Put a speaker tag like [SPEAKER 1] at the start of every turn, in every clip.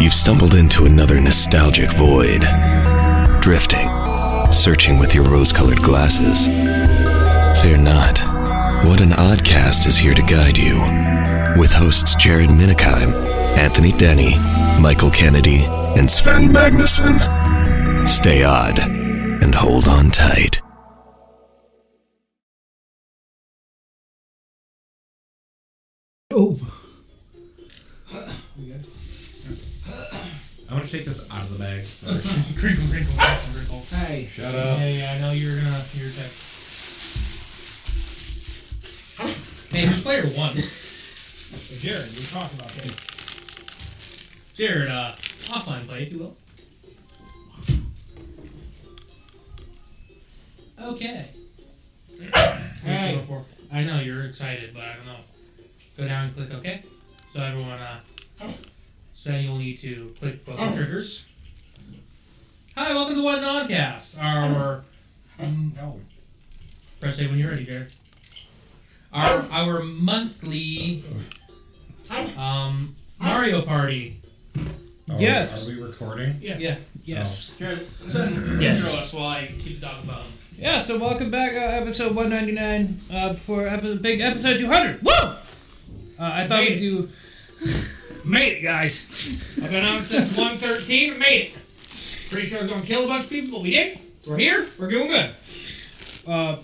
[SPEAKER 1] You've stumbled into another nostalgic void. Drifting, searching with your rose colored glasses. Fear not. What an Oddcast is here to guide you. With hosts Jared Minikheim, Anthony Denny, Michael Kennedy, and Sven Magnuson. Stay odd and hold on tight.
[SPEAKER 2] Oh,
[SPEAKER 3] I'm gonna take this out of the bag.
[SPEAKER 4] Crinkle, crinkle, crinkle, crinkle.
[SPEAKER 2] hey.
[SPEAKER 3] Shut
[SPEAKER 4] Yeah, yeah, I know you're gonna. You're tech. Hey, who's player one? So Jared, we talked about this. Jared, uh, offline play, if you will. Okay. Hey. I know you're excited, but I don't know. Go down and click OK. So everyone, uh, so then you'll need to click both the triggers. Hi, welcome to What an Oddcast. Our mm,
[SPEAKER 3] No.
[SPEAKER 4] press A when you're ready, Jared. Our our monthly um Mario Party.
[SPEAKER 3] Are
[SPEAKER 2] Yes.
[SPEAKER 3] We, are we recording?
[SPEAKER 5] Yes.
[SPEAKER 4] Yeah.
[SPEAKER 2] Yes.
[SPEAKER 5] Jared, yes.
[SPEAKER 4] Yes.
[SPEAKER 5] Intro us while I keep the dog bone.
[SPEAKER 2] Yeah, so welcome back, uh, episode 199, uh, for epi- big episode 200. Woo! Uh, I thought
[SPEAKER 4] Made
[SPEAKER 2] we'd
[SPEAKER 4] it.
[SPEAKER 2] do.
[SPEAKER 5] Made it, guys.
[SPEAKER 4] I've been on since 113. We made it. Pretty sure I was gonna kill a bunch of people, but we didn't. So we're here. We're doing good.
[SPEAKER 2] Uh,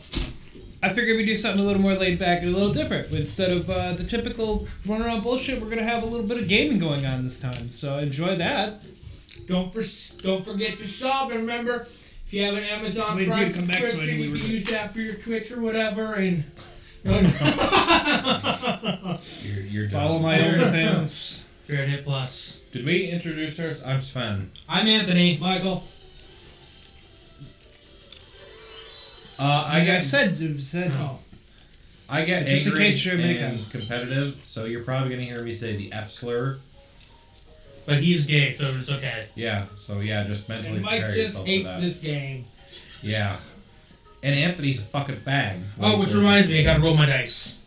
[SPEAKER 2] I figured we'd do something a little more laid back and a little different. Instead of uh, the typical run around bullshit, we're going to have a little bit of gaming going on this time. So enjoy that.
[SPEAKER 4] Don't for, don't forget to sub and remember if you have an Amazon
[SPEAKER 5] We did
[SPEAKER 4] Prime
[SPEAKER 5] come back, so I
[SPEAKER 4] subscription,
[SPEAKER 5] knew we
[SPEAKER 4] you
[SPEAKER 5] were
[SPEAKER 4] can
[SPEAKER 5] good.
[SPEAKER 4] use that for your Twitch or whatever. And no,
[SPEAKER 3] You're, you're done.
[SPEAKER 2] Follow my OnlyFans.
[SPEAKER 4] Jared hit plus.
[SPEAKER 3] Did we introduce ours? I'm Sven.
[SPEAKER 4] I'm Anthony. Michael.
[SPEAKER 3] Uh, I
[SPEAKER 2] I, I
[SPEAKER 3] got
[SPEAKER 2] said, I said
[SPEAKER 4] Oh.
[SPEAKER 3] I get
[SPEAKER 2] Just in
[SPEAKER 3] angry
[SPEAKER 2] case you're
[SPEAKER 3] and
[SPEAKER 2] Jamaican.
[SPEAKER 3] competitive, so you're probably gonna hear me say the F slur.
[SPEAKER 4] But he's gay, so it's okay.
[SPEAKER 3] Yeah. So yeah, just mentally
[SPEAKER 4] And Mike
[SPEAKER 3] prepare
[SPEAKER 4] just
[SPEAKER 3] yourself
[SPEAKER 4] hates
[SPEAKER 3] for that.
[SPEAKER 4] this game.
[SPEAKER 3] Yeah. And Anthony's a fucking fag.
[SPEAKER 4] Oh, which reminds me, I gotta roll my dice.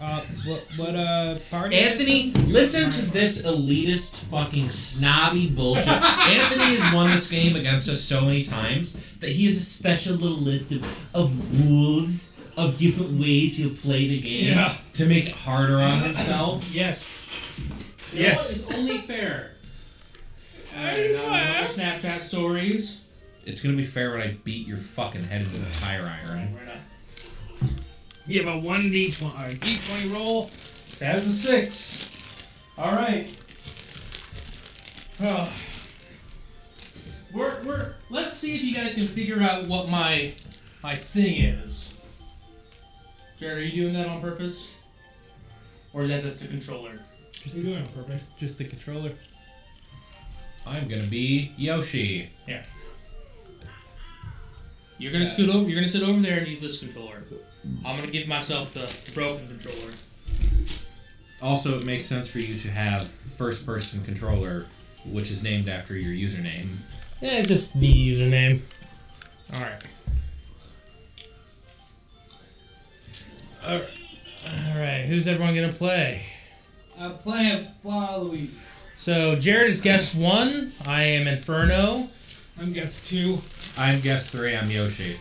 [SPEAKER 2] uh, what, what uh, party? is
[SPEAKER 5] Anthony,
[SPEAKER 2] it?
[SPEAKER 5] listen to this elitist fucking snobby bullshit. Anthony has won this game against us so many times that he has a special little list of, of rules of different ways he'll play the game
[SPEAKER 4] Yeah.
[SPEAKER 5] to make it harder on himself.
[SPEAKER 4] Yes.
[SPEAKER 5] You know what is only fair.
[SPEAKER 4] I don't know. Snapchat stories.
[SPEAKER 3] It's gonna be fair when I beat your fucking head with a tire iron.
[SPEAKER 4] Right
[SPEAKER 5] You have a one d twenty.
[SPEAKER 4] D20 roll. That was a six. All right. Oh. We're, we're, let's see if you guys can figure out what my my thing is. Jared, are you doing that on purpose? Or is that just the controller?
[SPEAKER 2] Just the,
[SPEAKER 4] on purpose.
[SPEAKER 2] just the controller.
[SPEAKER 3] I'm gonna be Yoshi.
[SPEAKER 4] You're gonna scoot over. You're gonna sit over there and use this controller. I'm gonna give myself the broken controller.
[SPEAKER 3] Also, it makes sense for you to have first person controller, which is named after your username.
[SPEAKER 5] Yeah,
[SPEAKER 4] Eh,
[SPEAKER 5] just the username.
[SPEAKER 4] All right. All right. Who's everyone gonna play?
[SPEAKER 2] I'm playing Waluigi.
[SPEAKER 4] So Jared is guest one. I am Inferno.
[SPEAKER 5] I'm guess two.
[SPEAKER 3] I'm guest three. I'm Yoshi.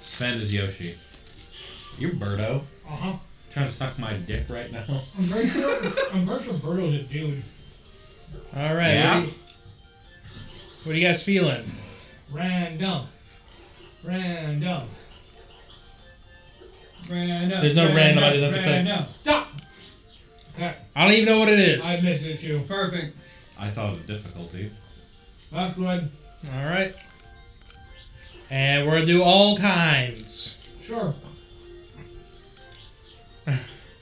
[SPEAKER 3] Sven is Yoshi. You're Birdo.
[SPEAKER 5] Uh
[SPEAKER 4] Uh-huh.
[SPEAKER 5] huh.
[SPEAKER 3] Trying to suck my dick right now.
[SPEAKER 5] I'm very sure. I'm very sure Birdo's a dude.
[SPEAKER 4] All right.
[SPEAKER 3] Yeah.
[SPEAKER 4] What, do you, what are you guys feeling?
[SPEAKER 5] Random. Random. Random.
[SPEAKER 4] There's no random, I just have to click.
[SPEAKER 5] random. Stop. Okay.
[SPEAKER 4] I don't even know what it
[SPEAKER 5] I
[SPEAKER 4] is.
[SPEAKER 5] missed it too. Perfect.
[SPEAKER 3] I saw the difficulty.
[SPEAKER 5] That's good.
[SPEAKER 4] All right. And we're gonna do all kinds.
[SPEAKER 5] Sure.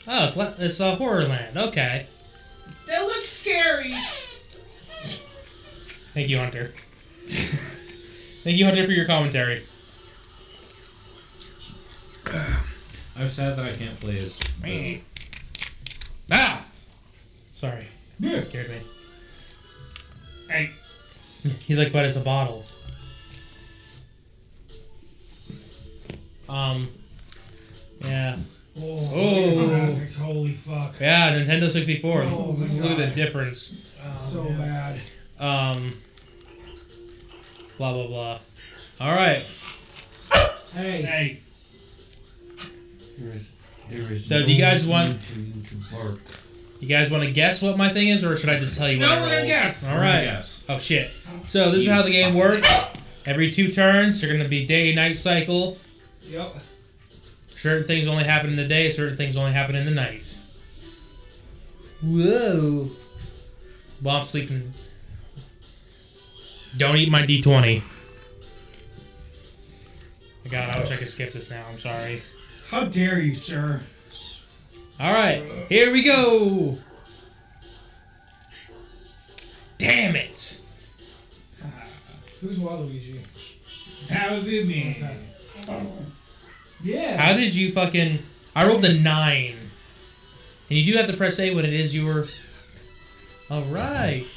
[SPEAKER 4] Oh, it's le- it's a horror land. Okay.
[SPEAKER 5] That looks scary.
[SPEAKER 4] Thank you, Hunter. Thank you, Hunter, for your commentary.
[SPEAKER 3] I'm sad that I can't play as. Birdo.
[SPEAKER 4] Ah! Sorry.
[SPEAKER 5] Yeah.
[SPEAKER 4] Scared me. Hey. He's like, but it's a bottle. Um. Yeah.
[SPEAKER 2] Oh,
[SPEAKER 4] Oh.
[SPEAKER 2] graphics, holy fuck.
[SPEAKER 4] Yeah, Nintendo 64.
[SPEAKER 2] Oh my
[SPEAKER 4] Look at the
[SPEAKER 2] God.
[SPEAKER 4] difference.
[SPEAKER 2] so bad.
[SPEAKER 4] Um, blah, blah, blah. All right.
[SPEAKER 2] Hey,
[SPEAKER 4] Hey.
[SPEAKER 3] There is, there is
[SPEAKER 4] So do you guys
[SPEAKER 3] need
[SPEAKER 4] want-
[SPEAKER 3] for you to bark.
[SPEAKER 4] You guys want to guess what my thing is, or should I just tell you what
[SPEAKER 6] No,
[SPEAKER 4] I
[SPEAKER 6] we're gonna
[SPEAKER 4] rolled?
[SPEAKER 6] guess.
[SPEAKER 4] All
[SPEAKER 3] We're gonna
[SPEAKER 4] right.
[SPEAKER 3] guess.
[SPEAKER 4] Oh shit. So this is how the game works. Every two turns, they're gonna be day night cycle.
[SPEAKER 6] Yep.
[SPEAKER 4] Certain things only happen in the day. Certain things only happen in the night. Whoa. While I'm sleeping. Don't eat my D20. My God, I wish I could skip this now. I'm sorry.
[SPEAKER 2] how dare you, sir?
[SPEAKER 4] All right, here we go. Damn it!
[SPEAKER 2] Who's Waluigi?
[SPEAKER 6] That would be me.
[SPEAKER 2] Okay. Yeah.
[SPEAKER 4] How did you fucking? I rolled a nine, and you do have to press A when it is your. All right.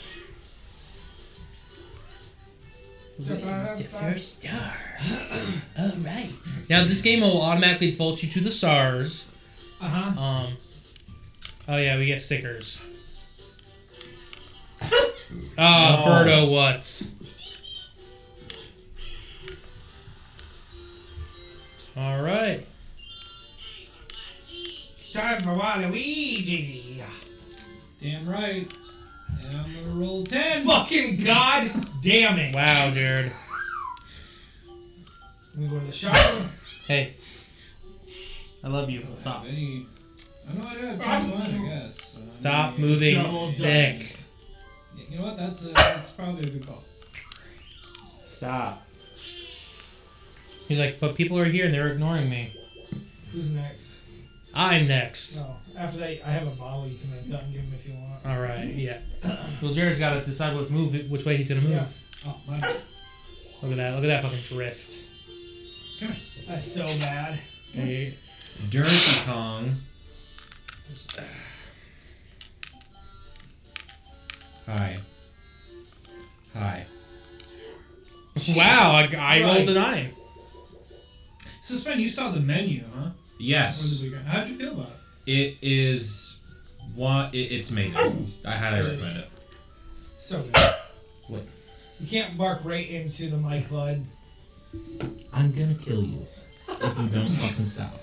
[SPEAKER 4] The first star. All right. Now this game will automatically default you to the stars.
[SPEAKER 2] Uh huh.
[SPEAKER 4] Um. Oh yeah, we get stickers. Ah, Birdo, what? All right.
[SPEAKER 2] It's time for Waluigi.
[SPEAKER 6] Damn right. And I'm gonna roll ten.
[SPEAKER 2] Fucking god damn it.
[SPEAKER 4] Wow, Jared.
[SPEAKER 2] I'm going to the shower.
[SPEAKER 4] Hey. I love you. Stop.
[SPEAKER 6] Any. I know I have ten one, I guess. Uh,
[SPEAKER 4] Stop
[SPEAKER 6] maybe-
[SPEAKER 4] moving
[SPEAKER 2] Double
[SPEAKER 4] stick.
[SPEAKER 2] dice.
[SPEAKER 6] Yeah, You know what? That's a, that's probably a good call.
[SPEAKER 7] Stop.
[SPEAKER 4] He's like, but people are here and they're ignoring me.
[SPEAKER 2] Who's next?
[SPEAKER 4] I'm next.
[SPEAKER 2] No. After that, I have a bottle you can rinse out and give him if you want.
[SPEAKER 4] All right. Yeah. Well, Jared's got to decide what move, which way he's gonna move.
[SPEAKER 2] Yeah.
[SPEAKER 6] Oh, my.
[SPEAKER 4] Look at that. Look at that fucking drift.
[SPEAKER 2] That's so bad.
[SPEAKER 4] Hey.
[SPEAKER 3] Donkey Kong. Hi. Hi.
[SPEAKER 4] Wow. I, I rolled a
[SPEAKER 2] Christ.
[SPEAKER 4] nine.
[SPEAKER 6] So Sven, you saw the menu, huh? Over the
[SPEAKER 3] Yes,
[SPEAKER 6] weekend. How'd you feel about it?
[SPEAKER 3] it is. What it, it's amazing.
[SPEAKER 4] Oh!
[SPEAKER 3] I highly recommend it.
[SPEAKER 2] So good.
[SPEAKER 3] What?
[SPEAKER 2] You can't bark right into the mic, bud.
[SPEAKER 7] I'm gonna kill you if you don't fucking stop.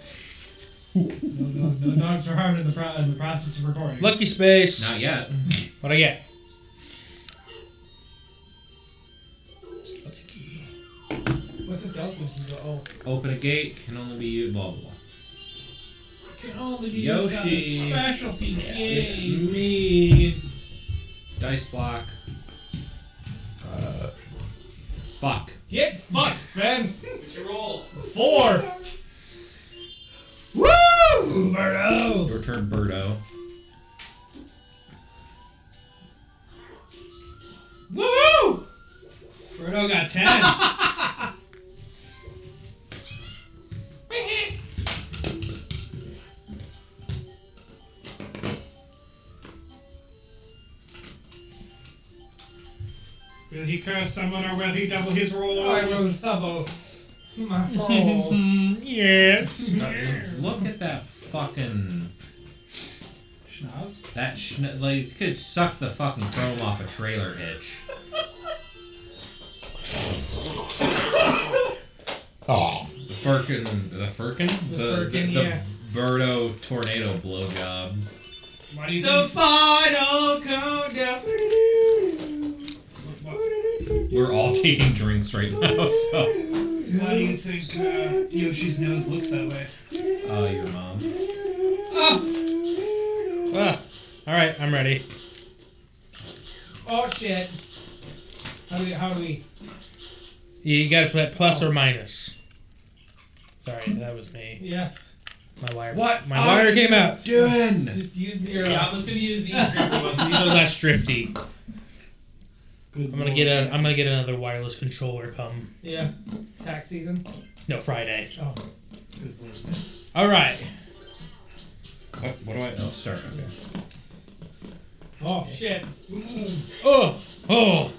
[SPEAKER 6] No, no, no dogs were harmed in the, pro- in the process of recording.
[SPEAKER 4] Lucky space.
[SPEAKER 3] Not yet.
[SPEAKER 4] What I get?
[SPEAKER 2] What's this skeleton? Can go, oh.
[SPEAKER 3] Open a gate can only be used. Blah blah. blah.
[SPEAKER 6] Can only be used on
[SPEAKER 3] Yoshi.
[SPEAKER 6] a specialty.
[SPEAKER 3] It's
[SPEAKER 6] Yay.
[SPEAKER 3] me. Dice block. Uh. Fuck.
[SPEAKER 2] Get fucked, Sven! What's your roll? Four! Woo! Birdo!
[SPEAKER 3] Your turn, Birdo.
[SPEAKER 6] Woo! Birdo got ten.
[SPEAKER 2] Will he curse someone or will he double his roll?
[SPEAKER 6] Oh,
[SPEAKER 4] Oh,
[SPEAKER 2] I will double my roll.
[SPEAKER 4] Mm, yes.
[SPEAKER 3] Uh, Look at that fucking.
[SPEAKER 6] Schnoz.
[SPEAKER 3] That schn- like it could suck the fucking chrome off a trailer hitch. The firkin, the firkin, the,
[SPEAKER 2] firkin,
[SPEAKER 3] the,
[SPEAKER 2] yeah.
[SPEAKER 3] Birdo tornado blowjob.
[SPEAKER 6] Why do you
[SPEAKER 3] The
[SPEAKER 6] think?
[SPEAKER 4] Ah,
[SPEAKER 3] final countdown. We're all taking drinks right now, so.
[SPEAKER 6] Why do you think uh, Yoshi's nose looks that way?
[SPEAKER 3] Uh, your mom.
[SPEAKER 4] Ah. All right. I'm ready.
[SPEAKER 2] Oh shit. How do we, how do we?
[SPEAKER 4] You got to put plus or minus. Sorry, that was me.
[SPEAKER 2] Yes.
[SPEAKER 4] My wire.
[SPEAKER 3] What
[SPEAKER 4] My
[SPEAKER 3] are
[SPEAKER 4] wire came out.
[SPEAKER 3] Doing.
[SPEAKER 2] Just use the uh, arrow.
[SPEAKER 3] was gonna use the easier one.
[SPEAKER 4] These are less drifty.
[SPEAKER 2] Good
[SPEAKER 4] I'm gonna get a. I'm gonna get another wireless controller come
[SPEAKER 2] Yeah. Tax season.
[SPEAKER 4] no Friday.
[SPEAKER 2] Oh.
[SPEAKER 4] All right.
[SPEAKER 3] What, what do I? Oh, sorry. Okay.
[SPEAKER 2] Oh shit.
[SPEAKER 4] Oh oh.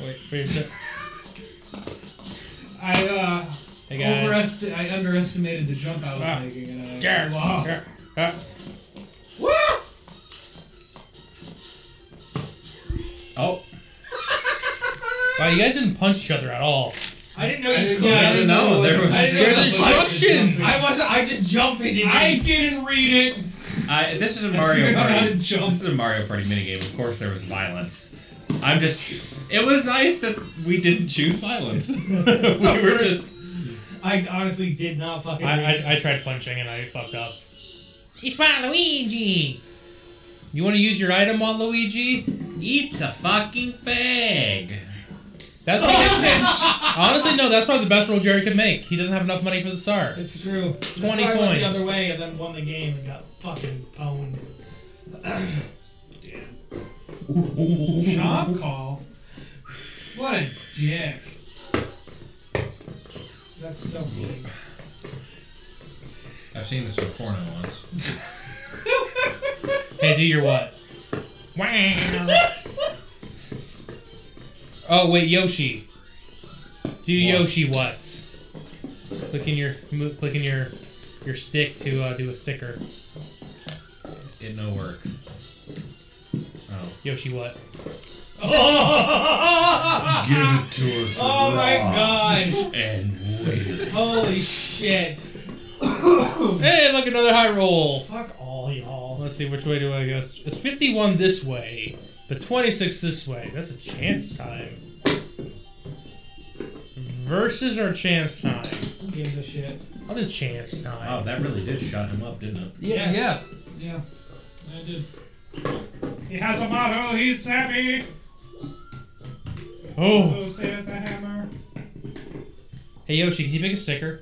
[SPEAKER 4] Wait for your sec-
[SPEAKER 2] I uh
[SPEAKER 4] Hey guys.
[SPEAKER 8] underest- I underestimated the jump I was
[SPEAKER 2] Ah.
[SPEAKER 8] making, and I
[SPEAKER 2] Yeah.
[SPEAKER 8] fell off.
[SPEAKER 2] Yeah. Ah.
[SPEAKER 3] Oh,
[SPEAKER 4] Wow, you guys didn't punch each other at all.
[SPEAKER 2] I didn't know you could.
[SPEAKER 3] yeah, I didn't know. There was-
[SPEAKER 2] I didn't
[SPEAKER 3] there's
[SPEAKER 2] know it was a button.
[SPEAKER 4] instructions!
[SPEAKER 2] I wasn't. I just jumped in. and-
[SPEAKER 8] I didn't read it.
[SPEAKER 3] I, Uh, this is a Mario
[SPEAKER 8] figured out how
[SPEAKER 3] Party.
[SPEAKER 8] to jump.
[SPEAKER 3] This is a Mario Party minigame. Of course, there was violence. I'm just. It was nice that we didn't choose violence. we were just.
[SPEAKER 2] I honestly did not fucking.
[SPEAKER 4] I,
[SPEAKER 2] read it.
[SPEAKER 4] I, I tried punching and I fucked up. It's my Luigi! You want to use your item on Luigi?
[SPEAKER 3] It's a fucking fag.
[SPEAKER 4] That's probably, honestly no. That's probably the best roll Jerry could make. He doesn't have enough money for the star.
[SPEAKER 2] It's true.
[SPEAKER 4] 20
[SPEAKER 2] That's why I went the
[SPEAKER 4] coins.
[SPEAKER 2] other way and then won the game and got fucking pwned. Cop call. What a dick. That's so mean.
[SPEAKER 3] I've seen this in porno once.
[SPEAKER 4] Hey, do your what? oh wait, Yoshi. Do Yoshi what? Clicking your mo- clicking your your stick to uh, do a sticker.
[SPEAKER 3] It no work. Oh.
[SPEAKER 4] Yoshi what?
[SPEAKER 3] Give it to us.
[SPEAKER 2] Oh my god.
[SPEAKER 3] And wait.
[SPEAKER 2] Holy shit.
[SPEAKER 4] Hey, look another high roll.
[SPEAKER 2] Fuck all y'all.
[SPEAKER 4] Oh, Let's see which way do I go? It's fifty-one this way, but twenty-six this way. That's a chance time. Versus or chance time?
[SPEAKER 2] Who gives a shit?
[SPEAKER 4] On the chance time.
[SPEAKER 3] Wow, that really did shut him up, didn't it?
[SPEAKER 8] Yeah,
[SPEAKER 2] Yes.
[SPEAKER 8] yeah.
[SPEAKER 2] Yeah. I did.
[SPEAKER 8] He has a motto. He's happy.
[SPEAKER 4] Oh.
[SPEAKER 8] So say the hammer.
[SPEAKER 4] Hey Yoshi, can you make a sticker?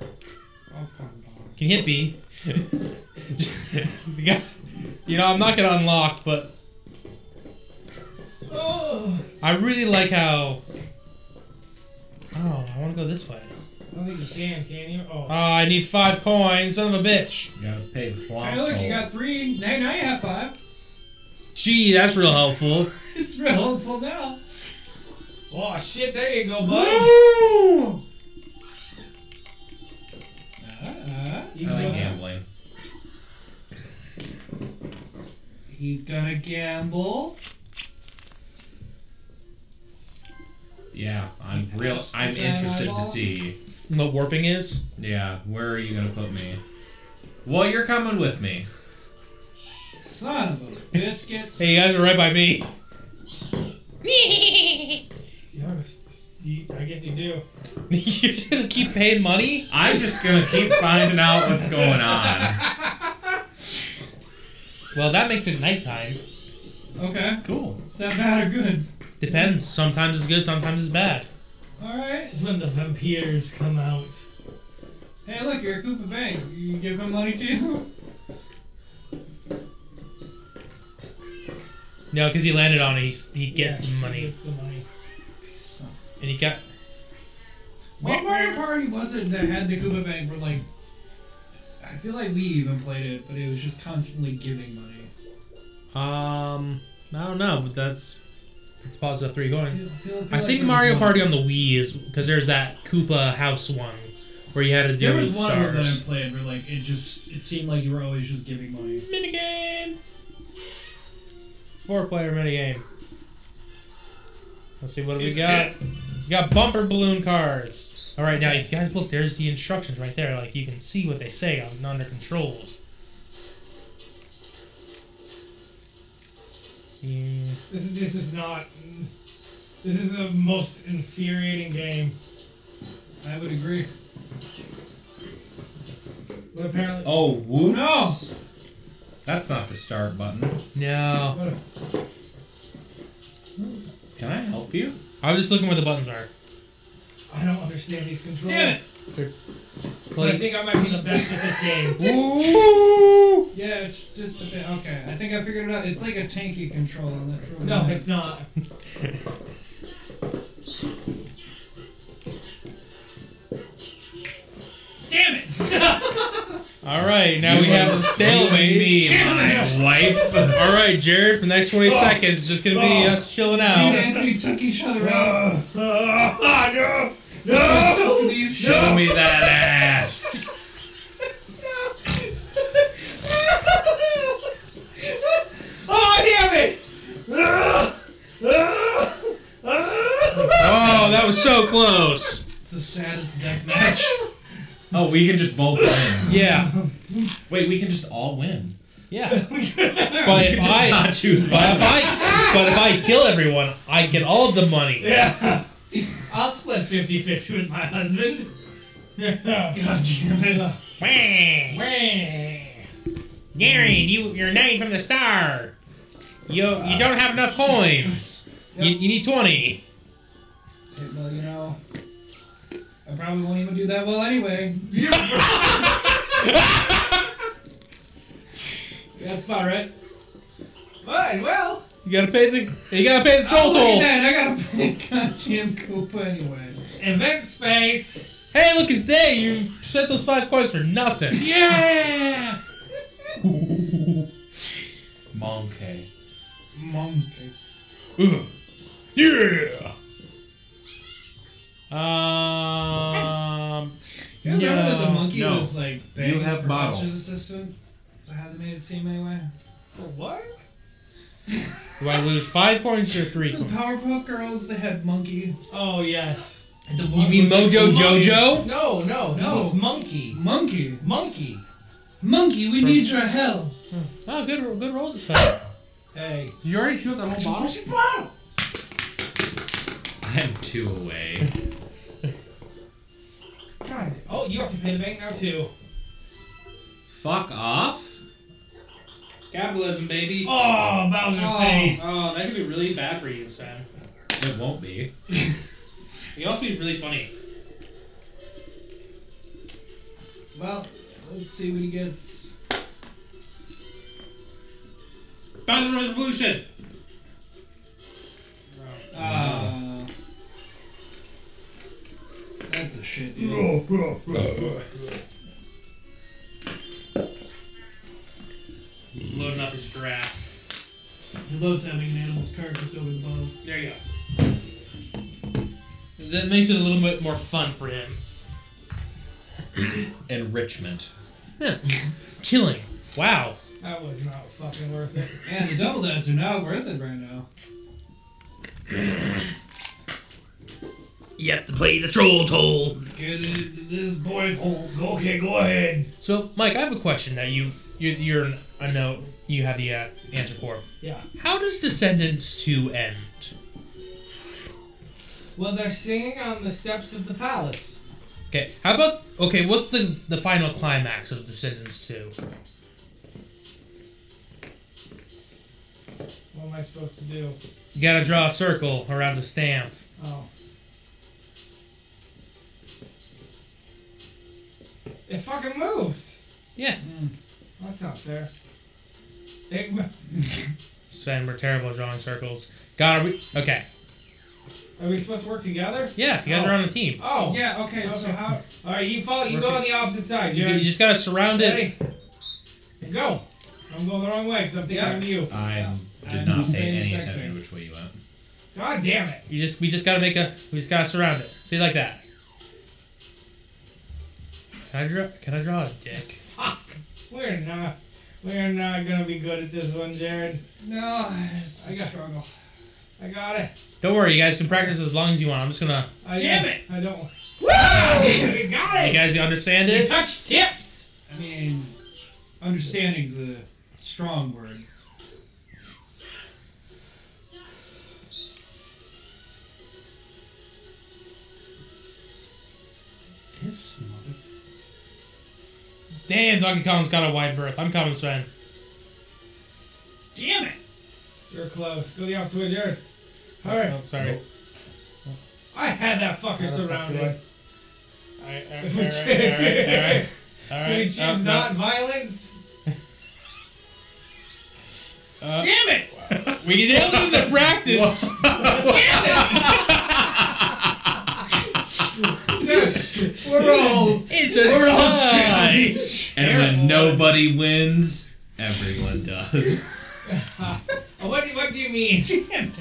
[SPEAKER 8] Oh, come on.
[SPEAKER 4] Can you hit B? The guy- you know, I'm not gonna unlock, but
[SPEAKER 2] Oh,
[SPEAKER 4] I really like how. Oh, I want to go this way.
[SPEAKER 2] I don't think you can, can you? Oh.
[SPEAKER 4] Oh, I need five coins, son of a bitch.
[SPEAKER 3] You gotta pay the plot.
[SPEAKER 2] Hey, look, you
[SPEAKER 3] toll.
[SPEAKER 2] got three. Now, now you have five.
[SPEAKER 4] Gee, that's real helpful.
[SPEAKER 2] It's real hopeful now. Oh shit, there you go, bud. Uh-huh. You
[SPEAKER 3] I
[SPEAKER 2] go.
[SPEAKER 3] like gambling.
[SPEAKER 2] He's gonna gamble.
[SPEAKER 3] Yeah, I'm real. I'm interested to see.
[SPEAKER 4] And What warping is?
[SPEAKER 3] Yeah, where are you gonna put me? Well, you're coming with me.
[SPEAKER 2] Son of a biscuit.
[SPEAKER 4] Hey, you guys are right by me.
[SPEAKER 2] you, I guess you do.
[SPEAKER 4] You're gonna keep paying money?
[SPEAKER 3] I'm just gonna keep finding out what's going on.
[SPEAKER 4] Well, that makes it nighttime.
[SPEAKER 2] Okay.
[SPEAKER 3] Cool.
[SPEAKER 2] Is that bad or good?
[SPEAKER 4] Depends. Sometimes it's good, sometimes it's bad.
[SPEAKER 2] Alright.
[SPEAKER 9] This is when the vampires come out.
[SPEAKER 2] Hey, look, you're a Koopa Bank. You give him money too?
[SPEAKER 4] No, because he landed on it. He, s- he gets the
[SPEAKER 9] He
[SPEAKER 4] money,
[SPEAKER 9] gets the money.
[SPEAKER 4] and he got
[SPEAKER 2] What Mario Party was it that had the Koopa Bank where, like, I feel like we even played it, but it was just constantly giving money.
[SPEAKER 4] Um, I don't know, but that's that's positive three
[SPEAKER 2] I,
[SPEAKER 4] going.
[SPEAKER 2] feel, feel, feel
[SPEAKER 4] I
[SPEAKER 2] like
[SPEAKER 4] think
[SPEAKER 2] there was
[SPEAKER 4] Mario
[SPEAKER 2] one-
[SPEAKER 4] Party on the Wii is because there's that Koopa House one where you had to do
[SPEAKER 2] There was one of them that I
[SPEAKER 4] stars.
[SPEAKER 2] played where, like, it just it seemed like you were always just giving money.
[SPEAKER 4] Minigame. Four player minigame. Let's see what do we
[SPEAKER 2] It's
[SPEAKER 4] got. We got bumper balloon cars. All right, now if you guys look, there's the instructions right there. Like you can see what they say on under controls. Yeah.
[SPEAKER 9] This, this is not. This is the most infuriating game.
[SPEAKER 2] I would agree.
[SPEAKER 9] But apparently,
[SPEAKER 3] Oh, whoops.
[SPEAKER 2] No.
[SPEAKER 3] That's not the start button.
[SPEAKER 4] No.
[SPEAKER 3] Can I help you?
[SPEAKER 4] I was just looking where the buttons are.
[SPEAKER 9] I don't understand these controls.
[SPEAKER 2] Damn it.
[SPEAKER 9] But I think I might be the best at this game.
[SPEAKER 2] Yeah, it's just a bit. Okay, I think I figured it out. It's like a tanky control on that. Really
[SPEAKER 9] No,
[SPEAKER 2] nice.
[SPEAKER 9] it's not.
[SPEAKER 2] Damn it!
[SPEAKER 4] All right, now we
[SPEAKER 3] You
[SPEAKER 4] have
[SPEAKER 3] are
[SPEAKER 4] a stalemate.
[SPEAKER 3] Me, my wife.
[SPEAKER 4] All right, Jared, for the next
[SPEAKER 9] Oh.
[SPEAKER 4] 20 seconds, just gonna be us chilling
[SPEAKER 2] Me
[SPEAKER 4] out.
[SPEAKER 2] and Anthony took each other out.
[SPEAKER 9] Ah, No!
[SPEAKER 2] Please
[SPEAKER 3] Show me that ass.
[SPEAKER 10] Oh, damn it!
[SPEAKER 3] Oh, that was so close.
[SPEAKER 2] It's the saddest deck match.
[SPEAKER 3] Oh, we can just both win.
[SPEAKER 4] Yeah.
[SPEAKER 3] Wait, we can just all win.
[SPEAKER 4] Yeah.
[SPEAKER 3] But
[SPEAKER 4] but
[SPEAKER 3] we
[SPEAKER 4] if
[SPEAKER 3] can just
[SPEAKER 4] I,
[SPEAKER 3] not choose
[SPEAKER 4] but if
[SPEAKER 3] violence.
[SPEAKER 4] I, but if I kill everyone, I get all of the money.
[SPEAKER 9] Yeah. I'll split 50 50 with my husband.
[SPEAKER 2] God damn it.
[SPEAKER 4] Wah. Gary, you you're nine from the star. You you don't have enough coins. You, you need twenty.
[SPEAKER 2] Okay, Well, you know, I probably won't even do that well anyway. That's about right.
[SPEAKER 9] Fine, well.
[SPEAKER 4] You gotta pay the you gotta pay the toll
[SPEAKER 2] Oh, look at
[SPEAKER 4] toll.
[SPEAKER 2] that. I gotta pick goddamn Koopa anyway.
[SPEAKER 9] Event space.
[SPEAKER 4] Hey, look, it's day. You sent those five coins for nothing.
[SPEAKER 9] Yeah!
[SPEAKER 3] Monkey.
[SPEAKER 2] Monkey.
[SPEAKER 4] Ugh. Yeah. Um.
[SPEAKER 2] You remember that the
[SPEAKER 4] no,
[SPEAKER 2] monkey
[SPEAKER 4] no.
[SPEAKER 2] was like
[SPEAKER 10] You
[SPEAKER 2] banging
[SPEAKER 10] have
[SPEAKER 2] her
[SPEAKER 10] bottle.
[SPEAKER 2] master's assistant? Is that how they made it seem anyway?
[SPEAKER 9] For what?
[SPEAKER 4] Do I lose five coins or three
[SPEAKER 2] The
[SPEAKER 4] coins?
[SPEAKER 2] Powerpuff Girls, they had monkey.
[SPEAKER 9] Oh, yes.
[SPEAKER 2] And the
[SPEAKER 4] You mean Mojo Jojo?
[SPEAKER 9] No, no,
[SPEAKER 2] No.
[SPEAKER 9] It's monkey.
[SPEAKER 2] Monkey.
[SPEAKER 9] Monkey.
[SPEAKER 2] Monkey, we need your help.
[SPEAKER 4] Oh, good, good rolls this time.
[SPEAKER 9] Hey.
[SPEAKER 4] You already chewed that whole bottle.
[SPEAKER 3] I'm two away.
[SPEAKER 9] God. Oh, you have to pay the bank now, too.
[SPEAKER 10] Fuck off.
[SPEAKER 11] Capitalism, baby.
[SPEAKER 9] Oh, Bowser's face.
[SPEAKER 11] Oh, that could be really bad for you, Sam.
[SPEAKER 10] It won't be.
[SPEAKER 11] You also be really funny.
[SPEAKER 2] Well, let's see what he gets.
[SPEAKER 11] Bowser Resolution.
[SPEAKER 2] Uh, that's a shit, dude.
[SPEAKER 11] Loading up his giraffe.
[SPEAKER 2] He loves having an animal's carcass over the bottle.
[SPEAKER 11] There you go. That makes it a little bit more fun for him.
[SPEAKER 3] Enrichment.
[SPEAKER 4] Killing. Wow.
[SPEAKER 9] That was not fucking worth it.
[SPEAKER 2] Man, the double dice are not worth it right now.
[SPEAKER 4] You have to play the troll toll.
[SPEAKER 2] Get into this boy's
[SPEAKER 9] Oh.
[SPEAKER 2] hole.
[SPEAKER 9] okay, go ahead.
[SPEAKER 4] So, Mike, I have a question that you you you're an- I know you have the uh, answer for.
[SPEAKER 9] Yeah.
[SPEAKER 4] How does Descendants two end?
[SPEAKER 9] Well, they're singing on the steps of the palace.
[SPEAKER 4] Okay. How about okay? What's the the final climax of Descendants two?
[SPEAKER 9] What am I supposed to do?
[SPEAKER 4] You gotta draw a circle around the stamp.
[SPEAKER 9] Oh. It fucking moves.
[SPEAKER 4] Yeah.
[SPEAKER 9] That's not fair. It, mo-
[SPEAKER 4] Sven, we're terrible at drawing circles. Gotta re- okay.
[SPEAKER 9] are we supposed to work together?
[SPEAKER 4] Yeah, you guys
[SPEAKER 9] Oh.
[SPEAKER 4] are on a team.
[SPEAKER 9] Oh.
[SPEAKER 2] Yeah, okay, so
[SPEAKER 9] Okay.
[SPEAKER 2] how.
[SPEAKER 9] All right, you follow. You go on the opposite side,
[SPEAKER 4] You, you
[SPEAKER 9] Jerry.
[SPEAKER 4] just gotta surround it.
[SPEAKER 9] Ready? Go. I'm going the wrong way because I'm thinking
[SPEAKER 2] Yeah.
[SPEAKER 9] of you.
[SPEAKER 3] I did
[SPEAKER 2] I'm
[SPEAKER 3] not
[SPEAKER 2] the
[SPEAKER 3] pay
[SPEAKER 2] same
[SPEAKER 3] any
[SPEAKER 2] exact
[SPEAKER 3] attention
[SPEAKER 2] way.
[SPEAKER 3] which way you went.
[SPEAKER 9] God damn it.
[SPEAKER 4] You just we just gotta make a we just gotta surround it. See like that. Can I draw? Can I draw a dick?
[SPEAKER 9] Fuck. We're not. We're not gonna be good at this one, Jared.
[SPEAKER 2] No, it's a
[SPEAKER 9] I got-
[SPEAKER 2] struggle.
[SPEAKER 9] I got it.
[SPEAKER 4] Don't worry, you guys can practice as long as you want. I'm just gonna.
[SPEAKER 9] I,
[SPEAKER 11] Damn
[SPEAKER 9] I-
[SPEAKER 11] it.
[SPEAKER 9] I don't. Woo! you got
[SPEAKER 4] You
[SPEAKER 9] it.
[SPEAKER 4] guys understand it?
[SPEAKER 9] Touch tips.
[SPEAKER 2] I mean, understanding's a strong word. This mother.
[SPEAKER 4] Damn, Donkey Kong's got a wide berth. I'm coming, Sven.
[SPEAKER 11] Damn it.
[SPEAKER 9] You're close. Go the opposite way, Jared. All right.
[SPEAKER 4] Oh, sorry.
[SPEAKER 9] I had that fucker surrounded.
[SPEAKER 4] Alright, alright, alright,
[SPEAKER 9] If we
[SPEAKER 4] alright, alright, alright.
[SPEAKER 9] Do we
[SPEAKER 4] Alright,
[SPEAKER 9] choose
[SPEAKER 4] oh, no.
[SPEAKER 9] not violence?
[SPEAKER 4] Uh,
[SPEAKER 11] Damn it.
[SPEAKER 4] We nailed it in the practice.
[SPEAKER 9] We're all.
[SPEAKER 4] it's a We're all trying.
[SPEAKER 3] And when nobody wins, everyone does.
[SPEAKER 9] Oh, What do, you, what do you mean?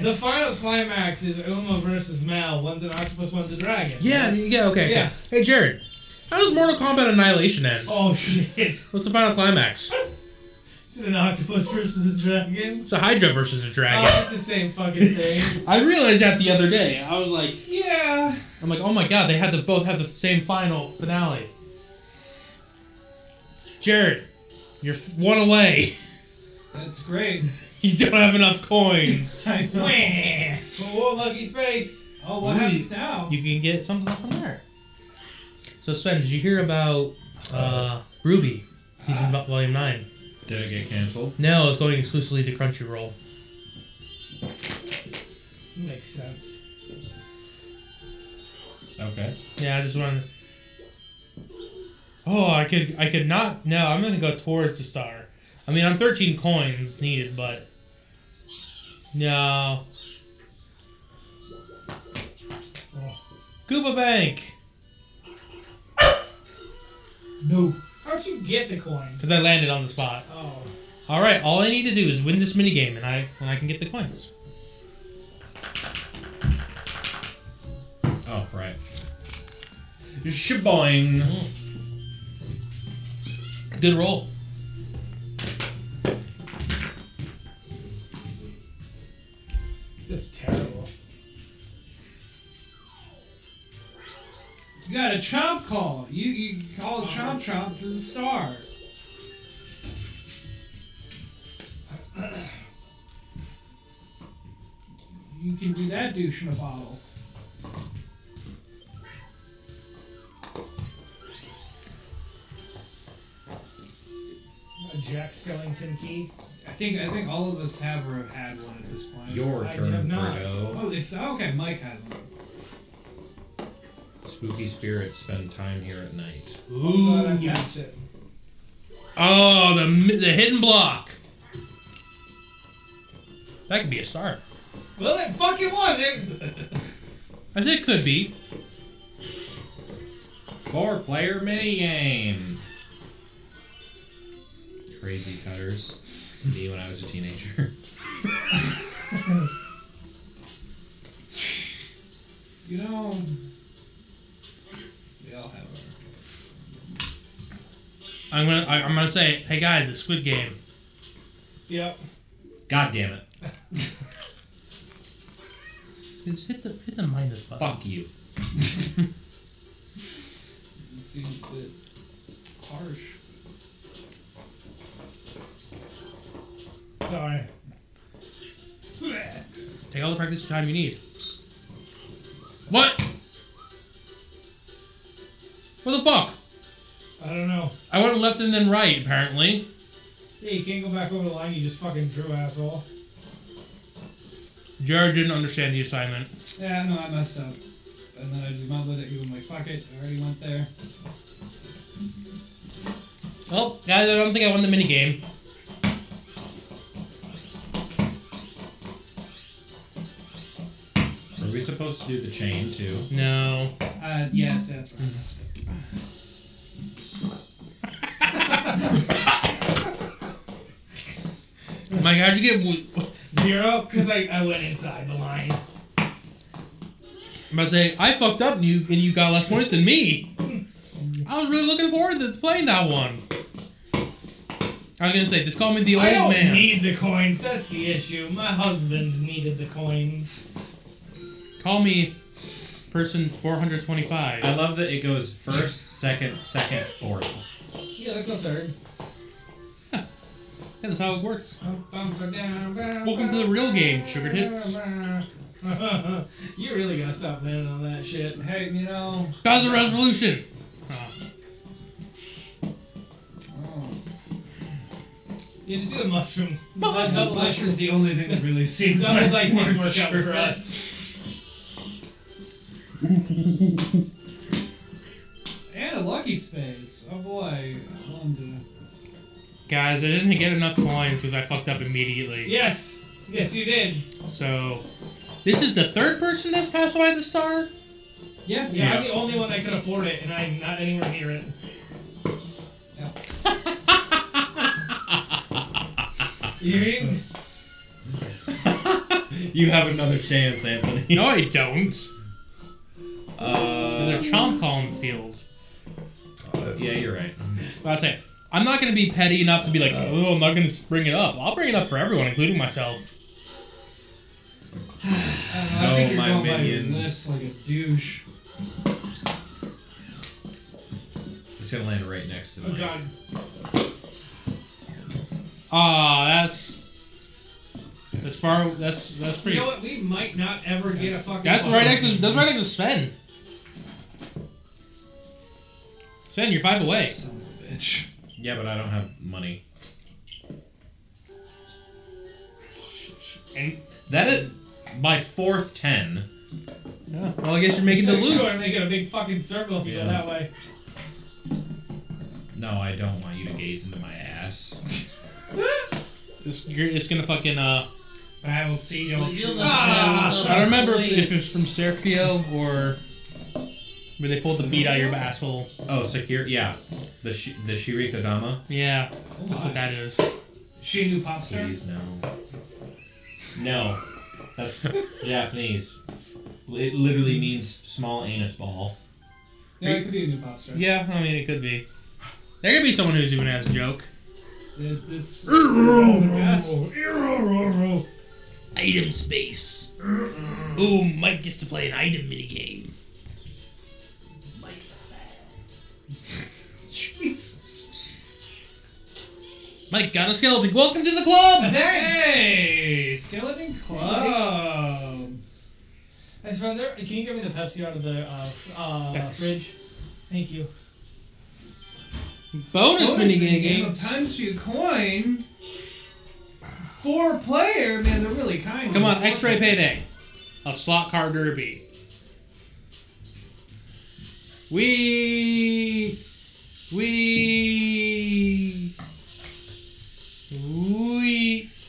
[SPEAKER 9] the final climax is Uma versus Mal. One's an octopus, one's a dragon.
[SPEAKER 4] Yeah, yeah, okay, okay.
[SPEAKER 9] Yeah.
[SPEAKER 4] Hey, Jared, how does Mortal Kombat Annihilation end?
[SPEAKER 9] Oh shit!
[SPEAKER 4] What's the final climax?
[SPEAKER 9] Is it an octopus versus a dragon?
[SPEAKER 4] It's a Hydra versus a
[SPEAKER 9] Oh,
[SPEAKER 4] dragon.
[SPEAKER 9] it's the same fucking thing.
[SPEAKER 4] Uh, I realized that the other day. I was like,
[SPEAKER 9] yeah.
[SPEAKER 4] I'm like, oh my god, they had the both had the same final finale. Jared, you're f- one away.
[SPEAKER 2] That's great.
[SPEAKER 4] You don't have enough coins.
[SPEAKER 2] I know.
[SPEAKER 9] Oh, lucky space.
[SPEAKER 2] Oh, what
[SPEAKER 4] Ooh.
[SPEAKER 2] happens now?
[SPEAKER 4] You can get something from there. So Sven, did you hear about uh, Ruby season vo- volume nine?
[SPEAKER 3] Did it get canceled?
[SPEAKER 4] No, it's going exclusively to Crunchyroll.
[SPEAKER 9] Makes sense.
[SPEAKER 3] Okay.
[SPEAKER 4] Yeah, I just want. Oh, I could, I could not. No, I'm gonna go towards the star. I mean, I'm 13 coins needed, but no. Oh, Gooba Bank,
[SPEAKER 9] No. How'd you get the coin?
[SPEAKER 4] because I landed on the spot.
[SPEAKER 9] Oh.
[SPEAKER 4] All right, all I need to do is win this minigame, and I and I can get the coins.
[SPEAKER 3] Oh, right. Shaboing.
[SPEAKER 4] Good roll.
[SPEAKER 9] That's terrible.
[SPEAKER 2] You got a chomp call. You you call chomp chomp to the star. You can do that douche in a bottle.
[SPEAKER 9] A Jack Skellington key.
[SPEAKER 2] I think I think all of us have or have had one at this point.
[SPEAKER 3] Your
[SPEAKER 9] I have
[SPEAKER 3] turn,
[SPEAKER 9] not.
[SPEAKER 3] Birdo.
[SPEAKER 2] oh, it's oh, okay. Mike has one.
[SPEAKER 3] Spooky spirits spend time here at night.
[SPEAKER 9] Ooh, I missed it.
[SPEAKER 4] Oh, the mi- the hidden block. That could be a star.
[SPEAKER 9] Well, it fucking wasn't.
[SPEAKER 4] I think it could be.
[SPEAKER 3] Four player minigame. Crazy cutters. Me when I was a teenager.
[SPEAKER 2] You know, we all have one.
[SPEAKER 4] I'm gonna I, I'm gonna say, hey guys, it's Squid Game.
[SPEAKER 9] yep.
[SPEAKER 3] God damn it.
[SPEAKER 4] Just hit the hit the minus button.
[SPEAKER 3] Fuck you.
[SPEAKER 2] This seems a bit harsh.
[SPEAKER 9] Sorry.
[SPEAKER 4] Take all the practice time you need. What? What the fuck?
[SPEAKER 9] I don't know.
[SPEAKER 4] I went left and then right, apparently.
[SPEAKER 9] Yeah, you can't go back over the line. You just fucking drew, asshole.
[SPEAKER 4] Jared didn't understand the assignment.
[SPEAKER 2] Yeah, no, I messed up. And then I just mumbled at you. I'm like, fuck it, I already went there.
[SPEAKER 4] Well, guys, I don't think I won the minigame.
[SPEAKER 3] Are we supposed to do the chain too?
[SPEAKER 4] No.
[SPEAKER 2] Uh, yes, that's right. I messed up.
[SPEAKER 4] Mike, how'd you get? w-
[SPEAKER 9] Zero, because I, I went inside the line.
[SPEAKER 4] I'm about to say I fucked up, and you and you got less points than me. I was really looking forward to playing that one. I was gonna say, just call me the old
[SPEAKER 9] I don't
[SPEAKER 4] man.
[SPEAKER 9] need the coin. That's the issue. My husband needed the coin.
[SPEAKER 4] call me person 425.
[SPEAKER 3] I love that it goes first, second, second, fourth.
[SPEAKER 9] Yeah, there's no third.
[SPEAKER 4] Yeah, that's how it works.
[SPEAKER 9] Welcome
[SPEAKER 4] Welcome to the real game, Sugar Tits.
[SPEAKER 9] you really gotta stop landing on that shit.
[SPEAKER 2] Hey, you know,
[SPEAKER 4] Bowser Resolution!
[SPEAKER 2] oh,
[SPEAKER 9] Yeah, just do the mushroom.
[SPEAKER 2] the
[SPEAKER 9] Double dice-
[SPEAKER 2] mushroom's the only thing that really seems
[SPEAKER 9] double
[SPEAKER 2] like
[SPEAKER 9] dice didn't work out
[SPEAKER 2] sure.
[SPEAKER 9] for us.
[SPEAKER 2] And a lucky space. Oh boy, I wanted
[SPEAKER 4] Guys, I didn't get enough coins because I fucked up immediately.
[SPEAKER 9] Yes, yes, you did.
[SPEAKER 4] So, this is the third person that's passed by the star?
[SPEAKER 2] to. Yeah,
[SPEAKER 9] Yeah,
[SPEAKER 2] yeah.
[SPEAKER 9] I'm the only one that could afford it, and I'm not anywhere near it. you mean?
[SPEAKER 3] You have another chance, Anthony.
[SPEAKER 4] No, I don't.
[SPEAKER 3] Uh,
[SPEAKER 9] Uh,
[SPEAKER 4] They're chomp calling the field.
[SPEAKER 3] yeah, you're right.
[SPEAKER 4] But I say, I'm not going to be petty enough to be
[SPEAKER 9] Uh.
[SPEAKER 4] like, oh, I'm not going to bring it up. I'll bring it up for everyone, including myself.
[SPEAKER 2] I think
[SPEAKER 3] No,
[SPEAKER 2] you're
[SPEAKER 3] my
[SPEAKER 2] going by your
[SPEAKER 3] minions.
[SPEAKER 2] list like a douche.
[SPEAKER 3] It's gonna land right next to
[SPEAKER 9] Oh
[SPEAKER 3] mine.
[SPEAKER 9] god.
[SPEAKER 4] Ah, that's that's far. That's that's
[SPEAKER 9] You
[SPEAKER 4] pretty.
[SPEAKER 9] know what? We might not ever get a fucking.
[SPEAKER 4] that's
[SPEAKER 9] ball.
[SPEAKER 4] right next. To, that's right next to Sven. Sven, you're five away.
[SPEAKER 3] Yeah, but I don't have money.
[SPEAKER 4] And
[SPEAKER 3] That is my fourth ten.
[SPEAKER 4] yeah, well, I guess you're making the
[SPEAKER 9] You
[SPEAKER 4] loop.
[SPEAKER 9] are making a big fucking circle if you
[SPEAKER 3] Yeah.
[SPEAKER 9] go that way.
[SPEAKER 3] No, I don't want you to gaze into my ass.
[SPEAKER 4] It's, you're, it's gonna fucking. Uh,
[SPEAKER 9] I will see Ah! you.
[SPEAKER 4] I don't remember if, if it's from Sergio or where they pulled the beat out of your asshole.
[SPEAKER 3] Oh, secure. Yeah, the sh- the Shirikodama.
[SPEAKER 4] Yeah, that's what that is.
[SPEAKER 9] She knew pop star.
[SPEAKER 3] Please no. No, that's Japanese. It literally means small anus ball.
[SPEAKER 2] Yeah, it could be a new pop star.
[SPEAKER 4] Yeah, I mean it could be. There could be someone who's doing it as a joke.
[SPEAKER 2] Th- This
[SPEAKER 4] Item space. Ooh, Mike gets to play an item minigame. Jesus. Mike got a skeleton. Welcome to the club!
[SPEAKER 9] Hey, skeleton club. Hey, Sven, there. Can you get me the Pepsi out of the uh, s- uh,
[SPEAKER 4] Thanks.
[SPEAKER 9] fridge? Thank you.
[SPEAKER 4] Bonus,
[SPEAKER 2] bonus
[SPEAKER 4] minigame.
[SPEAKER 2] game of times two coin. Four player, man, they're really kind.
[SPEAKER 4] Come on, X-ray payday of slot car derby. We we we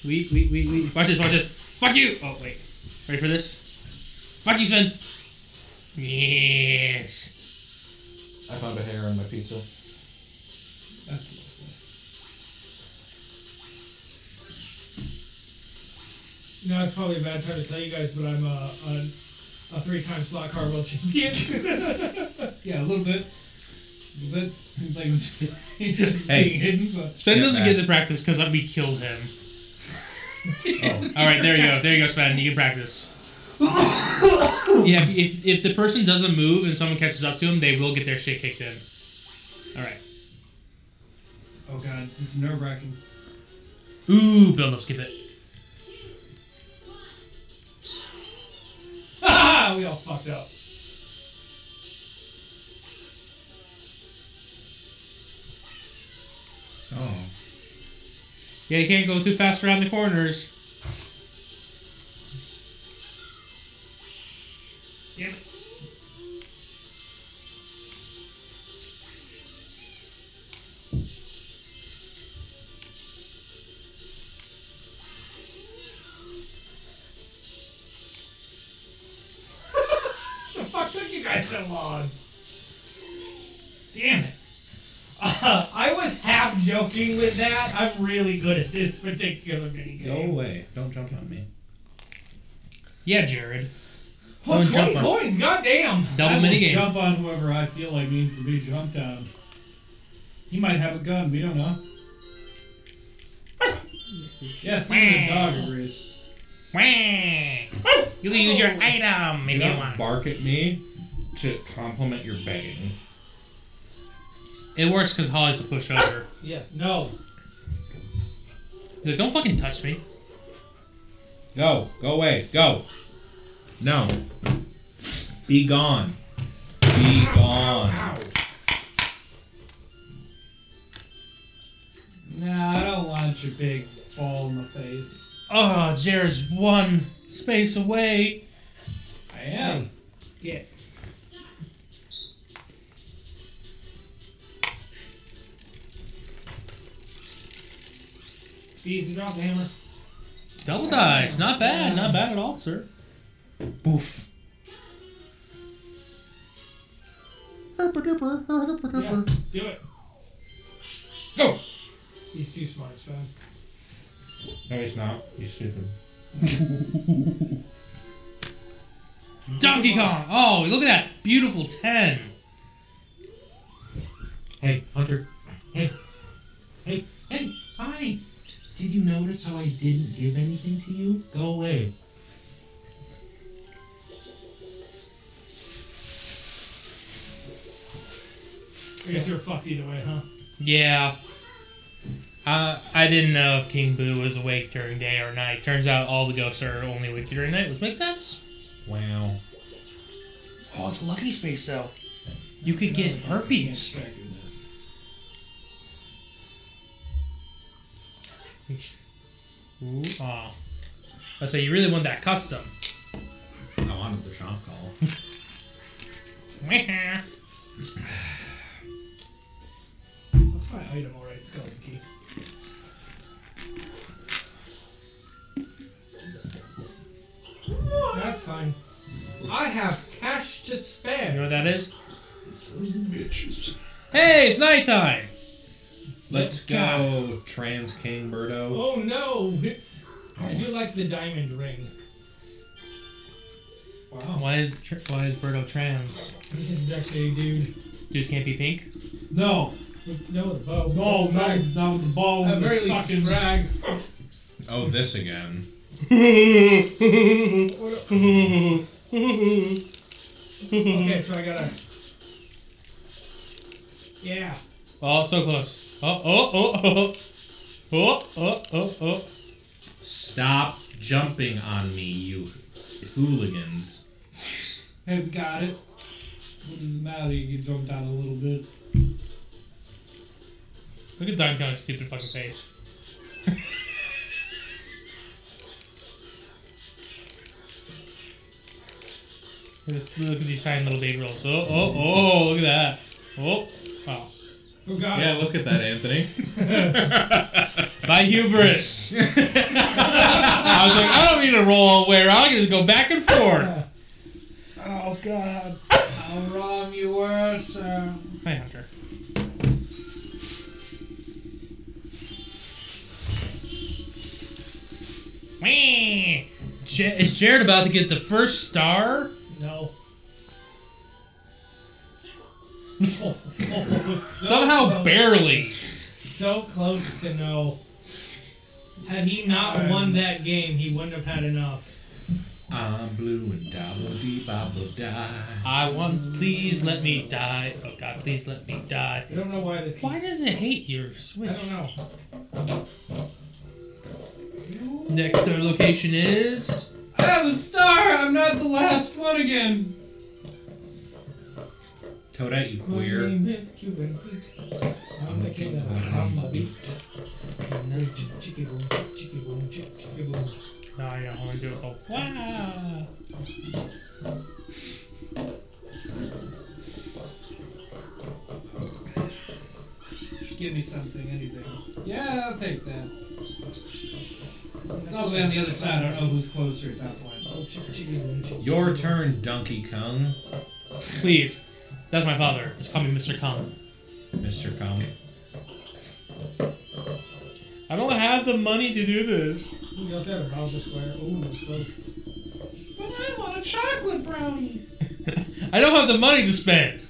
[SPEAKER 4] we we we we. Watch this! Watch this! Fuck you! Oh wait, ready for this? Fuck you, son. Yes.
[SPEAKER 12] I found a hair on my pizza.
[SPEAKER 9] No, it's probably a bad time to tell you guys, but I'm a, a, a three-time slot car world champion.
[SPEAKER 2] Yeah, a little bit. A little bit. Seems like it was
[SPEAKER 3] Hey.
[SPEAKER 2] being hidden, but
[SPEAKER 4] Sven
[SPEAKER 3] Get
[SPEAKER 4] doesn't
[SPEAKER 3] back.
[SPEAKER 4] get to practice because we killed him.
[SPEAKER 3] Oh.
[SPEAKER 4] All right, there you go. There you go, Sven. You can practice. yeah, if, if, if the person doesn't move and someone catches up to him, they will get their shit kicked in. All right.
[SPEAKER 2] oh god, this is nerve wracking.
[SPEAKER 4] Ooh, build up, skip it.
[SPEAKER 9] ah, we all fucked up.
[SPEAKER 3] Oh.
[SPEAKER 4] Yeah, you can't go too fast around the corners.
[SPEAKER 9] The fuck took you guys so long? Damn it. Uh, I was half joking with that. I'm really good at this particular minigame.
[SPEAKER 3] Go away. Don't jump on me.
[SPEAKER 4] Yeah, Jared.
[SPEAKER 9] Oh,
[SPEAKER 4] Don't jump
[SPEAKER 9] 20
[SPEAKER 4] on-
[SPEAKER 9] coins, goddamn!
[SPEAKER 4] Double
[SPEAKER 2] I will
[SPEAKER 4] minigame.
[SPEAKER 2] Jump on whoever I feel like needs to be jumped on. He might have a gun. We don't know. Yes, even the dog agrees.
[SPEAKER 4] Wah! You can use your item
[SPEAKER 3] You
[SPEAKER 4] if you
[SPEAKER 3] don't
[SPEAKER 4] want.
[SPEAKER 3] bark at me to compliment your begging.
[SPEAKER 4] It works because Holly's a pushover.
[SPEAKER 9] Yes, no.
[SPEAKER 4] Like, don't fucking touch me.
[SPEAKER 3] Go. Go away. Go. No. Be gone. Be gone.
[SPEAKER 2] Nah, I don't want your big ball in the face.
[SPEAKER 4] Oh, Jared's one space away.
[SPEAKER 2] I am.
[SPEAKER 9] Easy, drop the hammer.
[SPEAKER 4] Double dice. Not bad. Not bad at all, sir. Boof.
[SPEAKER 9] Yeah, do it.
[SPEAKER 3] Go.
[SPEAKER 9] He's too smart, Sven.
[SPEAKER 3] No, he's not. He's stupid.
[SPEAKER 4] Donkey Kong. Oh, look at that beautiful ten.
[SPEAKER 5] Hey, Hunter. Hey. Hey, hey, hi. Did you notice how I didn't give anything to you? Go away.
[SPEAKER 9] I guess you're fucked either way, huh?
[SPEAKER 4] Yeah. Uh, I didn't know if King Boo was awake during day or night. Turns out all the ghosts are only awake during night, which makes sense.
[SPEAKER 5] Wow.
[SPEAKER 4] Oh, it's a lucky space cell. You could get herpes. Ooh, aw. I say you really want that custom.
[SPEAKER 5] I wanted the chomp call.
[SPEAKER 9] That's my item, alright, skeleton key. That's fine. I have cash to
[SPEAKER 4] You know
[SPEAKER 9] spare.
[SPEAKER 4] what that is? Hey, it's nighttime.
[SPEAKER 3] Let's go, Trans King Birdo.
[SPEAKER 9] Oh no, it's. I do like the diamond ring. Wow.
[SPEAKER 4] Why is tr- why is Birdo trans?
[SPEAKER 9] This is actually a dude.
[SPEAKER 4] Dudes can't be pink.
[SPEAKER 2] No,
[SPEAKER 9] with- No, with a bow.
[SPEAKER 2] no, no,
[SPEAKER 9] Drag.
[SPEAKER 2] no, Oh, the ball
[SPEAKER 9] At
[SPEAKER 2] was
[SPEAKER 9] very least
[SPEAKER 2] sucking.
[SPEAKER 9] drag.
[SPEAKER 3] Oh, this again.
[SPEAKER 9] Okay, so I gotta. Yeah.
[SPEAKER 4] Oh, so close. Oh, oh, oh, oh, oh, oh, oh, oh.
[SPEAKER 3] Stop jumping on me, you hooligans.
[SPEAKER 2] Hey, we got it. What does it matter? You get jumped out a little bit.
[SPEAKER 4] Look at Donkey Kong's stupid fucking face. Just look at these tiny little baby rolls. Oh, oh, oh, look at that. Oh, wow.
[SPEAKER 9] Oh god.
[SPEAKER 3] Yeah, look at that, Anthony.
[SPEAKER 4] My hubris. I was like, I don't need to roll all the way around. I can just go back and forth.
[SPEAKER 2] Oh God! How wrong you were, sir.
[SPEAKER 4] Hi, Hunter. Whee! Ja- is Jared about to get the first star?
[SPEAKER 9] No.
[SPEAKER 4] Somehow, barely.
[SPEAKER 9] So close to no. Had he not won that game, he wouldn't have had enough.
[SPEAKER 3] I'm blue and dabble dee babble die.
[SPEAKER 4] I want. Please let me die. Oh God, please let me die.
[SPEAKER 9] I don't know why this.
[SPEAKER 4] Why
[SPEAKER 9] keeps-
[SPEAKER 4] does it hate your
[SPEAKER 9] I
[SPEAKER 4] switch?
[SPEAKER 9] don't know.
[SPEAKER 4] Next, third location is.
[SPEAKER 2] I have a star. I'm not the last one again.
[SPEAKER 3] Toadette, you
[SPEAKER 9] My
[SPEAKER 3] queer.
[SPEAKER 9] name is Cuban Pete. I'm the kid that I'm a beat. Chicky boom, chicky boom, chicky boom.
[SPEAKER 4] No, I don't want to do it. Oh, wow.
[SPEAKER 2] Just give me something, anything. Yeah, I'll take that. It's all the way on the other side. I don't know who's closer at that point.
[SPEAKER 9] Oh, chicky, chicky boom, chicky
[SPEAKER 3] Your turn, Donkey Kong.
[SPEAKER 4] Please, that's my father. Just call me Mr. Kong.
[SPEAKER 3] Mr. Kong.
[SPEAKER 4] I don't have the money to do this.
[SPEAKER 9] boom. You also had a Bowser Square. Ooh, close.
[SPEAKER 2] But I want a chocolate brownie.
[SPEAKER 4] I don't have the money to spend.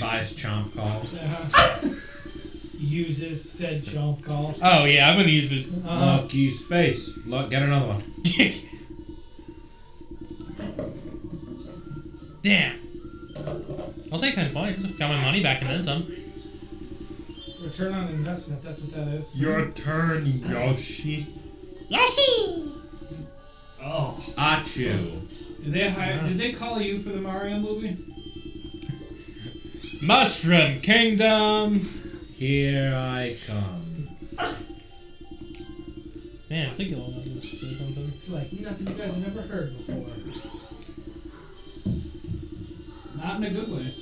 [SPEAKER 3] Buys Chomp Call.
[SPEAKER 9] Uh-huh. Uses said jump call.
[SPEAKER 4] Oh yeah, I'm gonna use it.
[SPEAKER 9] Uh,
[SPEAKER 3] Lucky space. Look, get another one.
[SPEAKER 4] Damn. I'll take ten points. Got my money back and then some.
[SPEAKER 9] return on investment, that's what that is.
[SPEAKER 3] Your turn, Yoshi.
[SPEAKER 4] Yoshi.
[SPEAKER 2] Oh.
[SPEAKER 3] Achu.
[SPEAKER 2] Did they hire? Did they call you for the Mario movie?
[SPEAKER 4] Mushroom Kingdom.
[SPEAKER 3] Here I come.
[SPEAKER 4] Man, I think you'll know this or something.
[SPEAKER 9] It's like nothing you guys have ever heard before.
[SPEAKER 2] Not in a good way.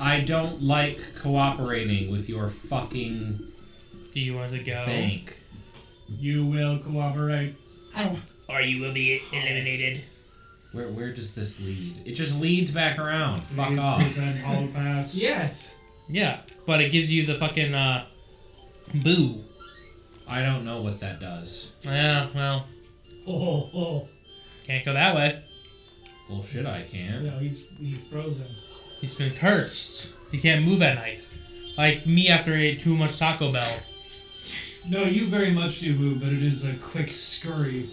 [SPEAKER 3] I don't like cooperating with your fucking
[SPEAKER 4] Do you want to
[SPEAKER 3] Oh.
[SPEAKER 4] go?
[SPEAKER 3] bank.
[SPEAKER 2] You will cooperate.
[SPEAKER 4] Or you will be eliminated.
[SPEAKER 5] Where where does this lead? It just leads back around. Fuck off.
[SPEAKER 9] Present hollow pass.
[SPEAKER 4] Yes. Yeah, but it gives you the fucking uh, boo.
[SPEAKER 5] I don't know what that does.
[SPEAKER 4] Yeah, well,
[SPEAKER 9] Oh, oh.
[SPEAKER 4] can't go that way.
[SPEAKER 5] Bullshit, I can.
[SPEAKER 9] No, he's he's frozen.
[SPEAKER 4] He's been cursed. He can't move at night, like me after I ate too much Taco Bell.
[SPEAKER 2] No, you very much do move, but it is a quick scurry.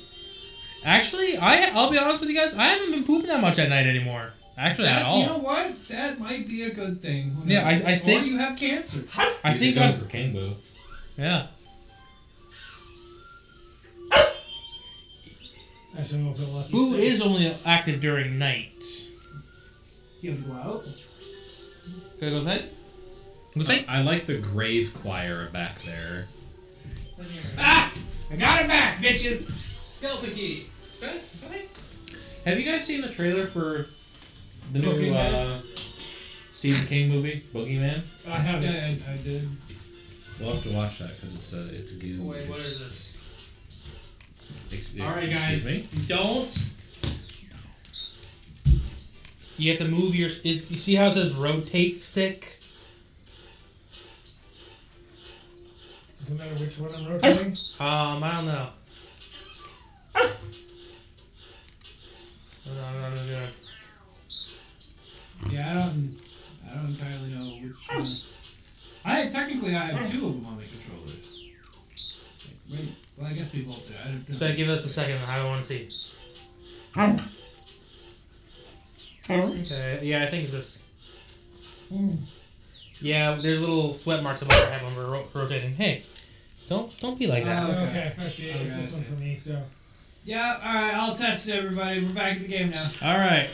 [SPEAKER 4] Actually, I I'll be honest with you guys. I haven't been pooping that much at night anymore. Actually, at
[SPEAKER 2] That's,
[SPEAKER 4] all.
[SPEAKER 2] you know what? That might be a good thing. Who
[SPEAKER 4] Yeah, I-
[SPEAKER 2] knows?
[SPEAKER 4] I think-
[SPEAKER 2] Or you have cancer.
[SPEAKER 4] I think
[SPEAKER 12] go
[SPEAKER 4] I've
[SPEAKER 12] for Kangbo.
[SPEAKER 4] yeah.
[SPEAKER 9] I don't know if it lucky.
[SPEAKER 4] Boo is only active during night.
[SPEAKER 2] You have to go out.
[SPEAKER 4] Can I go ahead? Go
[SPEAKER 3] I, I like the grave choir back there.
[SPEAKER 2] I got it back, bitches.
[SPEAKER 4] Oh.
[SPEAKER 9] skeleton key.
[SPEAKER 5] Have you guys seen the trailer for the new
[SPEAKER 9] Boogeyman?
[SPEAKER 5] uh, Stephen King movie, Boogeyman?
[SPEAKER 9] I have
[SPEAKER 2] Yeah,
[SPEAKER 9] it.
[SPEAKER 2] I, I did.
[SPEAKER 5] We'll have to watch that because it's a it's a goo.
[SPEAKER 13] Wait, what is this?
[SPEAKER 5] Ex-
[SPEAKER 13] All right,
[SPEAKER 5] excuse
[SPEAKER 13] guys.
[SPEAKER 5] me.
[SPEAKER 4] Don't. You have to move your. Is, you see how it says rotate stick?
[SPEAKER 9] Doesn't matter which one I'm rotating.
[SPEAKER 4] Um, I don't know. No, no, no, no.
[SPEAKER 2] Yeah, I don't. I don't entirely know which. One. I technically I have two of them on the controllers. Wait, well I guess we both do. I don't know.
[SPEAKER 4] So give us a second. I want to see. Okay. Yeah, I think it's this. Yeah, there's little sweat marks above our head when we're ro- rotating. Hey, don't don't be like that.
[SPEAKER 2] Uh,
[SPEAKER 9] okay, I see.
[SPEAKER 2] Okay,
[SPEAKER 9] It's
[SPEAKER 2] I
[SPEAKER 9] this one
[SPEAKER 2] see.
[SPEAKER 9] for me. So
[SPEAKER 2] Yeah, all right. I'll test it, everybody. We're back in the game now.
[SPEAKER 4] All right.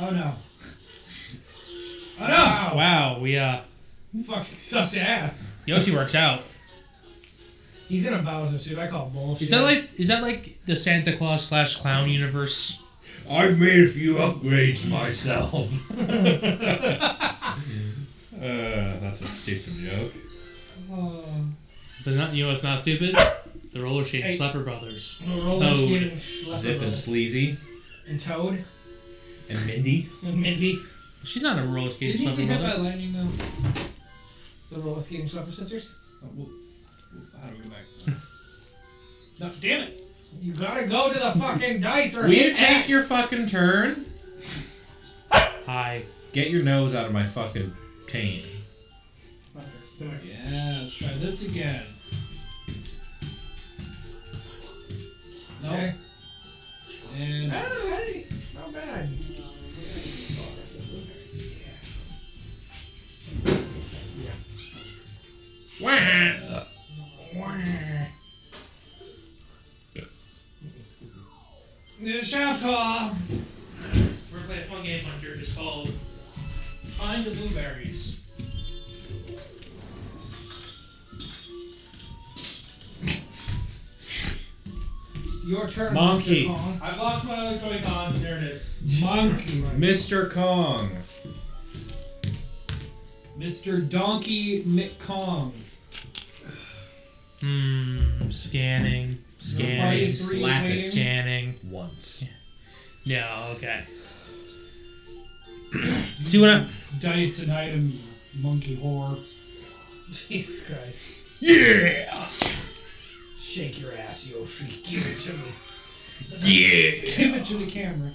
[SPEAKER 2] Oh no. Oh
[SPEAKER 4] Wow.
[SPEAKER 2] no!
[SPEAKER 4] we uh,
[SPEAKER 9] fucking sucked ass.
[SPEAKER 4] Yoshi works out.
[SPEAKER 9] He's in a Bowser suit. I call bullshit.
[SPEAKER 4] Is that like is that like the Santa Claus slash clown universe?
[SPEAKER 3] I've made a few upgrades myself. uh, that's a stupid joke.
[SPEAKER 2] Oh.
[SPEAKER 4] The not you know it's not stupid. The roller skating
[SPEAKER 9] Hey.
[SPEAKER 4] Schlepper Brothers.
[SPEAKER 9] roller
[SPEAKER 4] Toad.
[SPEAKER 9] skating?
[SPEAKER 3] Zip and Sleazy
[SPEAKER 9] and Toad
[SPEAKER 3] and Mindy.
[SPEAKER 9] and Mindy.
[SPEAKER 4] She's not a roller skating
[SPEAKER 2] Didn't you
[SPEAKER 4] Schlepper
[SPEAKER 2] get hit
[SPEAKER 4] Brother.
[SPEAKER 2] by lightning though?
[SPEAKER 9] The roller skating slumber sisters.
[SPEAKER 2] Oh, whoop. Whoop, How do we get back? no, damn it!
[SPEAKER 9] You gotta go to the fucking dice or
[SPEAKER 3] Will you
[SPEAKER 9] hit
[SPEAKER 3] take
[SPEAKER 9] X.
[SPEAKER 3] your fucking turn?
[SPEAKER 4] Hi.
[SPEAKER 3] Get your nose out of my fucking taint.
[SPEAKER 2] Yeah, let's try this again. Nope.
[SPEAKER 9] Okay.
[SPEAKER 2] And
[SPEAKER 9] Oh, hey, not bad.
[SPEAKER 2] Yeah, shop call.
[SPEAKER 4] We're gonna play a fun game on here. It's called Find the Blueberries.
[SPEAKER 9] Your turn,
[SPEAKER 3] Monkey.
[SPEAKER 9] Mr. Kong.
[SPEAKER 4] I've lost my other Joy-Con. There it is.
[SPEAKER 2] Monkey.
[SPEAKER 3] Mr. Kong.
[SPEAKER 2] Mr. Donkey McCong.
[SPEAKER 4] Hmm. Scanning.
[SPEAKER 2] Party
[SPEAKER 4] Scanning.
[SPEAKER 2] three is
[SPEAKER 3] slap it.
[SPEAKER 2] waiting.
[SPEAKER 4] Scanning.
[SPEAKER 3] Once.
[SPEAKER 4] Yeah. Okay. See what I'm.
[SPEAKER 2] Dice and item monkey whore.
[SPEAKER 9] Jesus Christ.
[SPEAKER 3] Yeah!
[SPEAKER 9] Shake your ass, Yoshi. Give it to me.
[SPEAKER 3] Yeah!
[SPEAKER 9] Give it to the camera.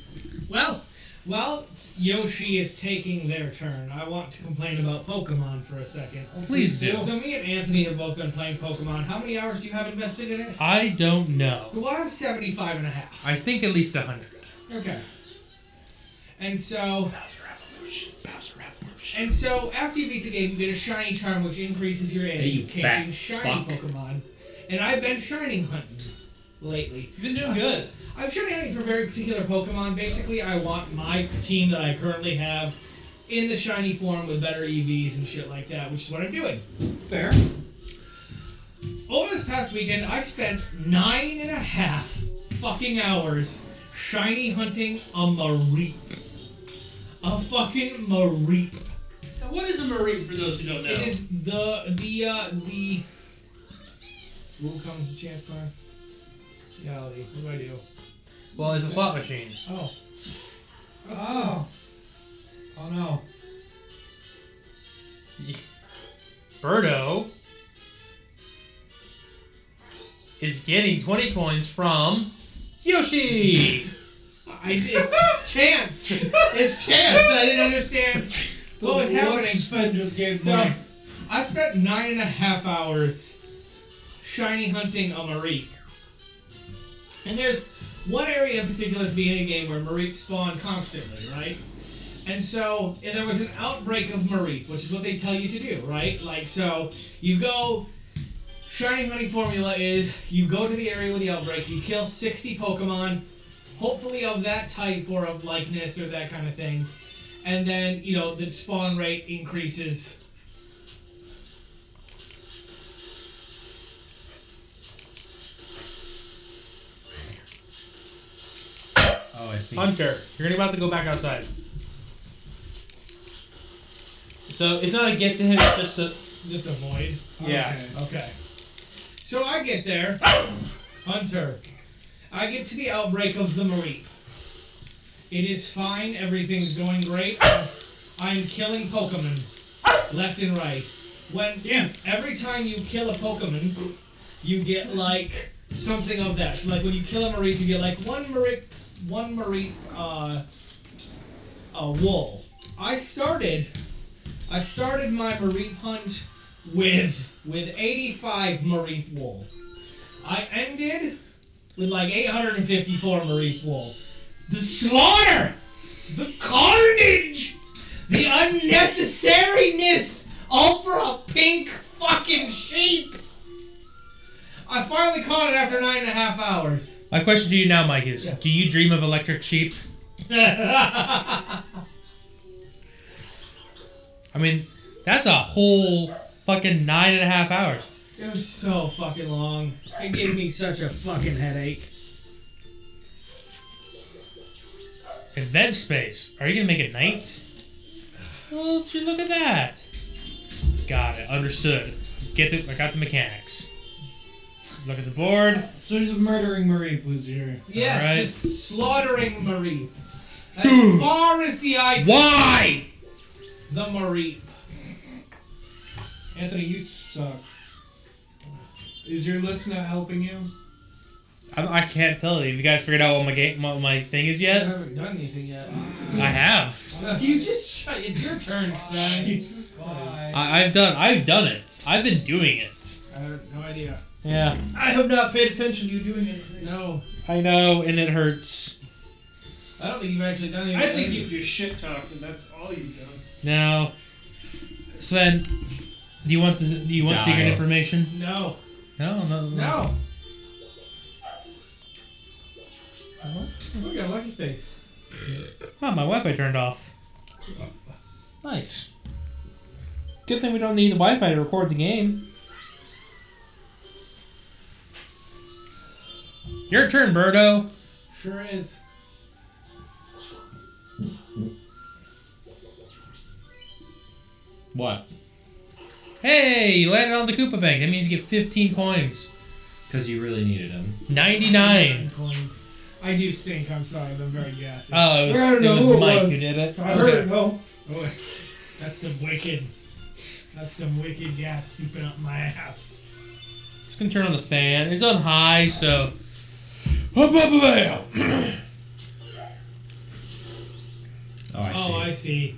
[SPEAKER 9] Well, well, Yoshi is taking their turn. I want to complain about Pokemon for a second.
[SPEAKER 4] Oh, Please do.
[SPEAKER 9] So me and Anthony have both been playing Pokemon. How many hours do you have invested in it?
[SPEAKER 4] I don't know.
[SPEAKER 9] Well, I have 75 and a half.
[SPEAKER 4] I think at least a hundred.
[SPEAKER 9] Okay. And so. And so, after you beat the game, you get a shiny charm, which increases your
[SPEAKER 3] Hey,
[SPEAKER 9] age
[SPEAKER 3] you
[SPEAKER 9] of catching
[SPEAKER 3] fat
[SPEAKER 9] shiny
[SPEAKER 3] fuck.
[SPEAKER 9] Pokemon. And I've been shining hunting lately.
[SPEAKER 4] You've been doing good.
[SPEAKER 9] I'm shiny hunting for very particular Pokemon. Basically, I want my team that I currently have in the shiny form with better EVs and shit like that, which is what I'm doing.
[SPEAKER 2] Fair.
[SPEAKER 9] Over this past weekend, I spent nine and a half fucking hours shiny hunting a Mareep. A fucking Mareep.
[SPEAKER 4] Now, what is a marine for those who don't know?
[SPEAKER 9] It is the the uh the Rule comes to chance card. Reality. What do I do?
[SPEAKER 4] well, it's a slot machine.
[SPEAKER 9] Oh.
[SPEAKER 2] Oh. Oh no.
[SPEAKER 4] Birdo is getting 20 coins from Yoshi.
[SPEAKER 9] I did. chance. It's chance. I didn't understand what was happening.
[SPEAKER 2] Sven just gave
[SPEAKER 9] So,
[SPEAKER 2] money.
[SPEAKER 9] um, I spent nine and a half hours shiny hunting a Marik. And there's one area in particular at the beginning of the game where Marik spawn constantly, right? And so and there was an outbreak of Marik, which is what they tell you to do, right? Like, so you go. Shiny hunting formula is you go to the area with the outbreak, you kill 60 Pokemon, hopefully of that type or of likeness or that kind of thing. And then, you know, the spawn rate increases
[SPEAKER 3] Oh, I see.
[SPEAKER 4] Hunter, you're about to go back outside. So it's not a get to him, it's just a.
[SPEAKER 9] Just avoid.
[SPEAKER 4] Yeah.
[SPEAKER 9] Okay. So I get there. Hunter. I get to the outbreak of the Mareep. It is fine. Everything's going great. I'm killing Pokemon. Left and right. When every time you kill a Pokemon, you get like something of that. So like when you kill a Mareep, you get like one Mareep, one Mareep uh, uh, wool. I started I started my Mareep hunt with with 85 Mareep wool. I ended with like 854 Mareep wool. The slaughter, the carnage, the unnecessariness, all for a pink fucking sheep. I finally caught it after nine and a half hours.
[SPEAKER 4] My question to you now, Mike, is
[SPEAKER 9] Yeah.
[SPEAKER 4] do you dream of electric sheep? I mean, that's a whole fucking nine and a half hours.
[SPEAKER 9] It was so fucking long. It gave me such a fucking headache.
[SPEAKER 4] Event space. Are you gonna make it night? Well, gee, look at that. Got it. Understood. Get the. I got the mechanics. Look at the board.
[SPEAKER 2] So just murdering Marie was your.
[SPEAKER 9] Yes,
[SPEAKER 4] All right.
[SPEAKER 9] just slaughtering Marie. As far as the eye
[SPEAKER 4] Why?
[SPEAKER 9] The Marie.
[SPEAKER 2] Anthony, you suck. Is your list not helping you?
[SPEAKER 4] I'm, I can't tell you. Have you guys figured out what my game, what my thing is yet?
[SPEAKER 9] haven't done anything yet.
[SPEAKER 4] I have.
[SPEAKER 9] you just shut. It's your turn, Sven.
[SPEAKER 2] Jesus Christ.
[SPEAKER 4] I, I've done. I've done it. I've been doing it.
[SPEAKER 9] I have no idea.
[SPEAKER 4] Yeah.
[SPEAKER 14] I have not paid attention to you doing anything.
[SPEAKER 9] No,
[SPEAKER 4] I know, and it hurts.
[SPEAKER 9] I don't think you've actually done anything.
[SPEAKER 14] I think you just shit talked, and that's all you've done.
[SPEAKER 4] Now, Sven, do you want the, do you want secret
[SPEAKER 5] Die.
[SPEAKER 4] information?
[SPEAKER 9] No.
[SPEAKER 4] No, no,
[SPEAKER 9] No. We got lucky space.
[SPEAKER 4] Oh, my Wi-Fi turned off. Nice. Good thing we don't need the Wi-Fi to record the game. Your turn, Birdo.
[SPEAKER 9] Sure is.
[SPEAKER 5] What?
[SPEAKER 4] Hey, you landed on the Koopa Bank. That means you get 15 coins.
[SPEAKER 5] Because you really needed him.
[SPEAKER 4] 99.
[SPEAKER 9] Coins. I do stink. I'm sorry. I'm very gassy.
[SPEAKER 4] Oh, it was, it was Mike who did it.
[SPEAKER 2] I heard it,
[SPEAKER 4] Okay.
[SPEAKER 2] no.
[SPEAKER 9] Oh, it's, that's some wicked. That's some wicked gas seeping up my ass.
[SPEAKER 4] Just gonna turn on the fan. It's on high, so. Up, up, up, up.
[SPEAKER 5] Oh, I
[SPEAKER 9] Oh, I
[SPEAKER 5] see.
[SPEAKER 9] see.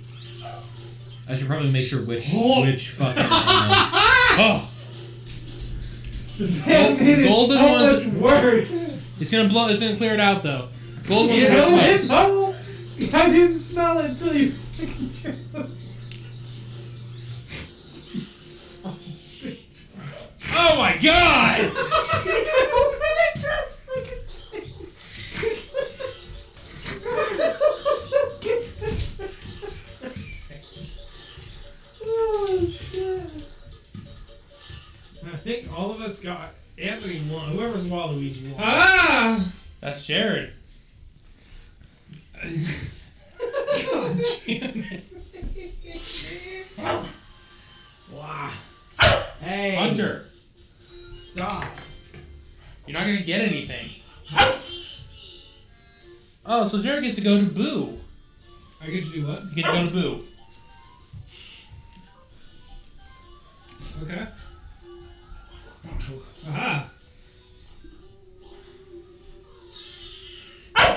[SPEAKER 5] I... should probably make sure which which fucking. uh,
[SPEAKER 4] Oh,
[SPEAKER 2] That made it
[SPEAKER 4] Golden
[SPEAKER 2] so
[SPEAKER 4] ones-
[SPEAKER 2] much worse.
[SPEAKER 4] it's gonna blow. It's gonna clear it out though. Gold one's
[SPEAKER 2] You know
[SPEAKER 4] red.
[SPEAKER 2] it? No. I didn't smell it until you.
[SPEAKER 4] Oh my god!
[SPEAKER 9] I think all of us got Anthony won. Whoever's Waluigi won.
[SPEAKER 4] Ah! That's Jared.
[SPEAKER 9] Wow. Hey.
[SPEAKER 4] Hunter,
[SPEAKER 9] Stop.
[SPEAKER 4] you're not gonna get anything. Oh, so Jared gets to go to Boo.
[SPEAKER 2] I get to do what?
[SPEAKER 4] You get to go to Boo.
[SPEAKER 2] Okay. Aha!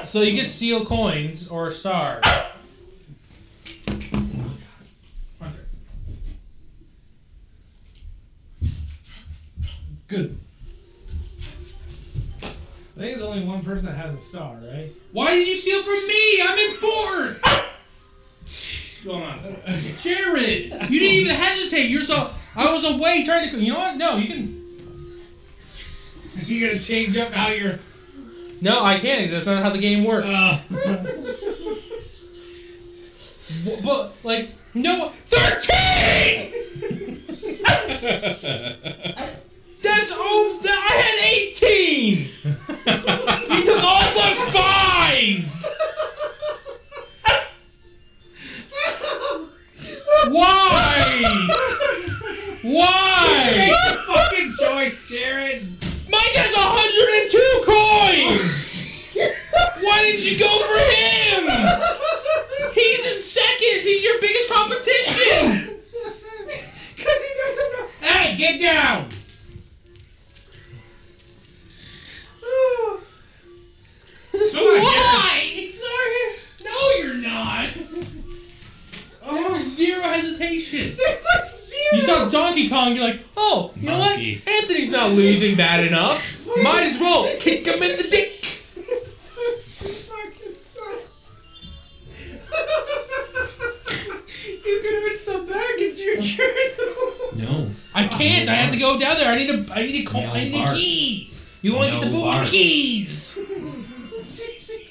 [SPEAKER 4] So you get steel coins or a star.
[SPEAKER 2] Good.
[SPEAKER 9] I think there's only one person that has a star, right?
[SPEAKER 15] Why did you steal from me? I'm in fourth. What's going on?
[SPEAKER 4] Jared, you didn't even hesitate. You're so. I was away trying to. You know what? No, you can.
[SPEAKER 9] You gonna change up how you're.
[SPEAKER 4] No, I can't. That's not how the game works.
[SPEAKER 9] Uh,
[SPEAKER 4] W- but like, no. Thirteen. That's over. I had eighteen. you took all but five. Why? Why?
[SPEAKER 9] fucking joy, Jared.
[SPEAKER 4] Mike has 102 coins! Why didn't you go for him? He's in second! He's your biggest competition!
[SPEAKER 9] Hey, get down.
[SPEAKER 4] Why?
[SPEAKER 9] No, you're not.
[SPEAKER 4] Oh, zero hesitation. You saw Donkey Kong, you're like, oh, you
[SPEAKER 15] Monkey.
[SPEAKER 4] know what? Anthony's not losing bad enough. Might as well kick him in the dick.
[SPEAKER 3] No.
[SPEAKER 4] I can't. I have to go down there. I need a. I need a. Co- I
[SPEAKER 3] No
[SPEAKER 4] need a
[SPEAKER 3] bark.
[SPEAKER 4] key. You want to get the
[SPEAKER 3] No
[SPEAKER 4] board
[SPEAKER 3] bark.
[SPEAKER 4] keys?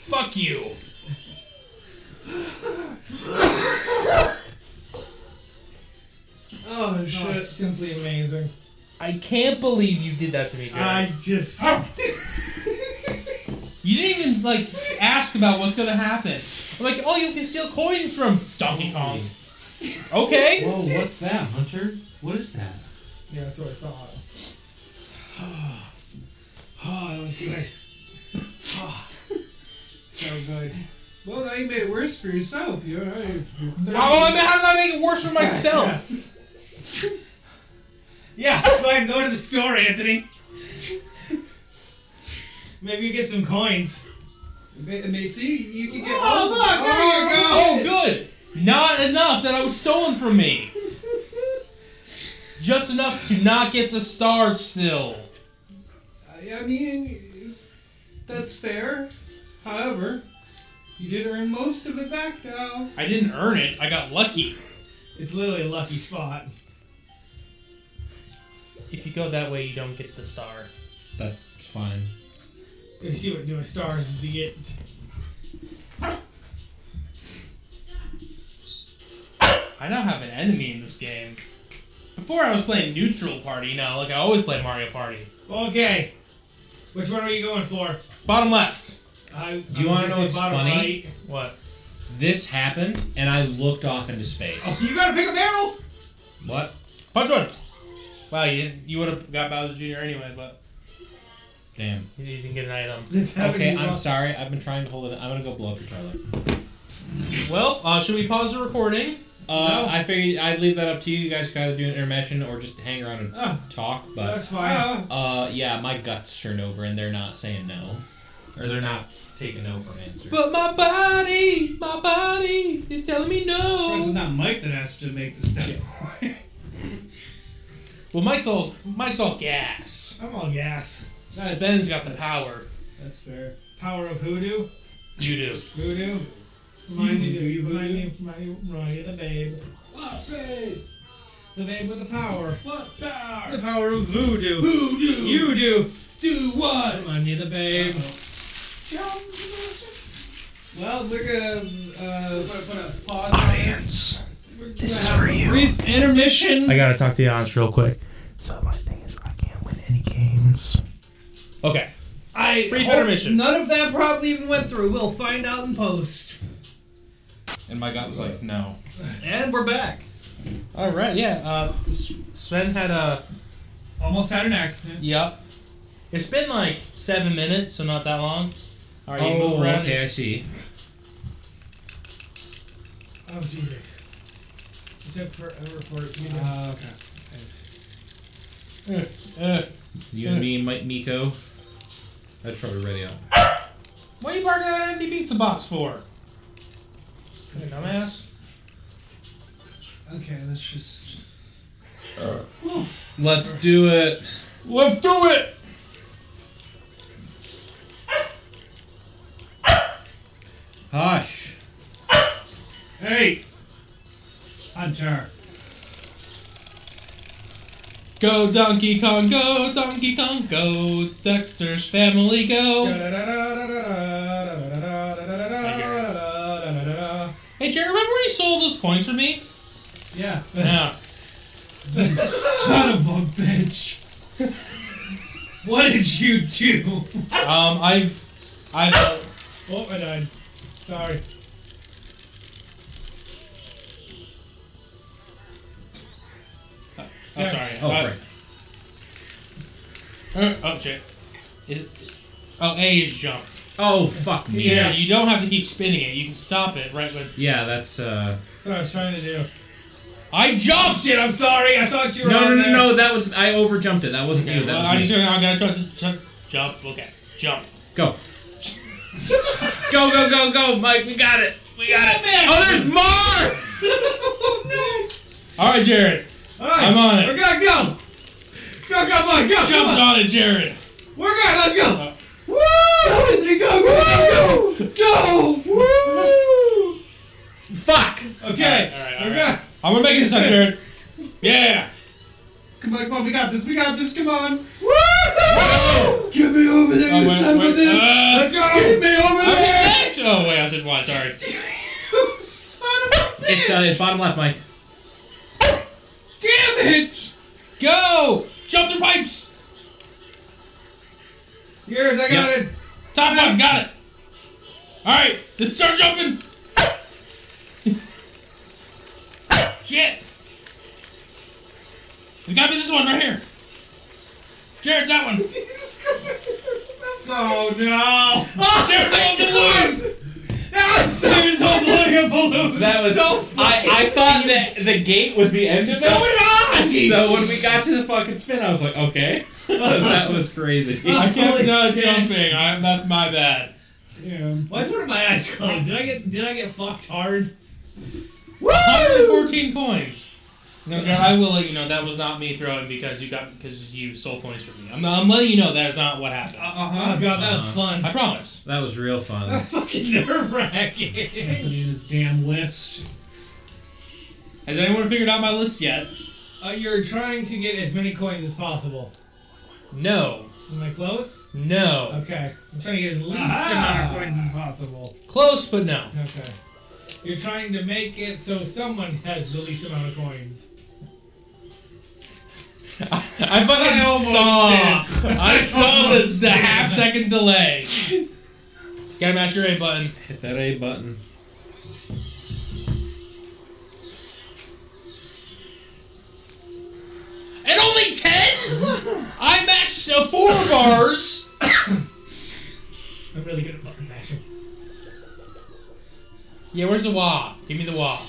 [SPEAKER 4] Fuck you.
[SPEAKER 9] Oh, shit. simply amazing.
[SPEAKER 4] I can't believe you did that to me, Jared.
[SPEAKER 2] Uh,
[SPEAKER 9] I just.
[SPEAKER 4] You didn't even like ask about what's gonna happen. I'm like, oh, you can steal coins from Donkey Kong. Okay.
[SPEAKER 9] Oh,
[SPEAKER 3] Whoa, what's that, Hunter? What is that?
[SPEAKER 9] Yeah, that's what I thought. Oh,
[SPEAKER 4] Ah,
[SPEAKER 9] that was good.
[SPEAKER 2] So good. Well, now you made it worse for yourself. You're already.
[SPEAKER 4] Oh, I mean, how did I make it worse for myself?
[SPEAKER 9] Yeah, I go to the store, Anthony. Maybe you get some coins.
[SPEAKER 2] Ma- ma- See, you can get.
[SPEAKER 4] Oh, look, there you go. Oh, good. Not enough that I was stolen from me. Just enough to not get the star still.
[SPEAKER 2] I- I mean, that's fair. However, you did earn most of it back now.
[SPEAKER 4] I didn't earn it. I got lucky.
[SPEAKER 9] It's literally a lucky spot.
[SPEAKER 4] If you go that way, you don't get the star.
[SPEAKER 3] That's fine.
[SPEAKER 9] You see what doing stars to get.
[SPEAKER 4] I now have an enemy in this game. Before I was playing neutral party. Now, like I always play Mario Party.
[SPEAKER 9] Okay. Which one are you going for?
[SPEAKER 4] Bottom left.
[SPEAKER 9] I,
[SPEAKER 3] Do you
[SPEAKER 9] I'm
[SPEAKER 3] wanna
[SPEAKER 9] gonna
[SPEAKER 3] know
[SPEAKER 9] say
[SPEAKER 3] what's
[SPEAKER 9] bottom
[SPEAKER 3] funny?
[SPEAKER 9] right.
[SPEAKER 4] What?
[SPEAKER 3] This happened, and I looked off into space.
[SPEAKER 9] You gotta pick a barrel.
[SPEAKER 3] What?
[SPEAKER 4] Punch one. Wow, you didn't, you would have got Bowser Jr. anyway, but
[SPEAKER 3] Damn.
[SPEAKER 4] you didn't even get an item.
[SPEAKER 3] Okay, I'm sorry. I've been trying to hold it. I'm gonna go blow up your toilet.
[SPEAKER 4] Well, uh, should we pause the recording?
[SPEAKER 3] Uh, I figured I'd leave that up to you. You guys could either do an intermission or just hang around and
[SPEAKER 9] Oh.
[SPEAKER 3] talk.
[SPEAKER 9] That's
[SPEAKER 3] But
[SPEAKER 9] fine.
[SPEAKER 3] uh, yeah, my guts turn over, and they're not saying no, or they're not taking no for an answer.
[SPEAKER 4] But my body, my body is telling me
[SPEAKER 2] This
[SPEAKER 4] no.
[SPEAKER 2] is not Mike that has to make the step.
[SPEAKER 4] Well, Mike's all Mike's all gas.
[SPEAKER 9] I'm on gas. That's-
[SPEAKER 4] Sven's got the power.
[SPEAKER 2] That's fair.
[SPEAKER 9] Power of hoodoo.
[SPEAKER 4] You do.
[SPEAKER 9] Voodoo. Remind me,
[SPEAKER 2] You
[SPEAKER 9] you
[SPEAKER 2] voodoo?
[SPEAKER 9] remind me, remind me, remind me of the babe. What babe? The babe with the power. What power? The power of voodoo. Voodoo. You do. Do what? Remind me of the babe.
[SPEAKER 2] Well, we're gonna uh, put, put a pause.
[SPEAKER 1] Audience, this is for you.
[SPEAKER 2] Brief intermission.
[SPEAKER 4] I gotta talk to you honest real quick.
[SPEAKER 1] So my thing is, I can't win any games.
[SPEAKER 4] Okay.
[SPEAKER 2] I
[SPEAKER 4] Brief
[SPEAKER 2] hope
[SPEAKER 4] intermission.
[SPEAKER 2] None of that probably even went through. We'll find out in post.
[SPEAKER 16] And my gut was like, no.
[SPEAKER 2] And we're back.
[SPEAKER 4] All right. Yeah. Uh, S- Sven had a.
[SPEAKER 2] Almost had an accident.
[SPEAKER 4] Yep. It's been like seven minutes, so not that long. All right. you move
[SPEAKER 3] oh,
[SPEAKER 4] around.
[SPEAKER 3] okay, I see.
[SPEAKER 17] Oh Jesus! It took forever for it. to
[SPEAKER 2] Ah,
[SPEAKER 18] Uh, okay.
[SPEAKER 3] You
[SPEAKER 16] Hmm.
[SPEAKER 3] and me, Mike Miko. That's probably ready out.
[SPEAKER 4] What are you barking at an empty pizza box for? You dumbass.
[SPEAKER 17] Okay, let's just.
[SPEAKER 3] Let's do it. Let's do it. Hush.
[SPEAKER 17] Hey, Hunter.
[SPEAKER 4] Go Donkey Kong, go Donkey Kong, go Dexter's Family,
[SPEAKER 17] Oh.
[SPEAKER 4] go. Hey Jerry, remember when you sold those coins for me?
[SPEAKER 17] Yeah.
[SPEAKER 4] Yeah.
[SPEAKER 17] Son of a bitch. what did you do?
[SPEAKER 4] Um, I've, I've. Uh,
[SPEAKER 17] Oh, I died. Sorry.
[SPEAKER 4] I'm sorry.
[SPEAKER 3] Oh,
[SPEAKER 4] I-
[SPEAKER 3] right.
[SPEAKER 4] Uh, oh shit. Is it, oh A is jump.
[SPEAKER 3] Oh, fuck me.
[SPEAKER 4] Yeah. you don't have to keep spinning it. You can stop it right when
[SPEAKER 3] Yeah, that's uh.
[SPEAKER 17] That's what I was trying to do.
[SPEAKER 4] I jumped.
[SPEAKER 2] Shit, I'm sorry. I thought you were.
[SPEAKER 3] No,
[SPEAKER 2] on
[SPEAKER 3] no, no,
[SPEAKER 2] there.
[SPEAKER 3] no. That was I overjumped it. That wasn't you.
[SPEAKER 4] Okay, well,
[SPEAKER 3] That
[SPEAKER 4] I
[SPEAKER 3] was
[SPEAKER 4] just
[SPEAKER 3] me.
[SPEAKER 4] I gotta try to try, jump. Okay, jump.
[SPEAKER 3] Go. go, go, go, go, Mike. We got it. We got it. Oh, there's more.
[SPEAKER 4] All right, Jared.
[SPEAKER 2] Oh, All right,
[SPEAKER 4] I'm on it.
[SPEAKER 2] We're gonna go. Go, go, boy, go. come
[SPEAKER 4] Jumped
[SPEAKER 2] on.
[SPEAKER 4] on it, Jared.
[SPEAKER 2] We're good. Let's go. Woo! Go, Anthony, go, go, go, go. Woo!
[SPEAKER 3] Fuck.
[SPEAKER 2] Okay.
[SPEAKER 4] All right, all
[SPEAKER 2] We're
[SPEAKER 4] right.
[SPEAKER 2] good.
[SPEAKER 4] I'm gonna make it this time, Jared. Yeah.
[SPEAKER 2] Come on, come on. We got this. We got this. Come on.
[SPEAKER 17] Get me over there,
[SPEAKER 4] Oh,
[SPEAKER 17] you
[SPEAKER 4] wait,
[SPEAKER 17] son of a
[SPEAKER 4] wait,
[SPEAKER 17] bitch!
[SPEAKER 4] uh,
[SPEAKER 2] Let's go.
[SPEAKER 17] me over
[SPEAKER 4] I'm
[SPEAKER 17] there!
[SPEAKER 4] next. Oh wait, I said why? Sorry.
[SPEAKER 2] Son of a bitch.
[SPEAKER 3] It's uh, it's bottom left, Mike.
[SPEAKER 2] Damn it.
[SPEAKER 4] Go. Jump through pipes.
[SPEAKER 2] Yours. I got it.
[SPEAKER 4] Top one. Got it. All right. Just start jumping. Shit. It's gotta be this one right here. Jared, that one.
[SPEAKER 2] Jesus Christ. Oh no.
[SPEAKER 4] Jared, hold the balloon.
[SPEAKER 2] That was so
[SPEAKER 3] That was.
[SPEAKER 2] so
[SPEAKER 3] I, I thought that the gate was the end of it. So when we got to the fucking spin, I was like, okay, that was crazy.
[SPEAKER 4] I kept
[SPEAKER 2] Holy
[SPEAKER 4] uh,
[SPEAKER 2] shit.
[SPEAKER 4] jumping. I, that's my bad.
[SPEAKER 2] Why is one of my eyes closed? Did I get did I get fucked hard?
[SPEAKER 4] 114 coins. No, Jared, I will let you know that was not me throwing because you got because you stole coins from me. I'm, I'm letting you know that is not what happened.
[SPEAKER 2] Uh-huh. Oh god, that was fun.
[SPEAKER 4] I promise.
[SPEAKER 3] That was real fun.
[SPEAKER 2] Fucking nerve wracking.
[SPEAKER 17] Anthony and his damn list.
[SPEAKER 4] Has anyone figured out my list yet?
[SPEAKER 2] Uh, you're trying to get as many coins as possible.
[SPEAKER 4] No.
[SPEAKER 2] Am I close?
[SPEAKER 4] No.
[SPEAKER 2] Okay. I'm trying to get as least amount of coins as possible.
[SPEAKER 4] Close, but no.
[SPEAKER 2] Okay. You're trying to make it so someone has the least amount of coins.
[SPEAKER 4] I fucking saw. I saw the, the half second delay. Gotta mash your A button.
[SPEAKER 3] Hit that A button.
[SPEAKER 4] And only 10? I mashed uh, four bars.
[SPEAKER 2] I'm really good at button mashing.
[SPEAKER 4] Yeah, where's the wah? Give me the wah.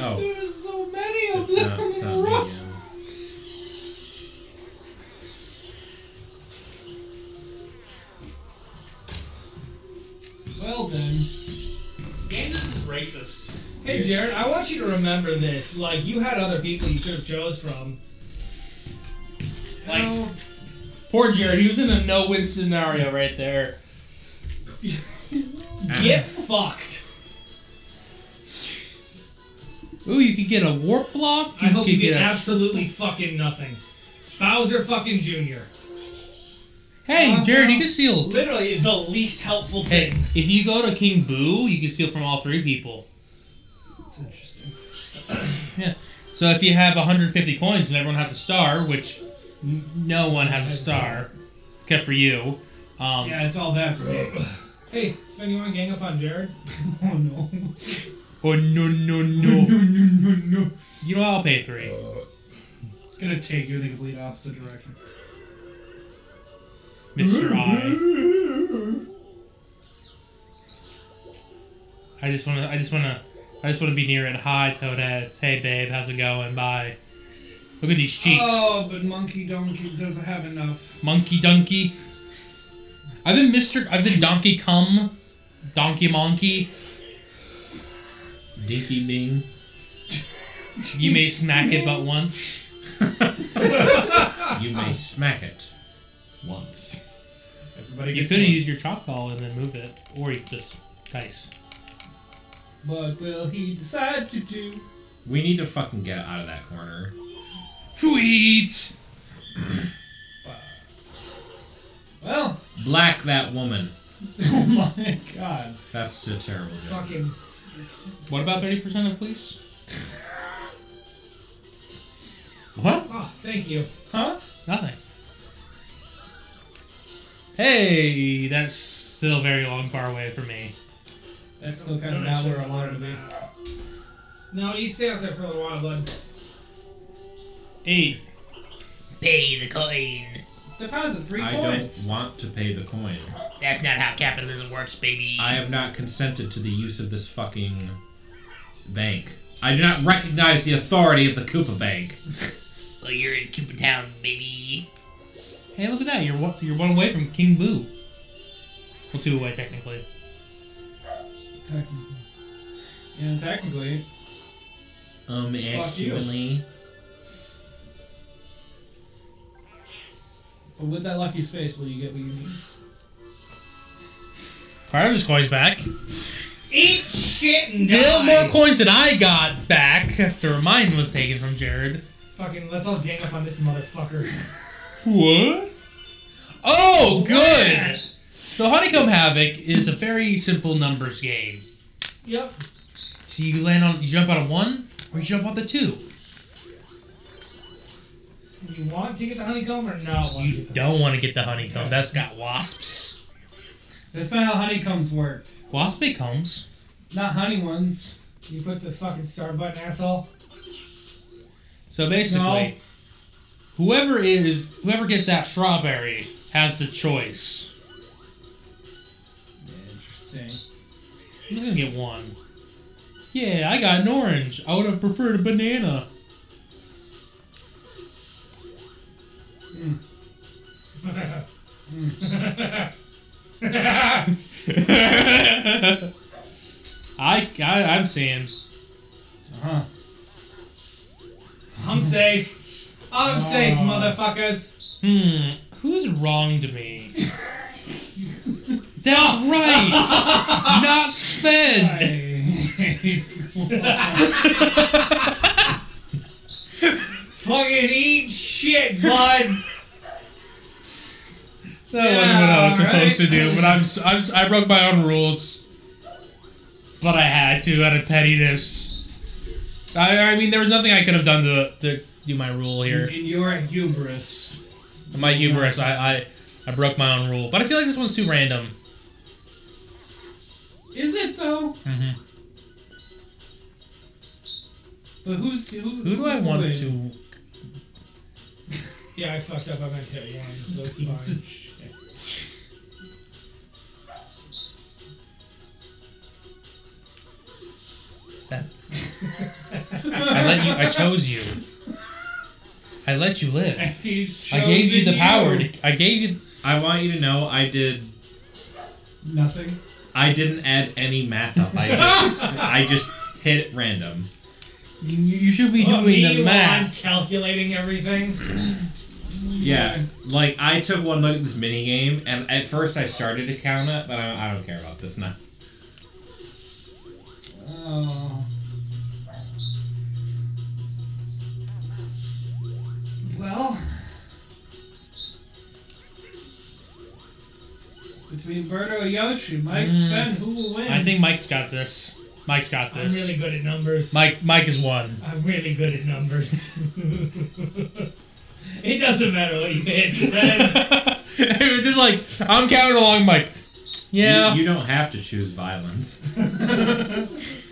[SPEAKER 3] Oh,
[SPEAKER 2] There's so many of
[SPEAKER 3] it's not, it's not me. uh, yeah.
[SPEAKER 17] Well then.
[SPEAKER 4] Game, this is racist.
[SPEAKER 2] Hey Jared, I want you to remember this. Like you had other people you could have chose from.
[SPEAKER 4] Like, poor Jared, he was in a no-win scenario right there.
[SPEAKER 2] Get fucked.
[SPEAKER 4] Ooh, you could get a warp block.
[SPEAKER 2] I hope you
[SPEAKER 4] could
[SPEAKER 2] get
[SPEAKER 4] a-
[SPEAKER 2] absolutely fucking nothing. Bowser fucking Jr.
[SPEAKER 4] Hey, Jared, you can steal.
[SPEAKER 2] Literally the least helpful
[SPEAKER 4] Hey,
[SPEAKER 2] thing.
[SPEAKER 4] if you go to King Boo, you can steal from all three people.
[SPEAKER 17] That's interesting.
[SPEAKER 4] So if you have 150 coins and everyone has a star, which n- no one has a star, except for you. Um,
[SPEAKER 17] Yeah, it's all that for me.
[SPEAKER 2] Hey, Sven, you want to gang up on Jared?
[SPEAKER 17] Oh no.
[SPEAKER 4] Oh no no no!
[SPEAKER 17] No, no, no, no.
[SPEAKER 4] you know I'll pay three.
[SPEAKER 17] It's gonna take you in the complete opposite direction.
[SPEAKER 4] Mr. I. I just wanna I just wanna I just wanna be near it. Hi Toadette. Hey babe, how's it going? Bye. Look at these cheeks.
[SPEAKER 2] Oh, but Monkey Donkey doesn't have enough.
[SPEAKER 4] Monkey donkey. I've been Mr. I've been Donkey Cum. Donkey Monkey.
[SPEAKER 19] Dinky Ding.
[SPEAKER 4] You may smack it but once.
[SPEAKER 19] You may smack it once.
[SPEAKER 2] Everybody
[SPEAKER 4] You
[SPEAKER 2] gets
[SPEAKER 4] could
[SPEAKER 2] one.
[SPEAKER 4] use your chop ball and then move it. Or you just dice.
[SPEAKER 2] What will he decide to do?
[SPEAKER 3] We need to fucking get out of that corner.
[SPEAKER 4] Tweet!
[SPEAKER 2] Well,
[SPEAKER 3] Black that woman.
[SPEAKER 2] oh my god.
[SPEAKER 3] That's a terrible joke.
[SPEAKER 2] Fucking. s-
[SPEAKER 4] What about 30% of police? what?
[SPEAKER 2] Oh, thank you. Huh?
[SPEAKER 4] Nothing. Hey, that's still very long, far away from me.
[SPEAKER 2] That's still kind of not where I wanted to be.
[SPEAKER 9] No, you stay out there for a little while, bud.
[SPEAKER 4] Eight.
[SPEAKER 19] Pay the coin.
[SPEAKER 2] Deposit three
[SPEAKER 3] I don't
[SPEAKER 2] coins.
[SPEAKER 3] want to pay the coin.
[SPEAKER 19] That's not how capitalism works, baby.
[SPEAKER 3] I have not consented to the use of this fucking bank. I do not recognize the authority of the Koopa Bank.
[SPEAKER 19] Well, you're in Cooper Town, baby.
[SPEAKER 4] Hey, look at that. You're one, you're one away from King Boo. Well, two away, technically.
[SPEAKER 2] Technically. Yeah, technically.
[SPEAKER 3] Um,
[SPEAKER 2] you.
[SPEAKER 3] actually,
[SPEAKER 2] But with that lucky space, will you get what you need?
[SPEAKER 4] Part of his coin's back.
[SPEAKER 9] Eat shit and
[SPEAKER 4] Still
[SPEAKER 9] die.
[SPEAKER 4] more coins than I got back after mine was taken from Jared.
[SPEAKER 9] Fucking, let's all gang up on this motherfucker.
[SPEAKER 4] What? Oh, good! So, Honeycomb Havoc is a very simple numbers game.
[SPEAKER 9] yep.
[SPEAKER 4] So you land on, you jump out of one, or you jump out the two.
[SPEAKER 9] You want to get the honeycomb or not? Want to
[SPEAKER 4] You
[SPEAKER 9] get the
[SPEAKER 4] don't want to get the honeycomb. That's got wasps.
[SPEAKER 2] That's not how honeycombs work.
[SPEAKER 4] Wasp big homes.
[SPEAKER 2] Not honey ones.
[SPEAKER 9] You put the fucking star button, asshole.
[SPEAKER 4] So basically,
[SPEAKER 2] No.
[SPEAKER 4] whoever is whoever gets that strawberry has the choice.
[SPEAKER 2] Interesting.
[SPEAKER 4] I'm just gonna get one. Yeah, I got an orange. I would have preferred a banana. I, I I'm saying
[SPEAKER 2] Huh.
[SPEAKER 9] I'm safe. I'm safe, motherfuckers.
[SPEAKER 4] Hmm, who's wronged me? That's right! Not Sven!
[SPEAKER 9] Fucking eat shit, bud.
[SPEAKER 4] That wasn't what I was
[SPEAKER 9] Yeah,
[SPEAKER 4] supposed to do, but I'm, s- I'm, s- I broke my own rules. But I had to out of pettiness. I, I mean, there was nothing I could have done to, to do my rule here.
[SPEAKER 2] In your hubris.
[SPEAKER 4] My hubris, I, I, I broke my own rule. But I feel like this one's too random.
[SPEAKER 2] Is it though?
[SPEAKER 4] Mhm.
[SPEAKER 2] But who's who?
[SPEAKER 4] Who do I want to.
[SPEAKER 9] yeah, I fucked up. I'm gonna kill you, so it's fine.
[SPEAKER 4] Steph? I let you. I chose you. I let you live.
[SPEAKER 2] If he's
[SPEAKER 4] I gave you the
[SPEAKER 2] chosen
[SPEAKER 4] power. To, I gave you.
[SPEAKER 3] I want you to know I did.
[SPEAKER 2] Nothing.
[SPEAKER 3] I didn't add any math up. I just, I just hit it random.
[SPEAKER 4] You, you should be doing
[SPEAKER 9] But Oh, me,
[SPEAKER 4] the
[SPEAKER 9] while I'm
[SPEAKER 4] math.
[SPEAKER 9] calculating everything.
[SPEAKER 3] Yeah, like I took one look at this mini game, and at first I started to count it, but I, I don't care about this now.
[SPEAKER 2] Oh. Well. Between Birdo and Yoshi, Mike,
[SPEAKER 9] Mm.
[SPEAKER 2] Sven, who will win?
[SPEAKER 4] I think Mike's got this. Mike's got
[SPEAKER 9] I'm
[SPEAKER 4] this.
[SPEAKER 9] really good at numbers.
[SPEAKER 4] Mike. Mike is one.
[SPEAKER 9] I'm really good at numbers. it doesn't matter what you hit.
[SPEAKER 4] it was just like I'm counting along, Mike. Yeah.
[SPEAKER 3] You, you don't have to choose violence.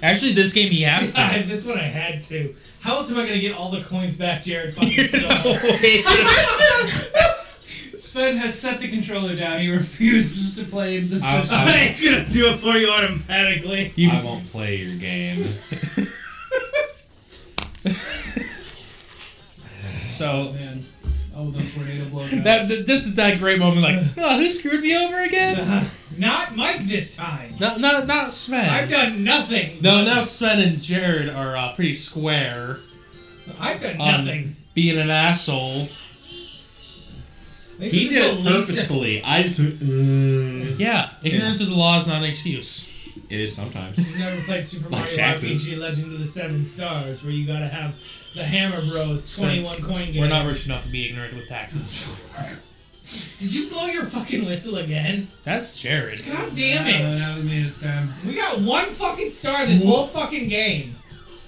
[SPEAKER 4] Actually, this game he has to.
[SPEAKER 9] God, this one I had to. How else am I gonna get all the coins back, Jared? Fucking Star?
[SPEAKER 2] Sven has set the controller down. He refuses to play in the
[SPEAKER 3] I-
[SPEAKER 2] system.
[SPEAKER 3] I,
[SPEAKER 4] it's gonna do it for you automatically.
[SPEAKER 3] I won't play your game.
[SPEAKER 4] So
[SPEAKER 2] Man, oh, the tornado blowing
[SPEAKER 4] that th- this is that great moment, like, oh, who screwed me over again?
[SPEAKER 9] Not Mike this time.
[SPEAKER 4] not not not
[SPEAKER 9] I've
[SPEAKER 4] Sven.
[SPEAKER 9] done nothing.
[SPEAKER 4] No, now Sven and Jared are uh, pretty square
[SPEAKER 9] I've done
[SPEAKER 4] on
[SPEAKER 9] nothing.
[SPEAKER 4] being an asshole.
[SPEAKER 9] This
[SPEAKER 3] He
[SPEAKER 9] is
[SPEAKER 3] did
[SPEAKER 9] the
[SPEAKER 3] it
[SPEAKER 9] least-
[SPEAKER 3] purposefully. I just went, "Uh."
[SPEAKER 4] Yeah, ignorance of the law is not an excuse.
[SPEAKER 3] It is sometimes.
[SPEAKER 9] You've never played Super
[SPEAKER 3] Like
[SPEAKER 9] Mario
[SPEAKER 3] taxes.
[SPEAKER 9] RPG Legend of the Seven Stars, where you gotta have the Hammer Bros. 21 coin game.
[SPEAKER 4] We're not rich enough to be ignorant with taxes.
[SPEAKER 9] Did you blow your fucking whistle again?
[SPEAKER 4] That's Jared.
[SPEAKER 9] God damn
[SPEAKER 2] Uh,
[SPEAKER 9] it!
[SPEAKER 2] that was me this time.
[SPEAKER 9] We got one fucking star this whole fucking game.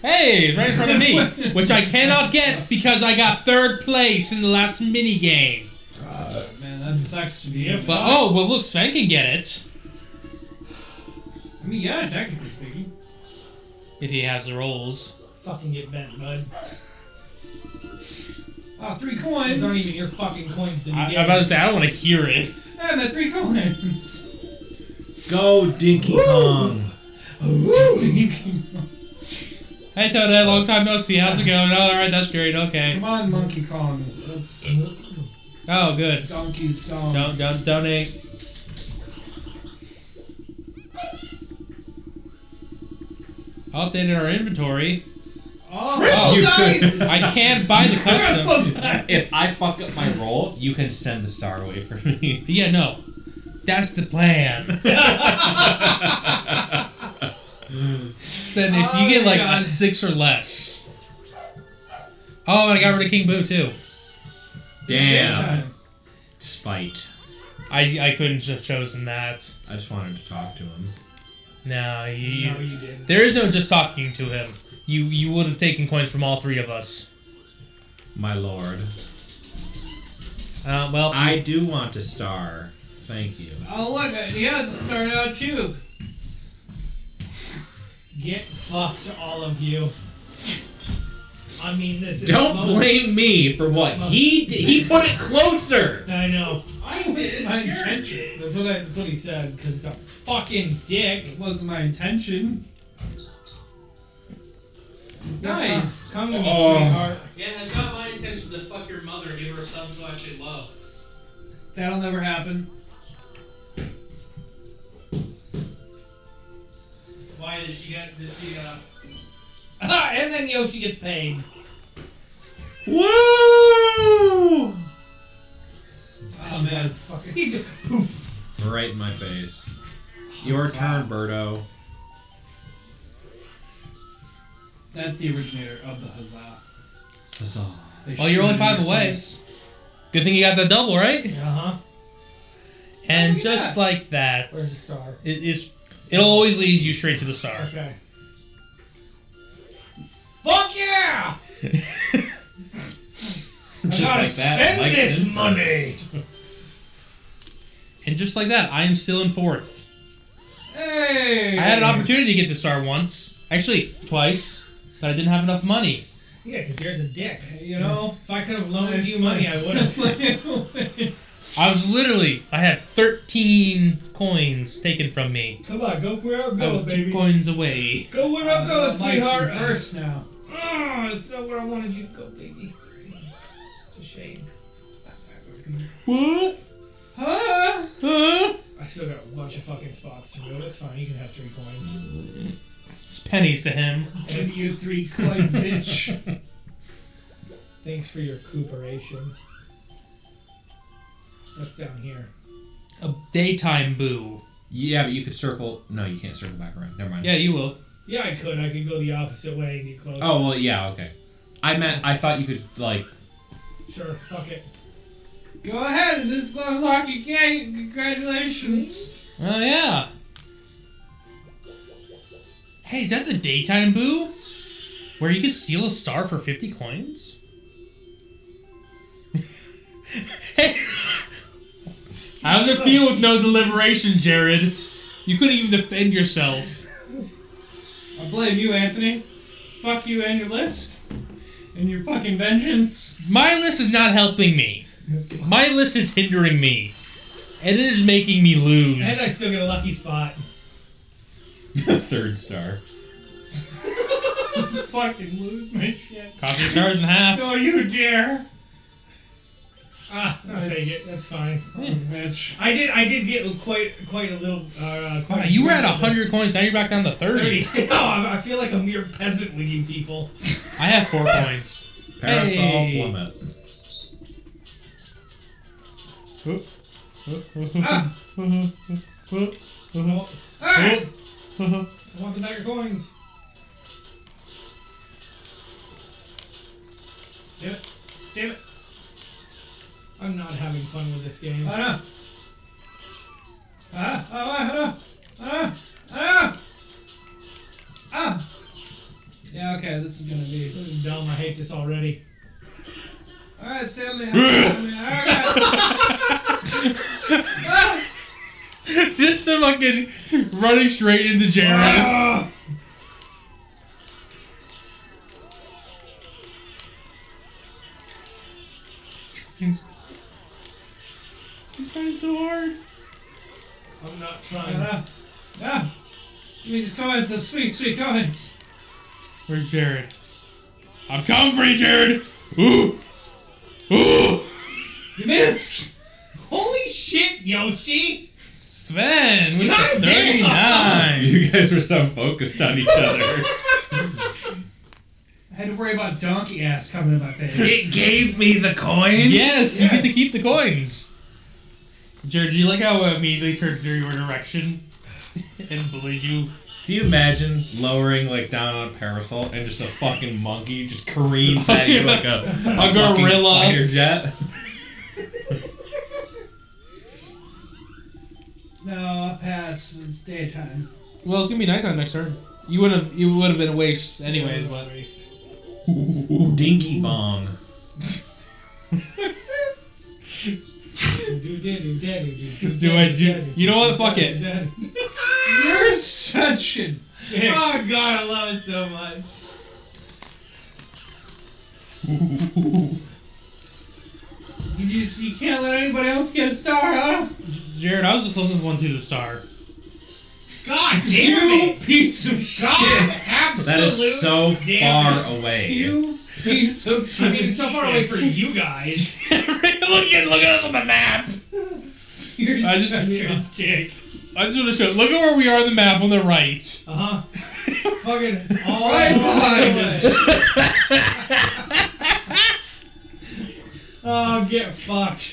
[SPEAKER 4] Hey, right in front of me, which I cannot get because I got third place in the last mini game.
[SPEAKER 2] Man, that sucks to be.
[SPEAKER 4] But oh, well, look, Sven can get it
[SPEAKER 2] I mean, yeah, technically speaking.
[SPEAKER 4] if he has the rolls.
[SPEAKER 9] Fucking get bent, bud.
[SPEAKER 2] Oh, three coins.
[SPEAKER 9] These Ah, aren't even your fucking coins to
[SPEAKER 4] I,
[SPEAKER 9] begin
[SPEAKER 4] I'm about to say I don't want to hear it.
[SPEAKER 2] And the three coins.
[SPEAKER 20] Go, Dinky Kong.
[SPEAKER 4] Hey Toda, long time no see. How's it going? Oh, all right, that's great. Okay.
[SPEAKER 2] Come on, Monkey Kong. Let's
[SPEAKER 4] Oh, good.
[SPEAKER 2] donkey stomp.
[SPEAKER 4] Don't don't donate. Updated our inventory.
[SPEAKER 9] Triple dice!
[SPEAKER 4] I can't buy the custom.
[SPEAKER 3] if I fuck up my roll, you can send the star away from me.
[SPEAKER 4] Yeah, no. That's the plan. Send if you get like
[SPEAKER 9] Oh
[SPEAKER 4] a six or less. Oh, and I got rid of King Boo too.
[SPEAKER 3] Damn. Spite.
[SPEAKER 4] I I couldn't have chosen that.
[SPEAKER 3] I just wanted to talk to him.
[SPEAKER 4] No, you,
[SPEAKER 9] No, you didn't.
[SPEAKER 4] There is no just talking to him. You you would have taken coins from all three of us.
[SPEAKER 3] My lord.
[SPEAKER 4] Uh, well,
[SPEAKER 3] I do want a star. Thank you.
[SPEAKER 2] Oh look, uh, he has a star now too.
[SPEAKER 9] Get fucked, all of you. I mean, this is the
[SPEAKER 3] Don't
[SPEAKER 9] most-
[SPEAKER 3] blame me for what he did. He put it closer.
[SPEAKER 9] I know. I did my intention. That's what I, that's what he said. Cause it's a fucking dick.
[SPEAKER 2] It was my intention. Nice.
[SPEAKER 9] Come to me,
[SPEAKER 3] Oh.
[SPEAKER 9] sweetheart.
[SPEAKER 4] yeah, that's not my intention to fuck your mother and give her some so I should love.
[SPEAKER 2] That'll never happen.
[SPEAKER 4] Why did she get? Did she? Uh...
[SPEAKER 9] uh, and then Yoshi gets paid.
[SPEAKER 3] Woo!
[SPEAKER 2] Oh man,
[SPEAKER 9] That's fucking. He just, poof.
[SPEAKER 3] Right in my face. Your turn, Birdo.
[SPEAKER 2] that's the originator of the huzzah. They
[SPEAKER 4] Well, you're only
[SPEAKER 2] shoot
[SPEAKER 4] five
[SPEAKER 2] in your
[SPEAKER 4] away.
[SPEAKER 2] face.
[SPEAKER 4] Good thing you got the double right.
[SPEAKER 9] Uh huh. Oh,
[SPEAKER 4] And just like that,
[SPEAKER 9] Where's the star?
[SPEAKER 4] it is. It'll always lead you straight to the star.
[SPEAKER 9] Okay. Fuck yeah! I gotta
[SPEAKER 3] like that,
[SPEAKER 9] spend
[SPEAKER 3] Mike's
[SPEAKER 9] this
[SPEAKER 3] in
[SPEAKER 9] money.
[SPEAKER 4] And just like that, I am still in fourth.
[SPEAKER 2] Hey.
[SPEAKER 4] I had an opportunity to get the star once, actually twice, but I didn't have enough money.
[SPEAKER 9] Yeah, cause Jared's a dick.
[SPEAKER 2] You know.
[SPEAKER 9] Uh, If I could have loaned you money, I would have.
[SPEAKER 4] I was literally, I had 13 coins taken from me.
[SPEAKER 9] Come on, go where I'm
[SPEAKER 4] I was
[SPEAKER 9] going,
[SPEAKER 4] two
[SPEAKER 9] Oh, baby.
[SPEAKER 4] coins away.
[SPEAKER 9] Go where
[SPEAKER 2] Uh,
[SPEAKER 9] I'm going, sweetheart.
[SPEAKER 2] First now.
[SPEAKER 9] Oh, that's not where I wanted you to go, baby. It's a shame.
[SPEAKER 4] What?
[SPEAKER 2] Huh?
[SPEAKER 4] Huh?
[SPEAKER 9] I still got a bunch of fucking spots to go. That's fine. You can have three coins.
[SPEAKER 4] It's pennies to him.
[SPEAKER 2] Give you three coins, bitch.
[SPEAKER 9] Thanks for your cooperation. What's down here?
[SPEAKER 4] A daytime boo.
[SPEAKER 3] Yeah, but you could circle. No, you can't circle back around. Never mind.
[SPEAKER 4] Yeah, you will.
[SPEAKER 9] Yeah, I could. I could go the opposite way and get close.
[SPEAKER 3] Oh well, yeah, okay. I meant I thought you could like.
[SPEAKER 9] Sure. Fuck it.
[SPEAKER 2] Go ahead. This is the unlocking game. Congratulations.
[SPEAKER 4] Oh, yeah. Hey, is that the daytime boo? Where you can steal a star for 50 coins? hey! How's it feel with no deliberation, Jared? You couldn't even defend yourself.
[SPEAKER 2] I blame you, Anthony. Fuck you and your list. And your fucking vengeance.
[SPEAKER 4] My list is not helping me. My list is hindering me, and it is making me
[SPEAKER 9] And I
[SPEAKER 4] lose.
[SPEAKER 9] still get a lucky spot.
[SPEAKER 3] Third star.
[SPEAKER 9] Fucking lose my shit.
[SPEAKER 4] Cost your stars in half.
[SPEAKER 9] No, you dare. Ah, I'll take it. That's fine. I did. I did get quite quite a little. Uh, quite
[SPEAKER 4] Wow, you were at
[SPEAKER 9] little bit.
[SPEAKER 4] hundred coins. Now you're back down to thirty.
[SPEAKER 9] 30. no, I I feel like a mere peasant with you people.
[SPEAKER 4] I have four points.
[SPEAKER 3] Parasol
[SPEAKER 4] Hey.
[SPEAKER 3] plummet.
[SPEAKER 9] Alright. I want the dagger coins. Damn it. Damn it. I'm not having fun with this game.
[SPEAKER 2] I know. Ah, ah, ah, ah, ah, ah. Yeah, okay, this is gonna be.
[SPEAKER 9] This is dumb. I hate this already.
[SPEAKER 2] Alright, Stanley. Alright.
[SPEAKER 4] Just the fucking running straight into Jared.
[SPEAKER 9] I'm not trying.
[SPEAKER 2] Ah, ah. Give me these comments, those sweet, sweet comments.
[SPEAKER 4] Where's Jared?
[SPEAKER 3] I'm coming for you, Jared. Ooh, ooh.
[SPEAKER 2] You missed!
[SPEAKER 9] Holy shit, Yoshi!
[SPEAKER 4] Sven, we got
[SPEAKER 9] God damn.
[SPEAKER 4] thirty-nine.
[SPEAKER 3] You guys were so focused on each other.
[SPEAKER 2] I had to worry about donkey ass coming in my face.
[SPEAKER 3] it gave me the coin.
[SPEAKER 4] Yes, you get to keep the coins. Jared, do you like how I immediately turned your direction and bullied you?
[SPEAKER 3] Can you imagine lowering like down on a parasol and just a fucking monkey just careens at you like a, a, fucking
[SPEAKER 4] gorilla.
[SPEAKER 3] fighter jet?
[SPEAKER 2] No, I'll pass. It's daytime.
[SPEAKER 4] Well, it's gonna be nighttime next turn. You would have, you would have been a waste anyways. But
[SPEAKER 3] Ooh, dinky bong.
[SPEAKER 4] do I do? You know what? Fuck it.
[SPEAKER 2] You're such a dick.
[SPEAKER 9] Oh god, I love it so much.
[SPEAKER 2] You, just, you can't let anybody else get a star, huh?
[SPEAKER 4] Jared, I was the closest one to the star.
[SPEAKER 9] God damn it!
[SPEAKER 2] Piece of shit.
[SPEAKER 9] God,
[SPEAKER 3] That
[SPEAKER 9] absolute.
[SPEAKER 3] is so
[SPEAKER 9] damn
[SPEAKER 3] far away.
[SPEAKER 2] You piece of shit.
[SPEAKER 9] I mean, it's so far away for you guys.
[SPEAKER 4] look at look at us on the map.
[SPEAKER 2] You're
[SPEAKER 4] I just-
[SPEAKER 2] such a
[SPEAKER 9] Dick.
[SPEAKER 4] I just want to show. Look at where we are on the map on the right.
[SPEAKER 9] Uh huh. Fucking all
[SPEAKER 2] Right behind us.
[SPEAKER 9] Oh, get fucked,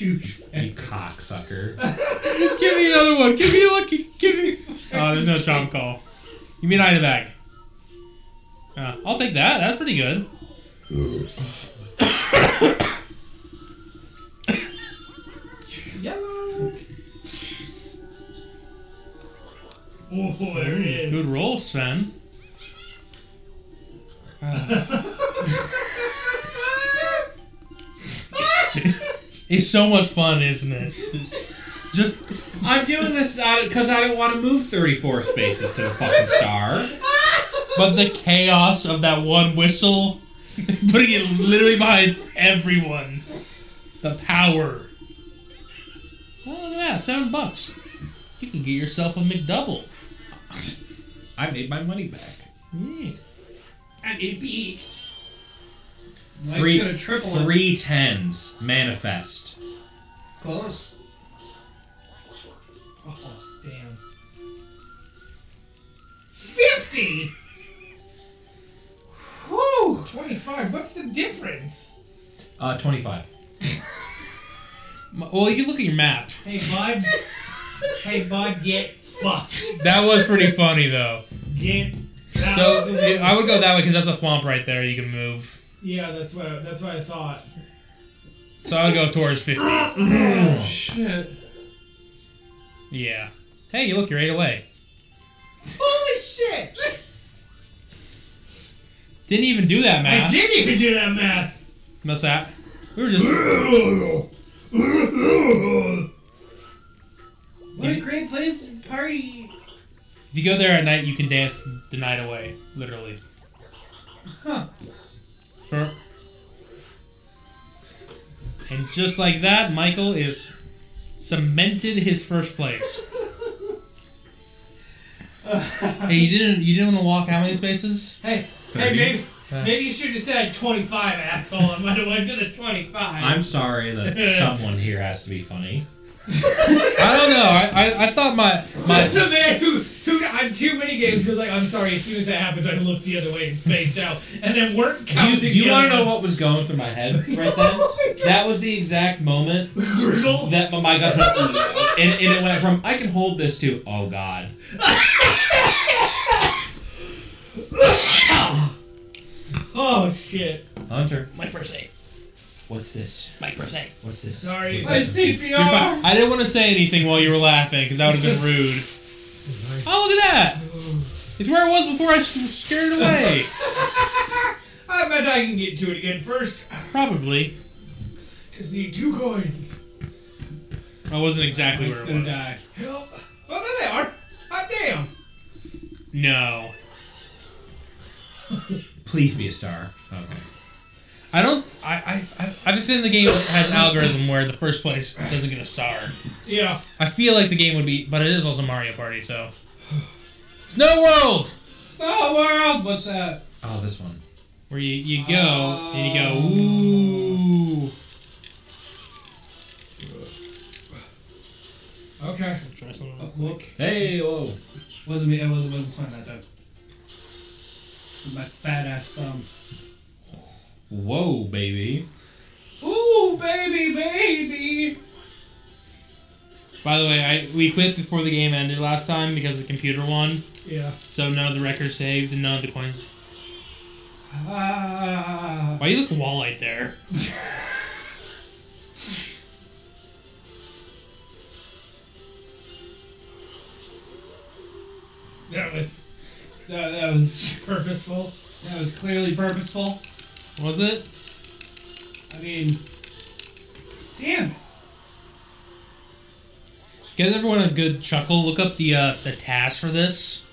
[SPEAKER 9] you.
[SPEAKER 3] You cocksucker.
[SPEAKER 4] Give me another one. Give me a lucky. Give me. Oh, there's no chomp call. You mean item bag? Uh, I'll take that. That's pretty good.
[SPEAKER 9] Yellow. Oh, there it is.
[SPEAKER 4] Good roll, Sven. it's so much fun, isn't it? Just
[SPEAKER 3] I'm doing this because I don't want to move 34 spaces to the fucking star.
[SPEAKER 4] but the chaos of that one whistle, putting it literally behind everyone. The power. Oh, look at that, seven bucks. You can get yourself a McDouble.
[SPEAKER 3] I made my money back.
[SPEAKER 4] Yeah.
[SPEAKER 2] And it be. Mike's
[SPEAKER 3] Three,
[SPEAKER 2] gonna triple it.
[SPEAKER 3] three tens manifest.
[SPEAKER 2] Close.
[SPEAKER 9] Oh, damn. 50? Whew! 25, what's the difference?
[SPEAKER 3] Uh, 25.
[SPEAKER 4] M- Well, you can look at your map.
[SPEAKER 9] Hey, bud. hey, bud, get fucked.
[SPEAKER 4] That was pretty funny, though.
[SPEAKER 9] Get
[SPEAKER 4] So
[SPEAKER 9] absolutely-
[SPEAKER 4] yeah, I would go that way because that's a thwomp right there. You can move.
[SPEAKER 9] Yeah, that's what, I, that's what I thought.
[SPEAKER 4] So I would go towards fifty.
[SPEAKER 2] Shit.
[SPEAKER 4] Yeah. Hey, you look, you're eight away.
[SPEAKER 9] Holy shit!
[SPEAKER 4] Didn't even do that
[SPEAKER 9] I
[SPEAKER 4] math.
[SPEAKER 9] didn't even do that math!
[SPEAKER 4] What's that? We were just.
[SPEAKER 2] What a great place to party.
[SPEAKER 4] If you go there at night, you can dance the night away, literally. Huh. Sure. And just like that, Michael is cemented his first place. hey, you didn't you didn't want to walk how many spaces?
[SPEAKER 2] Hey, hey, maybe, maybe you should have said 25, asshole. I might have went to the 25.
[SPEAKER 21] I'm sorry that someone here has to be funny.
[SPEAKER 4] I don't know. I, I, I thought my
[SPEAKER 2] That's
[SPEAKER 4] my
[SPEAKER 2] the man who, who I'm too many games because like I'm sorry. As soon as that happens, I look the other way and spaced out, and then weren't
[SPEAKER 3] Do you,
[SPEAKER 2] counting.
[SPEAKER 3] do you
[SPEAKER 2] the
[SPEAKER 3] want to
[SPEAKER 2] other
[SPEAKER 3] know what was going through my head right then? that was the exact moment
[SPEAKER 2] Wriggle.
[SPEAKER 3] that my mic went, and, and it went from I can hold this to oh god.
[SPEAKER 2] Oh shit!
[SPEAKER 3] Hunter,
[SPEAKER 4] Mike Persay.
[SPEAKER 3] what's this?
[SPEAKER 4] Mike Persay.
[SPEAKER 3] What's this?
[SPEAKER 2] Sorry,
[SPEAKER 3] My
[SPEAKER 2] CPR.
[SPEAKER 4] I didn't want to say anything while you were laughing because that would have been rude. Oh look at that! It's where it was before I s- scared it away.
[SPEAKER 2] I bet I can get to it again. First, I
[SPEAKER 4] Probably.
[SPEAKER 2] just need two coins. uh,
[SPEAKER 4] I wasn't exactly where it was.
[SPEAKER 9] die.
[SPEAKER 2] Help! Oh, there they are. Hot damn!
[SPEAKER 4] No.
[SPEAKER 21] Please be a star. Okay.
[SPEAKER 4] I don't. I I I- I have a feeling the game has an algorithm where the first place doesn't get a star.
[SPEAKER 2] Yeah.
[SPEAKER 4] I feel like the game would be, but it is also Mario Party, so. Snow World,
[SPEAKER 9] Oh, world! What's that?
[SPEAKER 21] Oh, this one.
[SPEAKER 4] where you you go and you go. Ooh.
[SPEAKER 9] Okay.
[SPEAKER 4] Try something else.
[SPEAKER 9] Look.
[SPEAKER 21] Hey, whoa.
[SPEAKER 9] Wasn't me. It wasn't, wasn't something that time. With My fat ass thumb.
[SPEAKER 3] Whoa, baby.
[SPEAKER 9] Ooh, baby, baby!
[SPEAKER 4] By the way, I we quit before the game ended last time because the computer won,
[SPEAKER 9] Yeah.
[SPEAKER 4] so none of the records saved and none of the coins.
[SPEAKER 9] Ah.
[SPEAKER 4] Why you look wall-eyed there?
[SPEAKER 2] That was
[SPEAKER 9] So that was
[SPEAKER 2] purposeful.
[SPEAKER 9] that was clearly purposeful.
[SPEAKER 4] Was it?
[SPEAKER 9] I mean, damn.
[SPEAKER 4] Give everyone a good chuckle. Look up the uh, the task for this.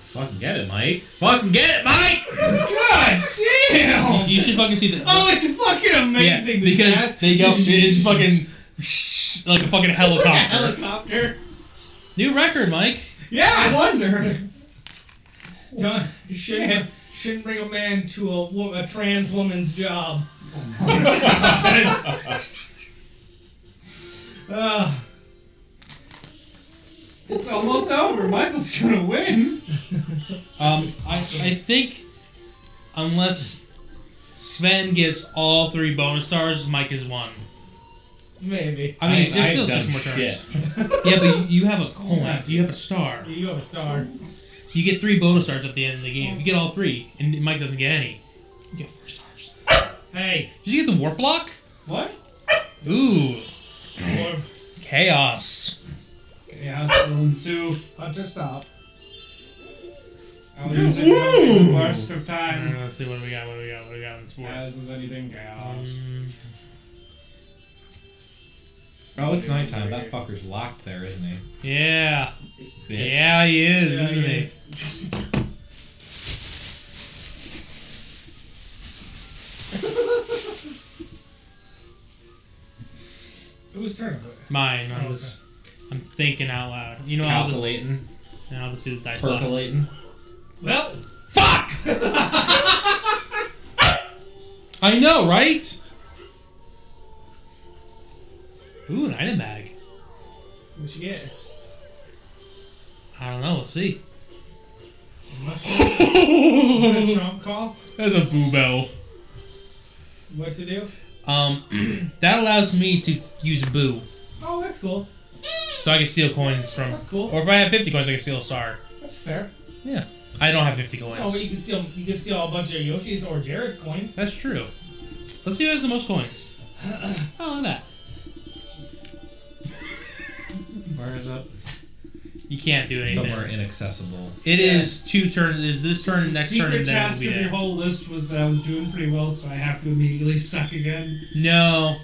[SPEAKER 21] Fucking get it, Mike. Fucking get it, Mike!
[SPEAKER 2] God damn!
[SPEAKER 4] You should fucking see the.
[SPEAKER 2] Oh, it's fucking amazing.
[SPEAKER 4] Yeah, because
[SPEAKER 2] this ass.
[SPEAKER 4] they go. It's fucking like a fucking helicopter.
[SPEAKER 2] helicopter.
[SPEAKER 4] New record, Mike.
[SPEAKER 2] Yeah.
[SPEAKER 9] wonder.
[SPEAKER 2] Don't- shouldn't, shouldn't bring a man to a, wo- a trans woman's job. uh,
[SPEAKER 9] It's almost over. Michael's gonna win.
[SPEAKER 4] Um, I, I think unless Sven gets all three bonus stars, Mike is one.
[SPEAKER 2] maybe.
[SPEAKER 4] I mean,
[SPEAKER 3] I-
[SPEAKER 4] there's
[SPEAKER 3] I've
[SPEAKER 4] still six
[SPEAKER 3] done
[SPEAKER 4] more turns.
[SPEAKER 3] shit.
[SPEAKER 4] yeah, but you have a coin. You have a star.
[SPEAKER 2] You have a star.
[SPEAKER 4] You get three bonus stars at the end of the game. If you get all three, and Mike doesn't get any, you get four stars.
[SPEAKER 2] Hey.
[SPEAKER 4] Did you get the warp block?
[SPEAKER 9] What?
[SPEAKER 4] Ooh,
[SPEAKER 2] Or
[SPEAKER 4] chaos.
[SPEAKER 9] Yeah, it's will ensue.
[SPEAKER 2] Hunter, stop.
[SPEAKER 9] I was using the worst of
[SPEAKER 4] All right,
[SPEAKER 9] time.
[SPEAKER 4] Uh, let's see what do we got. What do we got? What do we got in this board?
[SPEAKER 9] As is anything chaos.
[SPEAKER 4] Um,
[SPEAKER 3] Oh, it's nighttime. That fucker's locked there, isn't he?
[SPEAKER 4] yeah.
[SPEAKER 3] Bitch.
[SPEAKER 4] Yeah, he is,
[SPEAKER 2] Yeah,
[SPEAKER 4] isn't
[SPEAKER 2] he
[SPEAKER 4] he?
[SPEAKER 2] is. Whose turn is it?
[SPEAKER 4] Mine. I
[SPEAKER 2] Oh,
[SPEAKER 4] was. I'm thinking out loud. You know how this.
[SPEAKER 3] Calculating,
[SPEAKER 4] Now this is dice block.
[SPEAKER 3] percolating.
[SPEAKER 2] Well,
[SPEAKER 4] I know, right? Ooh, an item bag.
[SPEAKER 2] what you get?
[SPEAKER 4] I don't know. Let's see.
[SPEAKER 2] Is it a chomp call?
[SPEAKER 4] That's a boo bell.
[SPEAKER 2] What's it do?
[SPEAKER 4] Um, that allows me to use boo,
[SPEAKER 2] Oh, that's cool.
[SPEAKER 4] so I can steal coins from.
[SPEAKER 2] That's cool.
[SPEAKER 4] Or if I have 50 coins, I can steal a star.
[SPEAKER 2] That's fair.
[SPEAKER 4] Yeah. I don't have 50
[SPEAKER 2] Oh, but
[SPEAKER 4] coins.
[SPEAKER 2] you can steal you can steal a bunch of Yoshi's or Jared's coins.
[SPEAKER 4] That's true. Let's see who has the most coins. Oh, look at
[SPEAKER 3] Where is it?
[SPEAKER 4] that. You can't do anything.
[SPEAKER 3] Somewhere inaccessible.
[SPEAKER 4] It is two turns. Is this turn,
[SPEAKER 9] The
[SPEAKER 4] next
[SPEAKER 9] secret
[SPEAKER 4] turn, and then it'll
[SPEAKER 9] task
[SPEAKER 4] be
[SPEAKER 9] of your
[SPEAKER 4] there.
[SPEAKER 9] whole list was that I was doing pretty well, so I have to immediately suck again.
[SPEAKER 4] No.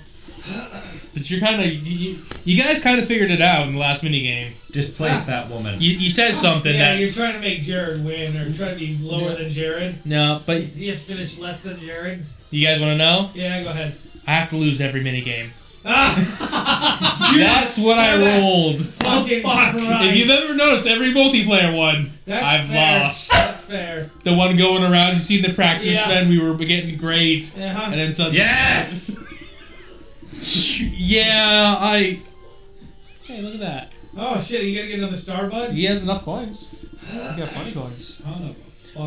[SPEAKER 4] But you're kind of you, you- you guys kind of figured it out in the last mini game.
[SPEAKER 3] Displace that woman.
[SPEAKER 4] You, you said something
[SPEAKER 2] yeah,
[SPEAKER 4] that
[SPEAKER 2] you're trying to make Jared win or trying to be lower than Jared.
[SPEAKER 4] no, but
[SPEAKER 2] You have to finish less than Jared.
[SPEAKER 4] you guys want to know?
[SPEAKER 2] Yeah, go ahead.
[SPEAKER 4] I have to lose every mini game.
[SPEAKER 9] Ah!
[SPEAKER 4] That's what I rolled.
[SPEAKER 9] Fucking
[SPEAKER 4] If you've ever noticed, every multiplayer one
[SPEAKER 9] That's
[SPEAKER 4] I've
[SPEAKER 9] fair.
[SPEAKER 4] lost.
[SPEAKER 9] That's fair.
[SPEAKER 4] The one going around, you seen the practice
[SPEAKER 9] Yeah.
[SPEAKER 4] then we were getting great,
[SPEAKER 9] Uh-huh.
[SPEAKER 4] and then suddenly,
[SPEAKER 12] Yes!
[SPEAKER 4] yeah, I. Hey, look at that.
[SPEAKER 9] Oh shit, are you gonna get another star, bud?
[SPEAKER 4] He has enough coins. He got plenty coins.
[SPEAKER 9] Son of a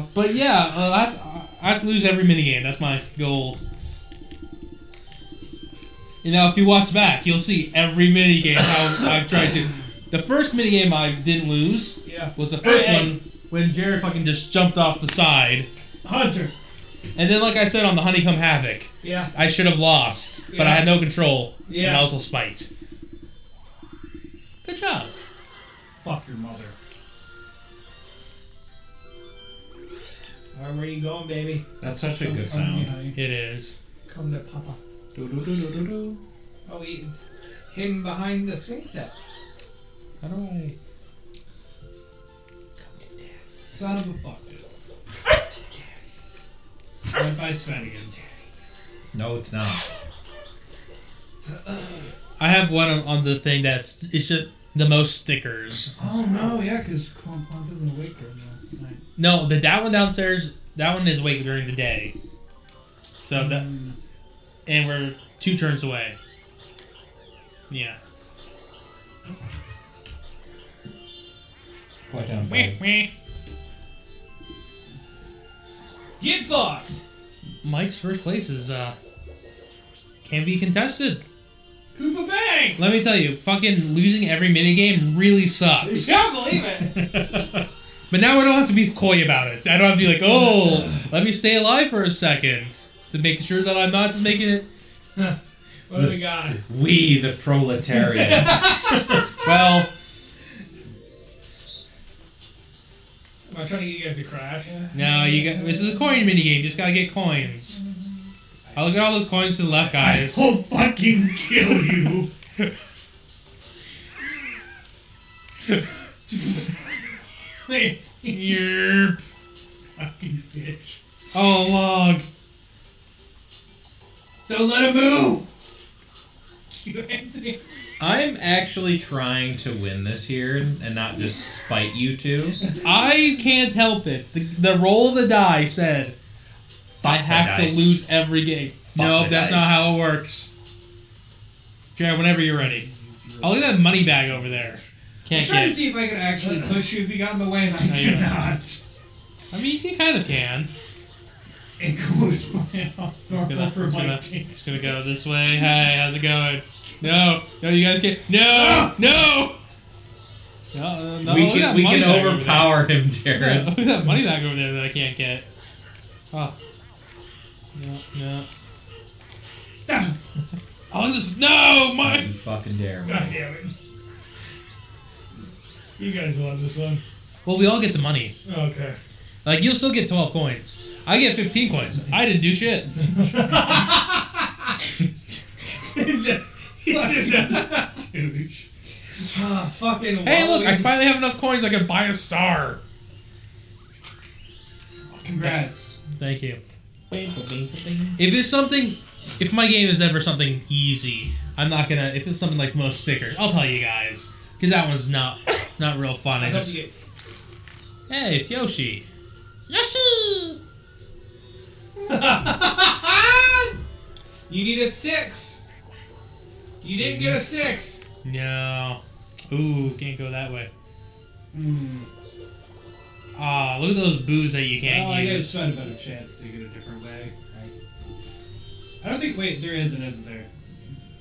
[SPEAKER 9] fuck.
[SPEAKER 4] But yeah, uh, I, have, I have to lose every minigame. That's my goal. You know, if you watch back, you'll see every minigame how I've tried to. The first minigame I didn't lose
[SPEAKER 9] Yeah.
[SPEAKER 4] was the first
[SPEAKER 9] Hey, hey.
[SPEAKER 4] one when Jared fucking just jumped off the side.
[SPEAKER 9] Hunter.
[SPEAKER 4] And then, like I said, on the Honeycomb Havoc,
[SPEAKER 9] Yeah.
[SPEAKER 4] I should have lost, but I
[SPEAKER 9] Yeah.
[SPEAKER 4] had no control.
[SPEAKER 9] Yeah.
[SPEAKER 4] And I was also spite. Good job.
[SPEAKER 9] Fuck your mother. Alright, where you going, baby?
[SPEAKER 12] That's such a good
[SPEAKER 9] Come here,
[SPEAKER 12] sound.
[SPEAKER 9] honey.
[SPEAKER 4] It is.
[SPEAKER 9] Come to Papa. Oh, he- it's him behind the swing sets.
[SPEAKER 4] How do I?
[SPEAKER 9] Son of a fuck.
[SPEAKER 2] Right by Sven again.
[SPEAKER 12] No, it's not.
[SPEAKER 4] I have one on, on the thing that's it's just the most stickers.
[SPEAKER 2] Oh no, yeah, because Crump Pump isn't awake right now. Right.
[SPEAKER 4] No, the that one downstairs, that one is awake during the day. So that, and we're two turns away. Yeah.
[SPEAKER 12] Quite down.
[SPEAKER 4] Wah, wah.
[SPEAKER 9] Get fucked!
[SPEAKER 4] Mike's first place is uh can be contested.
[SPEAKER 9] Koopa Bang!
[SPEAKER 4] Let me tell you, fucking losing every minigame really sucks.
[SPEAKER 9] Can't believe it!
[SPEAKER 4] But now I don't have to be coy about it. I don't have to be like, oh, let me stay alive for a second to make sure that I'm not just making it.
[SPEAKER 9] What do we got?
[SPEAKER 12] We, the proletariat.
[SPEAKER 4] Well,
[SPEAKER 9] Am I trying to get you guys to crash?
[SPEAKER 4] no, you got this is a coin minigame. Just gotta get coins. I'll look at all those coins to the left, guys.
[SPEAKER 12] I'll fucking kill you.
[SPEAKER 4] Yerp. Fucking bitch. Oh, log.
[SPEAKER 9] Don't let him move!
[SPEAKER 12] I'm actually trying to win this here and not just spite you two.
[SPEAKER 4] I can't help it. The, the roll of the die said, I
[SPEAKER 12] the
[SPEAKER 4] have to
[SPEAKER 12] dice.
[SPEAKER 4] lose every game.
[SPEAKER 12] Fuck
[SPEAKER 4] no,
[SPEAKER 12] the dice.
[SPEAKER 4] that's not how it works. Jared, whenever you're ready. Oh, look at that money bag over there.
[SPEAKER 2] I'm
[SPEAKER 4] Can't
[SPEAKER 2] trying to
[SPEAKER 4] get.
[SPEAKER 2] see if I can actually push you if you got in the way, and I
[SPEAKER 4] Uh, you're not.
[SPEAKER 2] cannot.
[SPEAKER 4] I mean, you kind of can.
[SPEAKER 2] It goes by off
[SPEAKER 4] It's
[SPEAKER 2] normal
[SPEAKER 4] gonna,
[SPEAKER 2] for
[SPEAKER 4] it's
[SPEAKER 2] my
[SPEAKER 4] gonna, it's
[SPEAKER 2] taste.
[SPEAKER 4] gonna go this way. Hey, how's it going? No, no, you guys can't. No, no. No, uh, no
[SPEAKER 12] Ah! we
[SPEAKER 4] look at
[SPEAKER 12] can
[SPEAKER 4] that
[SPEAKER 12] we
[SPEAKER 4] money
[SPEAKER 12] can
[SPEAKER 4] bag over there.
[SPEAKER 12] overpower him,
[SPEAKER 4] Yeah,
[SPEAKER 12] Jared.
[SPEAKER 4] look at that money back over there that I can't get. Oh. No, no. Ah. Oh, look at this. No, my.
[SPEAKER 12] You fucking dare me.
[SPEAKER 2] God damn it. You guys won this one.
[SPEAKER 4] Well, we all get the money.
[SPEAKER 2] Okay.
[SPEAKER 4] Like, you'll still get 12 coins. I get 15 coins. I didn't do shit.
[SPEAKER 9] It's just. It's just a Ah, fucking.
[SPEAKER 4] Hey, look, I
[SPEAKER 9] Waluigi.
[SPEAKER 4] finally have enough coins I can buy a star.
[SPEAKER 2] Congrats.
[SPEAKER 4] Thank you. If it's something, if my game is ever something easy, I'm not gonna. If it's something like most stickers, I'll tell you guys because that one's not not real fun. I,
[SPEAKER 9] I hope
[SPEAKER 4] just
[SPEAKER 9] you get
[SPEAKER 4] hey, it's Yoshi. Yoshi.
[SPEAKER 9] You need a six. You didn't get a six.
[SPEAKER 4] No. Ooh, can't go that way. Hmm. Ah, look at those boos that you can't
[SPEAKER 2] Well, I gotta
[SPEAKER 4] use.
[SPEAKER 2] spend a better chance to get a different way. I don't think. Wait, there isn't, is there?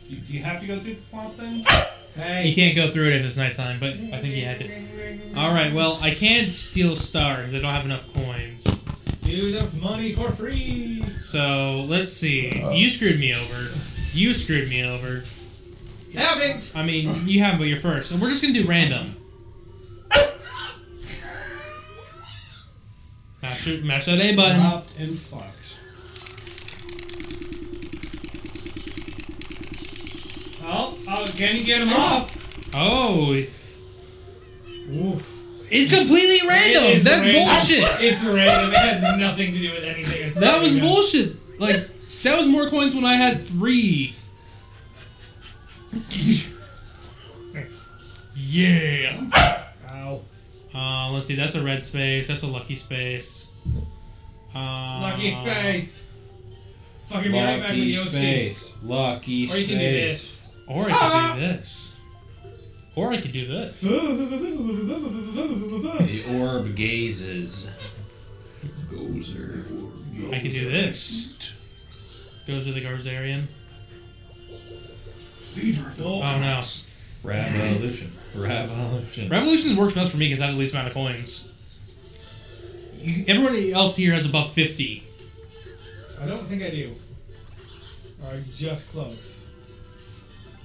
[SPEAKER 2] You, you have to go through the swamp then.
[SPEAKER 4] Ah! You can't go through it if it's nighttime, but I think you had to. All right, well, I can't steal stars. I don't have enough coins.
[SPEAKER 9] Do the money for free.
[SPEAKER 4] So let's see. You screwed me over. You screwed me over.
[SPEAKER 9] Haven't.
[SPEAKER 4] I mean, you have, but you're first. And we're just gonna do random. mash, it- mash that A button.
[SPEAKER 2] Dropped and fucked. Oh, oh, can you get him off?
[SPEAKER 4] Oh. It's completely random.
[SPEAKER 9] is
[SPEAKER 4] That's
[SPEAKER 9] random.
[SPEAKER 4] bullshit.
[SPEAKER 9] It's random. It has nothing to do with anything. I said.
[SPEAKER 4] That was bullshit. Like,
[SPEAKER 22] That was more coins when I had three.
[SPEAKER 4] Yeah. Ow. Uh, let's see. That's a red space. That's a lucky space. Uh,
[SPEAKER 9] Lucky space. Fucking be right back with
[SPEAKER 12] Lucky
[SPEAKER 9] the OC.
[SPEAKER 12] space. Lucky
[SPEAKER 9] Or you
[SPEAKER 12] space.
[SPEAKER 9] can do this.
[SPEAKER 4] Or I
[SPEAKER 9] Ah.
[SPEAKER 4] could do this. Or I could do this.
[SPEAKER 12] The orb gazes. Gozer.
[SPEAKER 4] I could do this. Goes to the Garzarian. Oh no.
[SPEAKER 12] Revolution. Revolution.
[SPEAKER 4] Revolutions works best for me because I have the least amount of coins. You- Everybody else here has above 50.
[SPEAKER 2] I don't think I do. Or I'm just close.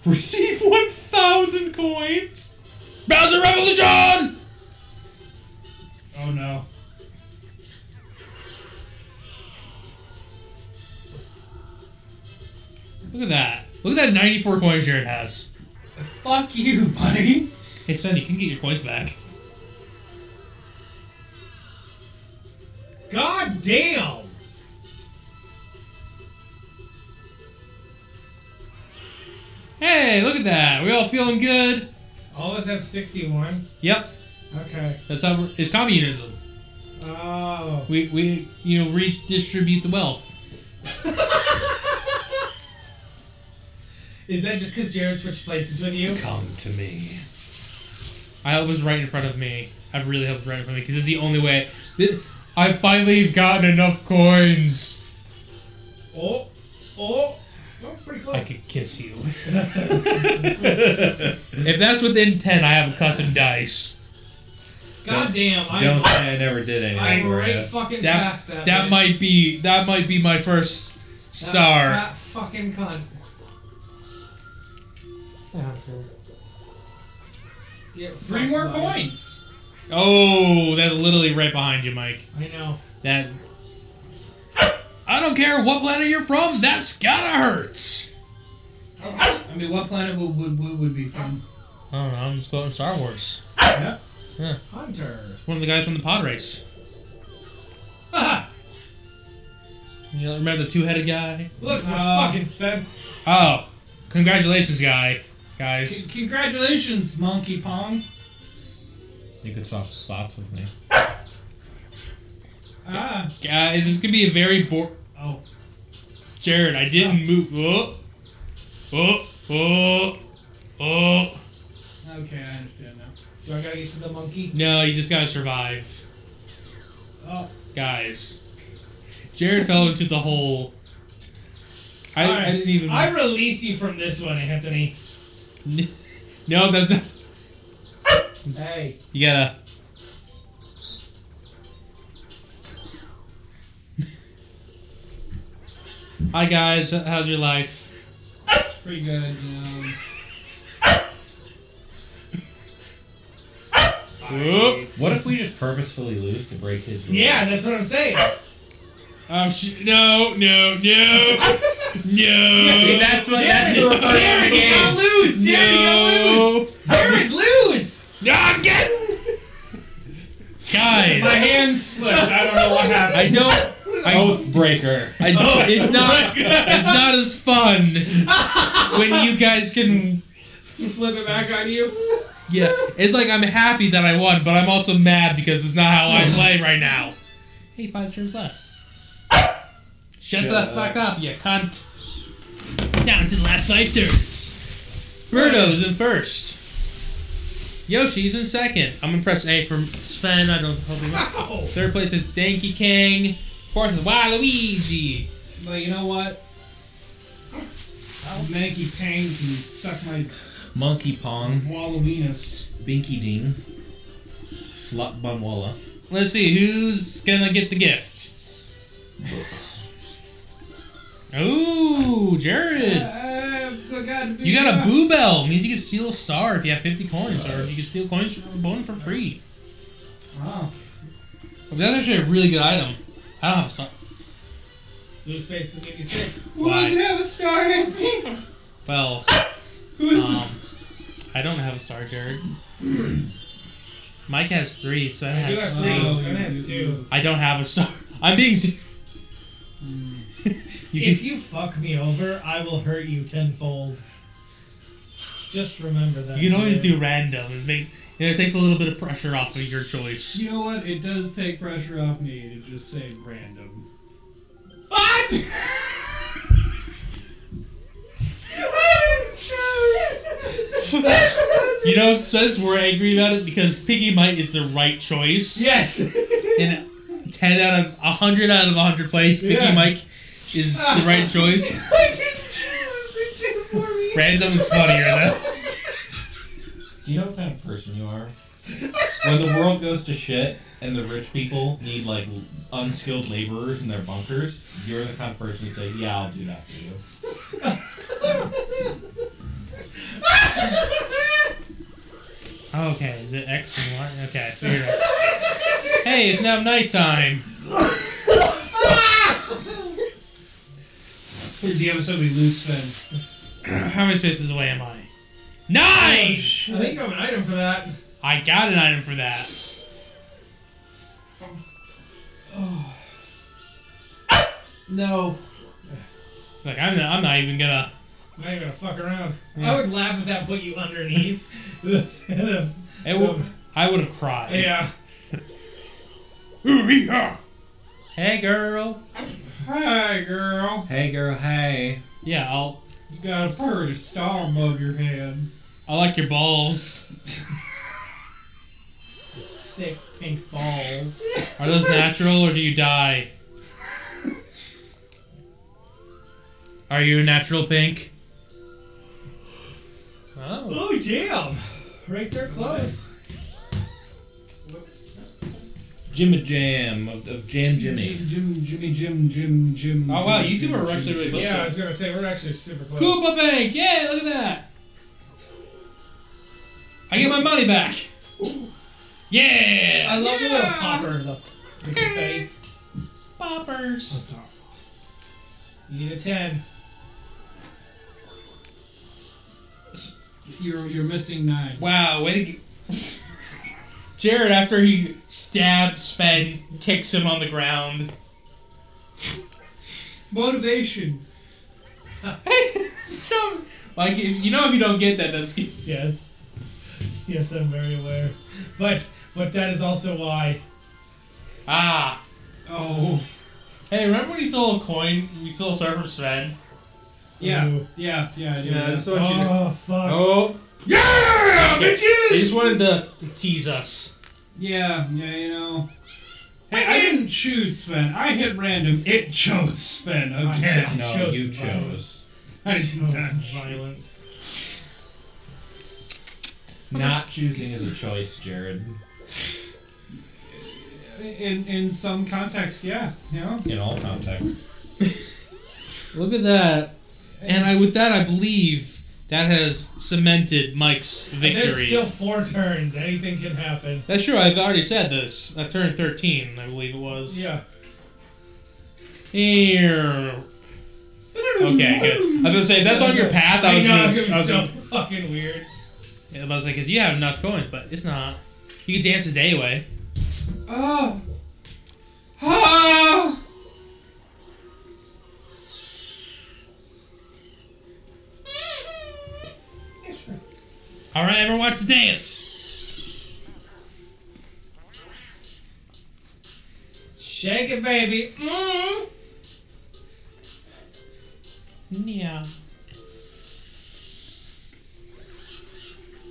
[SPEAKER 4] Receive 1,000 coins! Bowser Revolution!
[SPEAKER 2] Oh no.
[SPEAKER 4] Look at that. Look at that 94 coins Jared has.
[SPEAKER 2] Fuck you, buddy.
[SPEAKER 4] Hey, Sven, you can get your coins back.
[SPEAKER 9] God damn.
[SPEAKER 4] Hey, look at that. We all feeling good.
[SPEAKER 2] All of us have 61.
[SPEAKER 4] Yep,
[SPEAKER 2] Okay.
[SPEAKER 4] that's how we're, it's communism.
[SPEAKER 2] Oh.
[SPEAKER 4] We, we you know redistribute the wealth.
[SPEAKER 9] Is that just because Jared switched places with you?
[SPEAKER 12] Come to me.
[SPEAKER 4] I hope it's right in front of me. I really hope it's right in front of me because it's the only way. Th- I finally have gotten enough coins.
[SPEAKER 9] Oh, oh, oh pretty close.
[SPEAKER 4] I could kiss you. if that's within ten, I have a custom dice.
[SPEAKER 9] God damn, I'm,
[SPEAKER 12] Don't say I never did anything
[SPEAKER 9] I'm
[SPEAKER 12] for
[SPEAKER 9] right
[SPEAKER 12] you.
[SPEAKER 9] fucking
[SPEAKER 4] That
[SPEAKER 9] past
[SPEAKER 4] that,
[SPEAKER 9] that. bitch.
[SPEAKER 4] might be that might be my first
[SPEAKER 9] That
[SPEAKER 4] star.
[SPEAKER 9] fat fucking cunt. Yeah,
[SPEAKER 2] Three more coins.
[SPEAKER 4] Oh, that's literally right behind you, Mike.
[SPEAKER 9] I know.
[SPEAKER 4] That. I don't care what planet you're from. That's gotta hurt.
[SPEAKER 2] I mean, what planet would would, would, would be from?
[SPEAKER 4] I don't know. I'm just quoting Star Wars.
[SPEAKER 9] Hunter.
[SPEAKER 2] Uh,
[SPEAKER 4] It's one of the guys from the pod race. you know, remember the two-headed guy?
[SPEAKER 9] Look, we're
[SPEAKER 4] Um,
[SPEAKER 9] fucking Sven.
[SPEAKER 4] Oh, congratulations, guy, guys.
[SPEAKER 2] Congratulations, Monkey Pong.
[SPEAKER 12] You could swap spots with me.
[SPEAKER 2] Ah,
[SPEAKER 4] Guys, this is gonna be a very bore.
[SPEAKER 9] Oh.
[SPEAKER 4] Jared, I didn't move. Oh, oh, oh, oh.
[SPEAKER 2] okay, I understand now.
[SPEAKER 9] Do I gotta get to the monkey?
[SPEAKER 4] No, you just gotta survive,
[SPEAKER 2] Oh,
[SPEAKER 4] guys. Jared fell into the hole. I, I
[SPEAKER 9] Alright,
[SPEAKER 4] didn't even.
[SPEAKER 9] I release you from this one, Anthony.
[SPEAKER 4] no, that's not.
[SPEAKER 9] Hey.
[SPEAKER 4] You gotta. Hi guys, how's your life?
[SPEAKER 2] pretty good. Um,
[SPEAKER 4] Whoop.
[SPEAKER 12] What if we just purposefully lose to break his rules?
[SPEAKER 9] Yeah, that's what I'm saying.
[SPEAKER 4] Oh, sh- no, no, no,
[SPEAKER 12] See,
[SPEAKER 4] no,
[SPEAKER 12] that's what that's the reverse
[SPEAKER 9] Jared, you gotta
[SPEAKER 12] game.
[SPEAKER 9] lose! Jared, you gotta lose!
[SPEAKER 4] no.
[SPEAKER 9] Jared, lose!
[SPEAKER 4] No, I'm getting.
[SPEAKER 2] my
[SPEAKER 4] Guys,
[SPEAKER 2] hand slipped. I don't know what happened.
[SPEAKER 4] I don't. I,
[SPEAKER 12] Oath breaker.
[SPEAKER 4] I
[SPEAKER 9] Oh
[SPEAKER 4] it's not. It's not as fun when you guys can.
[SPEAKER 9] You flip it back on you.
[SPEAKER 4] Yeah, it's like I'm happy that I won, but I'm also mad because it's not how I play right now. Hey, five turns left. Shut the fuck up, you cunt. Down to the last five turns. Birdo's in first. Yoshi's in second. I'm gonna press A for Sven. I don't hope he Third place is Danky Kang. Fourth is Waluigi.
[SPEAKER 2] But you know what?
[SPEAKER 9] Oh.
[SPEAKER 2] Monkey Pang can suck my
[SPEAKER 12] Monkey Pong.
[SPEAKER 2] Walloweenus.
[SPEAKER 12] Binky Ding. Slut Bunwalla.
[SPEAKER 4] Let's see who's gonna get the gift. Ooh, Jared.
[SPEAKER 2] Uh, good God,
[SPEAKER 4] You got a boo bell. Means you can steal a star if you have 50 coins, or you can steal coins from a bone for free.
[SPEAKER 2] Wow.
[SPEAKER 9] Oh.
[SPEAKER 4] That's actually a really good item. I don't have a star.
[SPEAKER 9] Blue space will give you six.
[SPEAKER 2] Who doesn't have a star, Anthony?
[SPEAKER 4] Well,
[SPEAKER 2] Who's
[SPEAKER 4] um, I don't have a star, Jared. Mike has three, so I,
[SPEAKER 9] I do
[SPEAKER 4] have
[SPEAKER 9] have
[SPEAKER 4] three.
[SPEAKER 9] three. Sven has two.
[SPEAKER 4] I don't have a star. I'm being. se-
[SPEAKER 9] Hmm. if you fuck me over, I will hurt you tenfold. Just remember that.
[SPEAKER 4] You can always
[SPEAKER 9] today.
[SPEAKER 4] do random and make. You know, it takes a little bit of pressure off of your choice.
[SPEAKER 2] You know what? It does take pressure off me to just say random.
[SPEAKER 4] You know, says we're angry about it because Piggy Mite is the right choice.
[SPEAKER 9] Yes.
[SPEAKER 4] In ten out of hundred out of hundred plays, Piggy
[SPEAKER 9] Yeah.
[SPEAKER 4] Mike is the right choice. Random is funnier though.
[SPEAKER 12] Do you know what kind of person you are? when the world goes to shit and the rich people need like unskilled laborers in their bunkers, you're the kind of person who'd say, "Yeah, I'll do that for you."
[SPEAKER 4] Oh, okay, is it X and Y? Okay, I figured it out. hey, it's now nighttime.
[SPEAKER 2] Is the episode we lose Sven?
[SPEAKER 4] How many spaces away am I? Nine!
[SPEAKER 9] I think I have an item for that.
[SPEAKER 4] I got an item for that.
[SPEAKER 2] No.
[SPEAKER 4] Like I'm not, I'm not even gonna.
[SPEAKER 9] I'm not even gonna fuck around. I would laugh if that put you underneath. the-
[SPEAKER 4] It would, I would have cried.
[SPEAKER 9] yeah.
[SPEAKER 4] Hey girl.
[SPEAKER 2] Hi, girl.
[SPEAKER 12] Hey, girl. Hey.
[SPEAKER 4] Yeah, I'll
[SPEAKER 2] You got a furry star above your head.
[SPEAKER 4] I like your balls.
[SPEAKER 9] Thick pink balls.
[SPEAKER 4] Are those natural or do you dye? Are you a natural pink? Oh.
[SPEAKER 9] Oh damn! Right there, close.
[SPEAKER 12] Jimmy Jam of, of Jam Jimmy.
[SPEAKER 2] Jim, Jimmy, Jim, Jim, Jim.
[SPEAKER 12] Oh wow, you two are actually really close.
[SPEAKER 9] Yeah, I was gonna say we're actually super close.
[SPEAKER 4] Koopa Bank! Yeah, look at that! I get my money back! Yeah!
[SPEAKER 9] I love the little popper, the, the confetti.
[SPEAKER 4] Poppers!
[SPEAKER 2] That's all.
[SPEAKER 9] You need a ten.
[SPEAKER 2] You're you're missing nine.
[SPEAKER 4] Wow, way to g Jared, after he stabs Sven, kicks him on the ground.
[SPEAKER 2] Motivation.
[SPEAKER 4] So, like, if, you know if you don't get that, that's...
[SPEAKER 9] Yes. Yes, I'm very aware. But but that is also why.
[SPEAKER 4] Ah!
[SPEAKER 2] Oh.
[SPEAKER 4] Hey, remember when he stole a coin? We stole a star from Sven?
[SPEAKER 2] Yeah.
[SPEAKER 9] Ooh.
[SPEAKER 2] Yeah. Yeah.
[SPEAKER 4] Yeah, that's what you
[SPEAKER 9] Oh fuck.
[SPEAKER 4] Oh. Yeah, bitches! They just wanted to, to tease us.
[SPEAKER 2] Yeah, yeah, you know. Hey, I didn't choose Sven. I hit random. It chose Sven again.
[SPEAKER 12] No,
[SPEAKER 9] Chose
[SPEAKER 12] you
[SPEAKER 9] violence.
[SPEAKER 12] chose.
[SPEAKER 2] I
[SPEAKER 9] violence.
[SPEAKER 12] Not choosing is a choice, Jared.
[SPEAKER 2] in in some context, yeah, you know.
[SPEAKER 12] In all contexts.
[SPEAKER 4] Look at that. And I, with that, I believe that has cemented Mike's victory.
[SPEAKER 9] There's still four turns. Anything can happen.
[SPEAKER 4] That's true. I've already said this. I turned 13, I believe it was.
[SPEAKER 9] Yeah.
[SPEAKER 4] Here. Okay, good. I was gonna say if that's on your path. I was
[SPEAKER 9] know,
[SPEAKER 4] gonna.
[SPEAKER 9] it's
[SPEAKER 4] I
[SPEAKER 9] gonna
[SPEAKER 4] was
[SPEAKER 9] be
[SPEAKER 4] gonna,
[SPEAKER 9] so fucking weird.
[SPEAKER 4] I was like, 'cause you have enough coins, but it's not. You can dance the day away.
[SPEAKER 2] Oh. Oh.
[SPEAKER 4] All right, everyone, watch the dance.
[SPEAKER 9] Shake it, baby.
[SPEAKER 4] Mm-hmm.
[SPEAKER 9] Mm.
[SPEAKER 4] Yeah.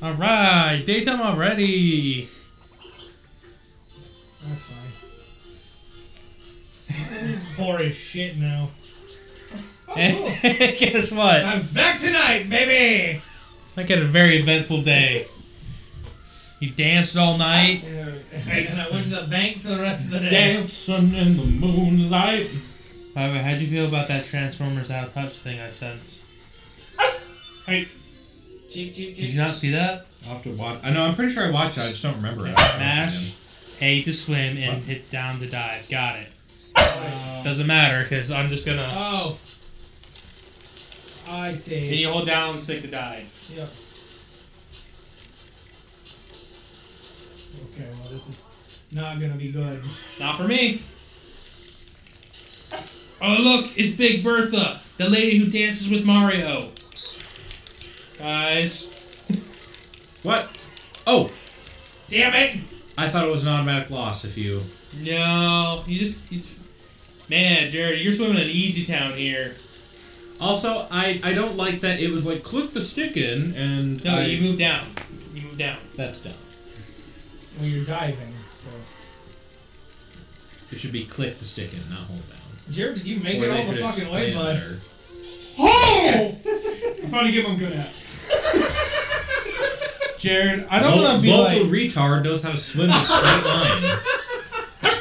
[SPEAKER 4] All right, daytime already.
[SPEAKER 9] That's fine. Poor as shit now.
[SPEAKER 4] Guess what?
[SPEAKER 9] I'm back tonight, baby.
[SPEAKER 4] Mike had a very eventful day. He danced all night.
[SPEAKER 9] and I went to the bank for the rest of the day.
[SPEAKER 12] Dancing in the moonlight.
[SPEAKER 4] Baba, how'd you feel about that Transformers Out of Touch thing I sent?
[SPEAKER 9] Cheep,
[SPEAKER 4] Did
[SPEAKER 9] cheep, cheep.
[SPEAKER 4] you not see that?
[SPEAKER 12] I'll have to watch. I know. I'm pretty sure I watched it. I just don't remember it.
[SPEAKER 4] Mash, A to swim, and hit down to dive. Got it. Doesn't matter, because I'm just gonna.
[SPEAKER 9] Oh. I see.
[SPEAKER 4] you hold down uh, and stick to dive?
[SPEAKER 9] Yep. Okay, well, this is not gonna be good.
[SPEAKER 4] Not for me. Oh, look, it's Big Bertha, the lady who dances with Mario. Guys.
[SPEAKER 3] What? Oh! Damn it! I thought it was an automatic loss if you.
[SPEAKER 4] No, you just. It's, man, Jared, you're swimming in Easy Town here.
[SPEAKER 3] Also, I, I don't like that it was like click the stick in and
[SPEAKER 4] No,
[SPEAKER 3] I-
[SPEAKER 4] you move down. You move down.
[SPEAKER 3] that's done.
[SPEAKER 2] Well, you're diving, so.
[SPEAKER 3] It should be click the stick in, not hold down.
[SPEAKER 9] Jared, did you make
[SPEAKER 3] Or
[SPEAKER 9] it
[SPEAKER 3] they
[SPEAKER 9] all the
[SPEAKER 3] should
[SPEAKER 9] fucking way,
[SPEAKER 3] explain
[SPEAKER 9] bud?
[SPEAKER 3] better.
[SPEAKER 2] I'm trying to get what I'm good at.
[SPEAKER 4] Jared, I don't
[SPEAKER 3] Lo-
[SPEAKER 4] want to be
[SPEAKER 3] local
[SPEAKER 4] like.
[SPEAKER 3] retard knows how to swim in a straight line.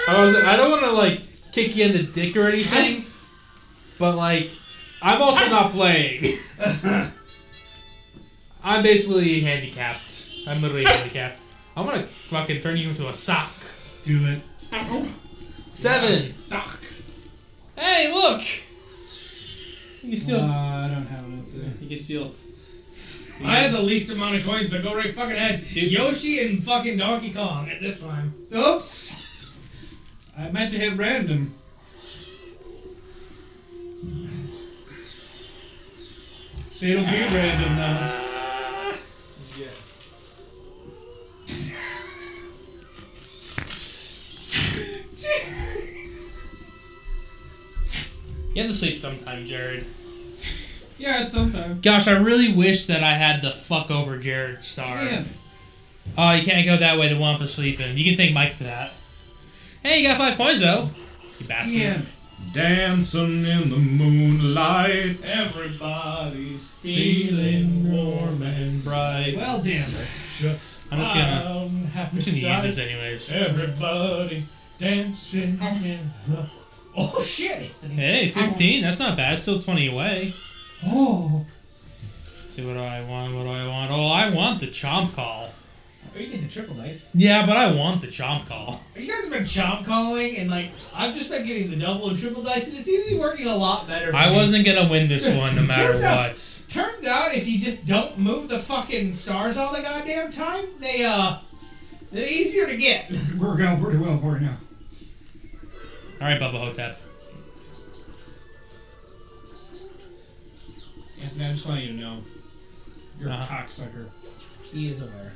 [SPEAKER 4] I was. I don't want to like kick you in the dick or anything, but like, I'm also not playing. I'm basically handicapped. I'm literally handicapped. I'm gonna fucking turn you into a sock.
[SPEAKER 2] Do it.
[SPEAKER 4] Seven.
[SPEAKER 2] Sock.
[SPEAKER 4] Hey, look. You can
[SPEAKER 2] Uh,
[SPEAKER 4] steal.
[SPEAKER 2] I don't have it up there.
[SPEAKER 4] you can steal.
[SPEAKER 9] I had the least amount of coins, but go right fucking ahead.
[SPEAKER 4] Dude.
[SPEAKER 9] Yoshi and fucking Donkey Kong at this time.
[SPEAKER 2] Oops! I meant to hit random. They don't be random now.
[SPEAKER 4] You have to sleep sometime, Jared.
[SPEAKER 2] Yeah, it's sometime.
[SPEAKER 4] Gosh, I really wish that I had the fuck over Jared star.
[SPEAKER 2] Damn.
[SPEAKER 4] Oh, you can't go that way. The Wampa's sleeping. You can thank Mike for that. Hey, you got five points though. You bastard.
[SPEAKER 2] Damn.
[SPEAKER 3] Dancing in the moonlight.
[SPEAKER 9] Everybody's
[SPEAKER 3] feeling warm and
[SPEAKER 4] bright. Ah,
[SPEAKER 2] Well, damn.
[SPEAKER 4] I'm just gonna, I'm
[SPEAKER 9] happy
[SPEAKER 4] just gonna use this anyways.
[SPEAKER 9] Everybody's dancing in the. Oh shit!
[SPEAKER 4] Hey, 15. That's not bad. Still 20 away.
[SPEAKER 2] Oh.
[SPEAKER 4] See what do I want? What do I want? Oh, I want the chomp call.
[SPEAKER 9] Are you getting the triple dice?
[SPEAKER 4] Yeah, but I want the chomp call.
[SPEAKER 9] You guys have been chomp calling, and like I've just been getting the double and triple dice, and it seems to be working a lot better. for
[SPEAKER 4] I
[SPEAKER 9] me.
[SPEAKER 4] wasn't gonna win this one no matter
[SPEAKER 9] Sure, no.
[SPEAKER 4] what.
[SPEAKER 9] Turns out if you just don't move the fucking stars all the goddamn time, they uh, they're easier to get.
[SPEAKER 2] We're going pretty well for now.
[SPEAKER 4] All right, Bubba Hotep.
[SPEAKER 2] Anthony, I just want you to know. You're
[SPEAKER 4] Uh-huh.
[SPEAKER 2] a cocksucker.
[SPEAKER 9] He is aware.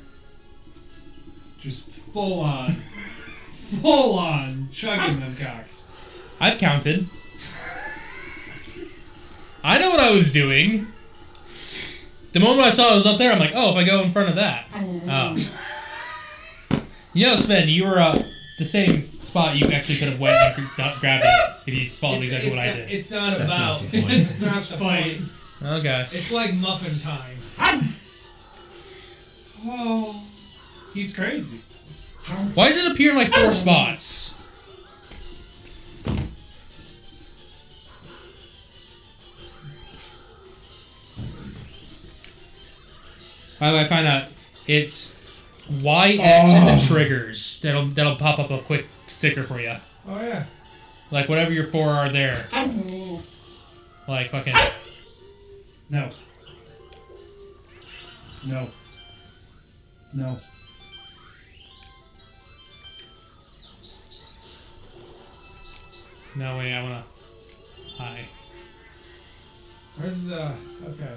[SPEAKER 2] Just full on. full on chugging them cocks.
[SPEAKER 4] I've counted. I know what I was doing. The moment I saw it was up there, I'm like, oh, if I go in front of that. Oh. You know, Sven, you were uh, the same spot you actually could have went and could not grabbed it if you followed
[SPEAKER 9] It's-
[SPEAKER 4] exactly
[SPEAKER 9] it's
[SPEAKER 4] what I
[SPEAKER 9] not,
[SPEAKER 4] did.
[SPEAKER 9] It's not about.
[SPEAKER 12] the point.
[SPEAKER 9] It's not the point.
[SPEAKER 4] Okay.
[SPEAKER 9] It's like muffin time.
[SPEAKER 2] Oh. He's crazy.
[SPEAKER 4] Why does it appear in like four spots? By the way, I found out it's Y X and the triggers. That'll that'll pop up a quick sticker for you.
[SPEAKER 2] Oh, yeah.
[SPEAKER 4] Like whatever your four are there. Like fucking.
[SPEAKER 2] No. No. No.
[SPEAKER 4] No wait, I wanna. Hi.
[SPEAKER 9] Where's the okay?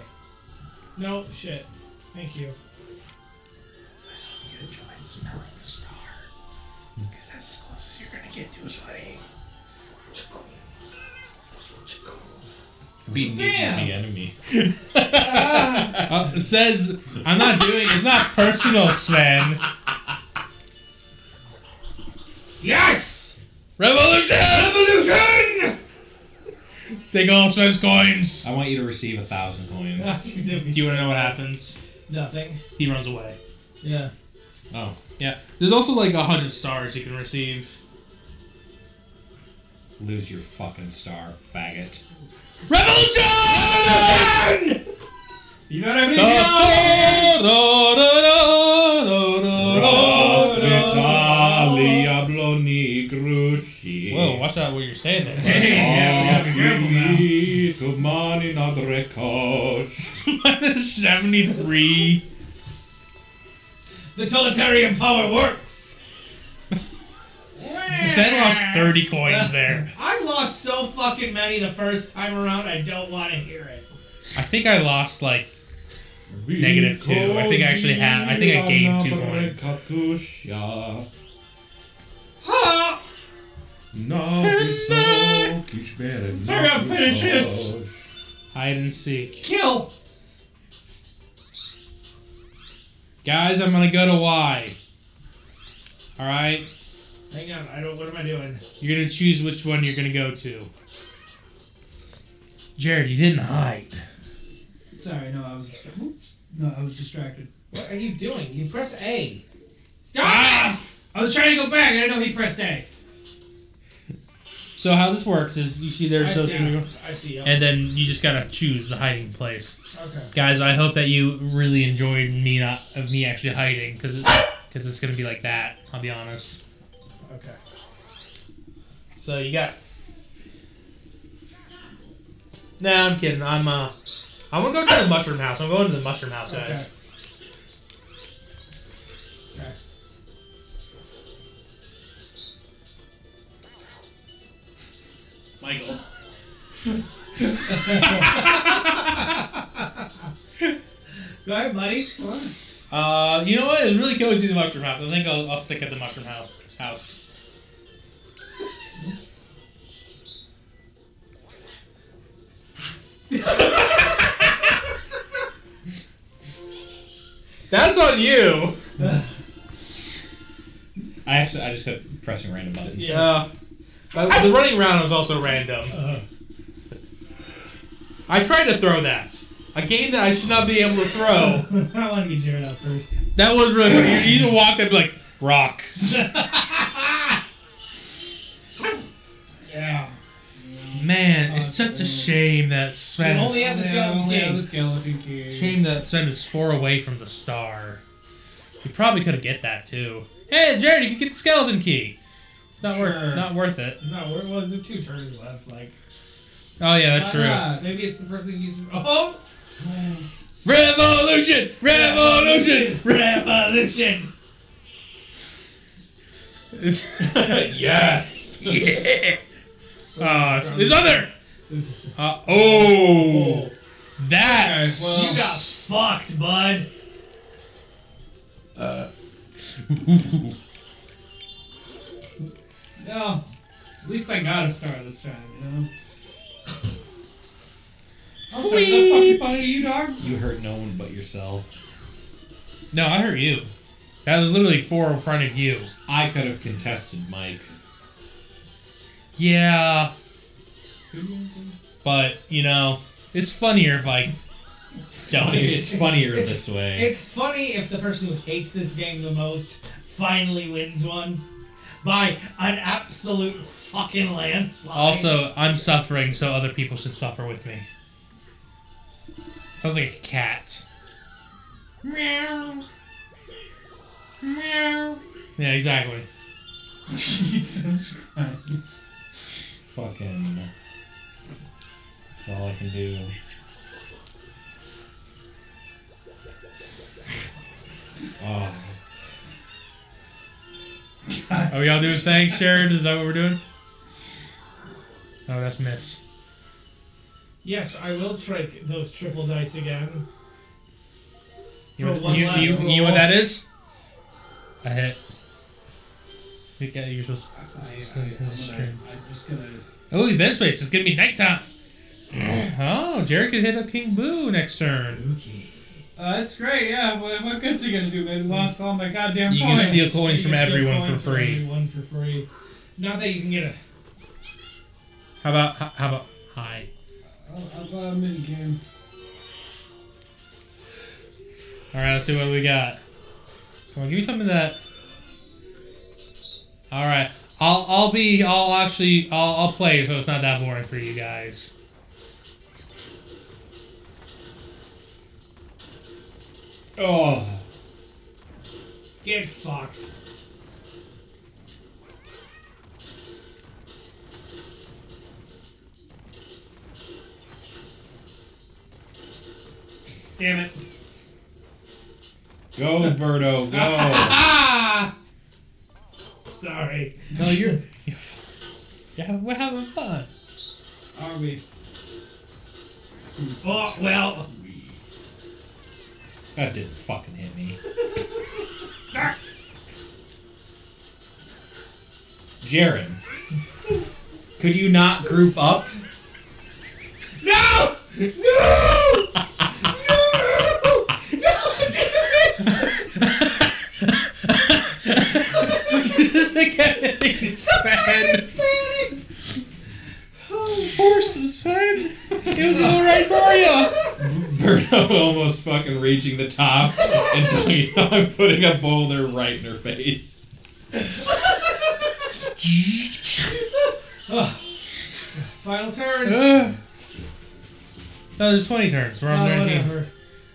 [SPEAKER 9] No shit. Thank you.
[SPEAKER 4] You enjoy smelling the star, because that's as close as you're gonna get to his wedding.
[SPEAKER 12] We need the enemy.
[SPEAKER 4] Uh, it says, I'm not doing it's not personal, Sven.
[SPEAKER 9] Yes!
[SPEAKER 4] Revolution! Revolution! Take all Sven's coins.
[SPEAKER 12] I want you to receive a thousand coins.
[SPEAKER 4] Do you want to know what happens?
[SPEAKER 9] Nothing.
[SPEAKER 4] He runs away.
[SPEAKER 9] Yeah.
[SPEAKER 12] Oh,
[SPEAKER 4] Yeah. There's also like a hundred stars you can receive.
[SPEAKER 12] lose your fucking star, faggot.
[SPEAKER 4] Revolution!
[SPEAKER 2] You know what I mean?
[SPEAKER 4] Oh,
[SPEAKER 12] Italia bloni grushi.
[SPEAKER 4] Whoa, watch out what you're saying there. Minus 73.
[SPEAKER 9] The totalitarian power works.
[SPEAKER 4] Sven lost 30 coins there.
[SPEAKER 9] I'm I lost so fucking many the first time around. I don't want to hear it.
[SPEAKER 4] I think I lost like negative two. I think I actually had. I think I gained two points.
[SPEAKER 12] Katusha.
[SPEAKER 9] Ha!
[SPEAKER 12] Sorry,
[SPEAKER 2] I'm finished this.
[SPEAKER 4] Hide and seek,
[SPEAKER 9] Kill.
[SPEAKER 4] guys. I'm gonna go to Y. All right,
[SPEAKER 9] Hang on. I don't. What am I doing?
[SPEAKER 4] you're gonna choose which one you're gonna go to. Jared, you didn't hide.
[SPEAKER 2] Sorry, no, I was distracted. No, I was distracted.
[SPEAKER 9] What are you doing? You press A. Stop!
[SPEAKER 4] Ah!
[SPEAKER 2] I was trying to go back. I didn't know he pressed A.
[SPEAKER 4] So how this works is you see their
[SPEAKER 9] I see.
[SPEAKER 4] social media,
[SPEAKER 9] I see. yeah.
[SPEAKER 4] and then you just gotta choose the hiding place.
[SPEAKER 9] Okay.
[SPEAKER 4] Guys, I hope that you really enjoyed me not of me actually hiding because because it's gonna be like that. I'll be honest.
[SPEAKER 9] Okay.
[SPEAKER 4] So you got. Nah, I'm kidding. I'm uh, I'm gonna go to the mushroom house. I'm going to the mushroom house, guys. Michael.
[SPEAKER 9] Go ahead, buddies. Come on.
[SPEAKER 4] Uh, you know what? It's really cozy in the mushroom house. I think I'll, I'll stick at the mushroom house. House. That's on you.
[SPEAKER 12] I actually, I just kept pressing random buttons.
[SPEAKER 4] Yeah. But the running round was also random. I tried to throw that. A game that I should not be able to throw.
[SPEAKER 9] I want to get Jared out first.
[SPEAKER 4] That was really funny. You either walked up like rock.
[SPEAKER 9] Yeah.
[SPEAKER 4] Man, it's such a shame that Sven.
[SPEAKER 9] You
[SPEAKER 4] is-
[SPEAKER 9] only have this
[SPEAKER 2] Yeah,
[SPEAKER 9] guy.
[SPEAKER 2] only
[SPEAKER 9] Yeah,
[SPEAKER 2] have the skeleton key.
[SPEAKER 4] shame that Sven is far away from the star. He probably could have get that too. Hey, Jared, you can get the skeleton key. It's not worth
[SPEAKER 2] Sure.
[SPEAKER 4] not worth it.
[SPEAKER 9] No, we're, well, there's two turns left. Like
[SPEAKER 4] Oh yeah, that's true.
[SPEAKER 2] Ah,
[SPEAKER 9] maybe it's the person who uses. Oh,
[SPEAKER 4] Revolution! Revolution!
[SPEAKER 9] revolution!
[SPEAKER 12] yes.
[SPEAKER 4] yeah. Uh, it's- it's other.
[SPEAKER 9] This is-
[SPEAKER 4] Uh, oh, that's
[SPEAKER 9] You got fucked, bud.
[SPEAKER 2] No. At least I got a star this time, you know? I'm sorry, is that fucking funny to you, dog?
[SPEAKER 12] You hurt no one but yourself.
[SPEAKER 4] no. I hurt you. That was literally four in front of you.
[SPEAKER 12] I could have contested Mike.
[SPEAKER 4] Yeah. But you know, it's funnier if I don't.
[SPEAKER 12] It's funnier
[SPEAKER 9] it's-
[SPEAKER 12] this way.
[SPEAKER 9] It's funny if the person who hates this game the most finally wins one by an absolute fucking landslide.
[SPEAKER 4] Also, I'm suffering, so other people should suffer with me. Sounds like a cat. Meow. Meow. Yeah, exactly.
[SPEAKER 2] Jesus Christ.
[SPEAKER 12] Fucking. That's all I can do. Oh,
[SPEAKER 4] Are we all doing thanks, Sharon? Is that what we're doing? Oh, that's miss.
[SPEAKER 9] yes, I will trick those triple dice again.
[SPEAKER 4] You,
[SPEAKER 9] For
[SPEAKER 4] know-
[SPEAKER 9] one
[SPEAKER 4] you,
[SPEAKER 9] last
[SPEAKER 4] you, you know what
[SPEAKER 9] roll.
[SPEAKER 4] that is? A hit. You got- You're supposed
[SPEAKER 2] I, am just gonna.
[SPEAKER 4] Oh, event space. It's gonna be nighttime. oh, Jared could hit up King Boo next turn.
[SPEAKER 2] Uh, that's great, yeah. What, what good's he gonna do, man? Lost all my goddamn
[SPEAKER 4] You can
[SPEAKER 2] points.
[SPEAKER 4] steal coins
[SPEAKER 9] You
[SPEAKER 4] from
[SPEAKER 9] can get
[SPEAKER 4] everyone for
[SPEAKER 9] coins from
[SPEAKER 4] free.
[SPEAKER 9] Everyone for free. Not that you can get a.
[SPEAKER 4] How about how, how about hi?
[SPEAKER 2] I'll, I'll, I'm in game.
[SPEAKER 4] All right, let's see what we got. Come on, give me something that. All right, I'll I'll be I'll actually I'll I'll play so it's not that boring for you guys.
[SPEAKER 12] oh.
[SPEAKER 9] Get fucked. Damn it.
[SPEAKER 12] go, Birdo, go.
[SPEAKER 9] Ah! Sorry.
[SPEAKER 4] No, you're. Yeah, we're having fun.
[SPEAKER 2] Are we?
[SPEAKER 9] Oh, well.
[SPEAKER 3] That didn't fucking hit me. Jaren, could you not group up?
[SPEAKER 9] No! No! No! No, Jared!
[SPEAKER 4] Horses, man. It was all right for you.
[SPEAKER 23] Berto almost fucking reaching the top, and Doggy Dog putting a boulder right in her face.
[SPEAKER 2] Final turn.
[SPEAKER 4] Uh, no, there's 20 turns. We're on
[SPEAKER 2] Oh,
[SPEAKER 4] 19.
[SPEAKER 2] whatever.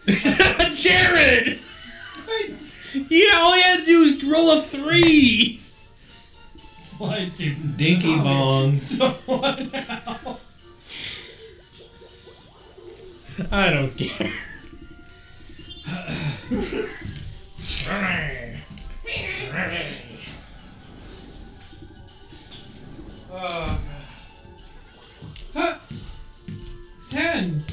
[SPEAKER 4] Jared! Yeah, all you had to do was roll a three.
[SPEAKER 9] What you
[SPEAKER 23] Dinky bongs.
[SPEAKER 9] someone out.
[SPEAKER 4] I don't care.
[SPEAKER 2] Ten.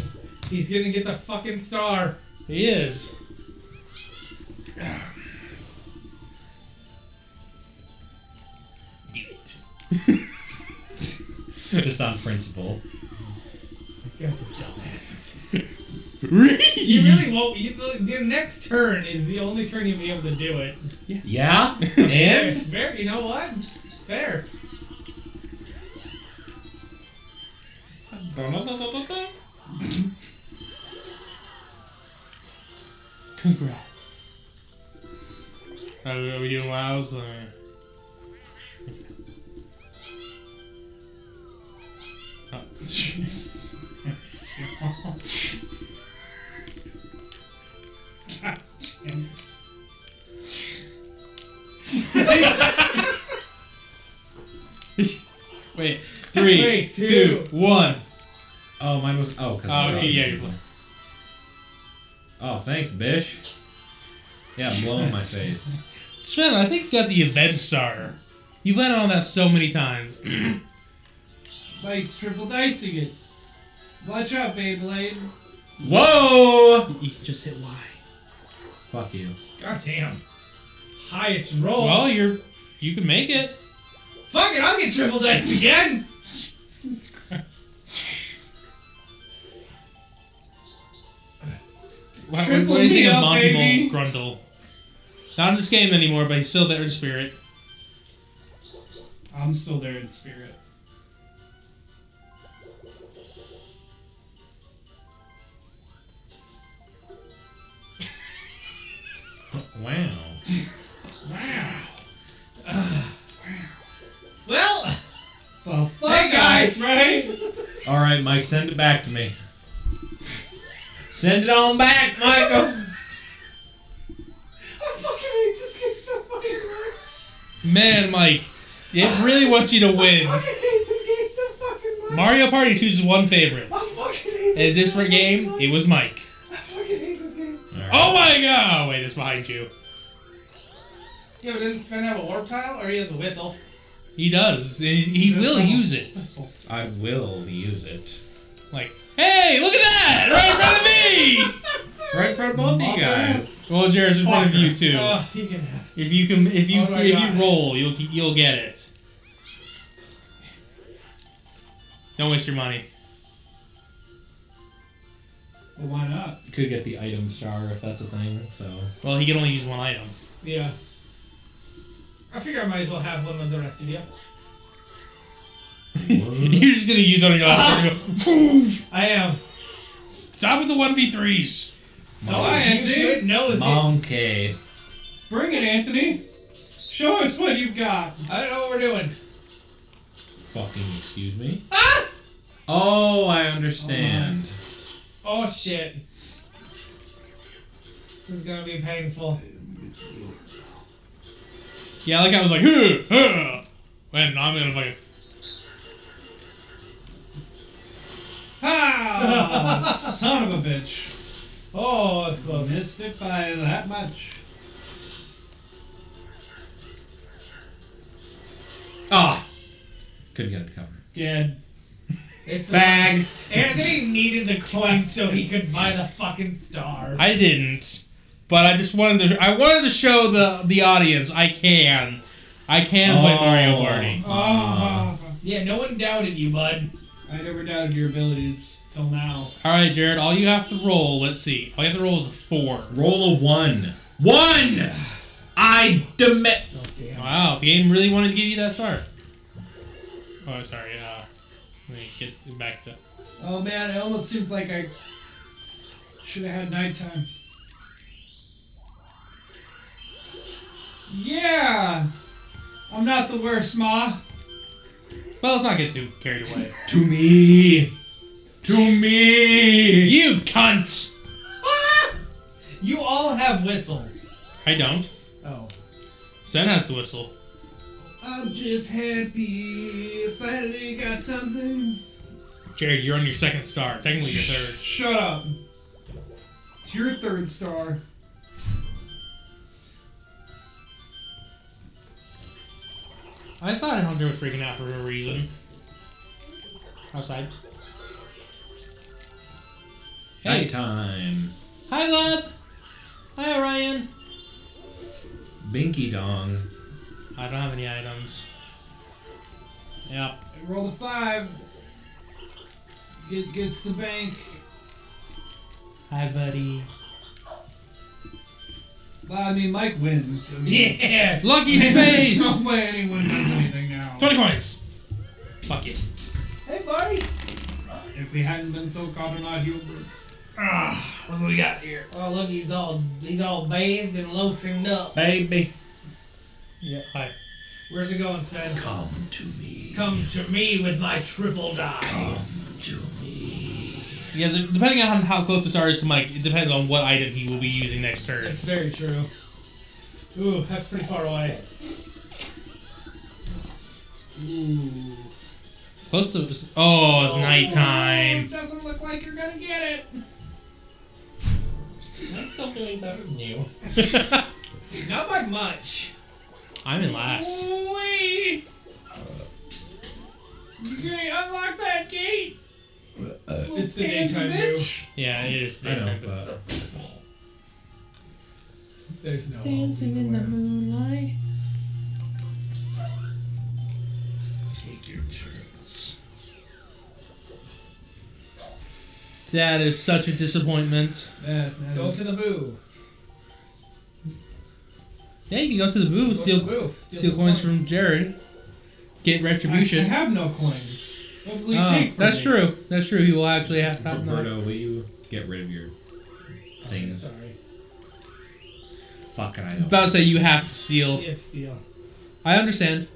[SPEAKER 9] He's gonna get the fucking star.
[SPEAKER 4] He is.
[SPEAKER 3] Just on principle.
[SPEAKER 9] Guess we're dumbasses. you really won't. You, the, your next turn is the only turn you'll be able to do it.
[SPEAKER 3] Yeah? And?
[SPEAKER 9] Fair. You know what? Fair.
[SPEAKER 4] Congrats. Are we, are we doing wows or?
[SPEAKER 2] Jesus. God damn
[SPEAKER 23] Wait,
[SPEAKER 9] Three,
[SPEAKER 23] three, two,
[SPEAKER 9] two,
[SPEAKER 23] one.
[SPEAKER 3] Oh, mine was. Oh, because.
[SPEAKER 23] Oh, okay, yeah, you're fine.
[SPEAKER 3] Oh, thanks, Bish. Yeah, blowing my face.
[SPEAKER 4] Sven, I think you got the event star. You've landed on that so many times.
[SPEAKER 2] Mike's triple dicing it. Watch out, Beyblade.
[SPEAKER 3] Whoa!
[SPEAKER 4] You just hit Y.
[SPEAKER 3] Fuck you.
[SPEAKER 9] God damn. Highest roll.
[SPEAKER 4] Well, you're you can make it.
[SPEAKER 9] Fuck it, I'll get triple dice again.
[SPEAKER 2] Jesus Christ.
[SPEAKER 4] Why, why,
[SPEAKER 2] Triple
[SPEAKER 4] why do you
[SPEAKER 2] me
[SPEAKER 4] think of
[SPEAKER 2] up,
[SPEAKER 4] Monty
[SPEAKER 2] baby.
[SPEAKER 4] Mole Grundle? Not in this game anymore, but he's still there in spirit.
[SPEAKER 2] I'm still there in spirit.
[SPEAKER 3] Wow.
[SPEAKER 9] Well,
[SPEAKER 2] Well, fuck
[SPEAKER 9] hey guys.
[SPEAKER 2] us, right?
[SPEAKER 3] All right, Mike, send it back to me. Send it on back, Michael.
[SPEAKER 9] I fucking hate this game so fucking much.
[SPEAKER 4] Man, Mike, it really wants you to win.
[SPEAKER 9] I fucking hate this game so fucking much.
[SPEAKER 4] Mario Party chooses one favorite.
[SPEAKER 9] I fucking hate
[SPEAKER 4] Is
[SPEAKER 9] this
[SPEAKER 4] this for
[SPEAKER 9] so
[SPEAKER 4] game?
[SPEAKER 9] fucking
[SPEAKER 4] It was Mike.
[SPEAKER 9] much. I fucking hate this game.
[SPEAKER 4] Oh my god! Wait, it's behind you.
[SPEAKER 9] Yeah, but didn't Sven have a warp tile or he has a whistle?
[SPEAKER 4] He does. and He, he will use it.
[SPEAKER 3] I will use it.
[SPEAKER 4] Like, hey, look at that! Right in front of me!
[SPEAKER 3] Right in front of both of you guys.
[SPEAKER 4] Well, Jared's in front of you too.
[SPEAKER 9] Oh, he can have.
[SPEAKER 4] If you can, if you
[SPEAKER 9] Oh my
[SPEAKER 4] if
[SPEAKER 9] God.
[SPEAKER 4] you roll, you'll you'll get it. Don't waste your money.
[SPEAKER 2] Well, why not?
[SPEAKER 23] Could get the item star if that's a thing. So
[SPEAKER 4] Well, he can only use one item.
[SPEAKER 9] Yeah. I figure I might as well have one with the rest of you.
[SPEAKER 4] You're just gonna use it on your last turn and go, "Poof!"
[SPEAKER 9] I am.
[SPEAKER 4] Stop with the one v threes.
[SPEAKER 9] Oh, I am. You should know is it.
[SPEAKER 3] Monkey.
[SPEAKER 2] Bring it, Anthony. Show us what you've got.
[SPEAKER 9] I don't know what we're doing.
[SPEAKER 3] Fucking excuse me. Oh, I understand.
[SPEAKER 9] Oh shit. This is gonna be painful.
[SPEAKER 4] Yeah, like I was like, huh, huh. When I'm gonna fucking.
[SPEAKER 2] Ah, son of a bitch.
[SPEAKER 9] Oh, it's close.
[SPEAKER 2] Missed it by that much.
[SPEAKER 3] Ah.
[SPEAKER 12] Couldn't get it to cover.
[SPEAKER 9] Dead.
[SPEAKER 4] Fag.
[SPEAKER 9] Anthony needed the coin so he could buy the fucking star.
[SPEAKER 4] I didn't, but I just wanted to. I wanted to show the the audience I can, I can play Mario
[SPEAKER 3] Oh.
[SPEAKER 4] Party.
[SPEAKER 12] Ah.
[SPEAKER 9] Yeah, no one doubted you, bud.
[SPEAKER 2] I never doubted your abilities till now.
[SPEAKER 4] All right, Jared. All you have to roll. Let's see. All you have to roll is a four.
[SPEAKER 12] Roll a one. One. I demand.
[SPEAKER 4] Wow, the game really wanted to give you that star. Oh, sorry. Uh, let me get back to.
[SPEAKER 2] Oh man, it almost seems like I should have had nighttime. Yeah! I'm not the worst, Ma.
[SPEAKER 4] Well, let's not get too carried away.
[SPEAKER 12] To me. To me.
[SPEAKER 4] you cunt!
[SPEAKER 9] You all have whistles.
[SPEAKER 4] I don't.
[SPEAKER 9] Oh.
[SPEAKER 4] Sen has to whistle.
[SPEAKER 2] I'm just happy if I really got something.
[SPEAKER 4] Jared, you're on your second star. Technically your third.
[SPEAKER 2] Shut up. It's your third star.
[SPEAKER 4] I thought Hunter was freaking out for no reason. Outside. Hey.
[SPEAKER 12] Nighttime.
[SPEAKER 4] Hi, Bob. Hi, Orion.
[SPEAKER 12] Binky dong.
[SPEAKER 4] I don't have any items. Yep.
[SPEAKER 2] Roll a five. It gets the bank.
[SPEAKER 4] Hi, buddy.
[SPEAKER 2] Well, I mean, Mike wins. I mean,
[SPEAKER 9] Yeah.
[SPEAKER 4] Lucky
[SPEAKER 2] There's
[SPEAKER 4] space.
[SPEAKER 2] no way anyone does anything now.
[SPEAKER 4] Twenty coins. Fuck you.
[SPEAKER 9] Hey, buddy.
[SPEAKER 2] If he hadn't been so caught in our hubris.
[SPEAKER 4] What do we got here?
[SPEAKER 9] Oh, look, he's all he's all bathed and lotioned up.
[SPEAKER 12] Baby.
[SPEAKER 4] Yeah. Hi.
[SPEAKER 9] Where's it going, Sven?
[SPEAKER 1] Come to me.
[SPEAKER 9] Come to me with my triple dice.
[SPEAKER 1] To me.
[SPEAKER 4] Yeah, the, depending on how close the star is to Mike, it depends on what item he will be using next turn.
[SPEAKER 9] It's very true. Ooh, that's pretty far away.
[SPEAKER 4] It's close to. Oh, it's nighttime.
[SPEAKER 2] Doesn't look like you're gonna get it.
[SPEAKER 9] I'm still doing better than you. Not by much.
[SPEAKER 4] I'm in last.
[SPEAKER 2] Wait. You're gonna unlock that gate.
[SPEAKER 9] It's the daytime view.
[SPEAKER 4] Yeah, it is.
[SPEAKER 12] I know, but
[SPEAKER 9] There's no dancing in the moonlight. Take your chance.
[SPEAKER 4] That is such a disappointment.
[SPEAKER 9] Go to the boo.
[SPEAKER 4] Yeah, you can go to the booth,
[SPEAKER 9] Go to the
[SPEAKER 4] steal,
[SPEAKER 9] boo.
[SPEAKER 4] steal
[SPEAKER 9] some
[SPEAKER 4] coins from Jared, get
[SPEAKER 2] I
[SPEAKER 4] retribution.
[SPEAKER 2] have no coins. What will you
[SPEAKER 4] Oh,
[SPEAKER 2] take from
[SPEAKER 4] that's
[SPEAKER 2] me?
[SPEAKER 4] true. That's true. He will actually have to.
[SPEAKER 12] Roberto, will you get rid of your things?
[SPEAKER 9] Sorry.
[SPEAKER 12] Fucking I
[SPEAKER 4] I'm
[SPEAKER 12] don't.
[SPEAKER 4] about to say you have to steal.
[SPEAKER 9] It's steal.
[SPEAKER 4] I understand.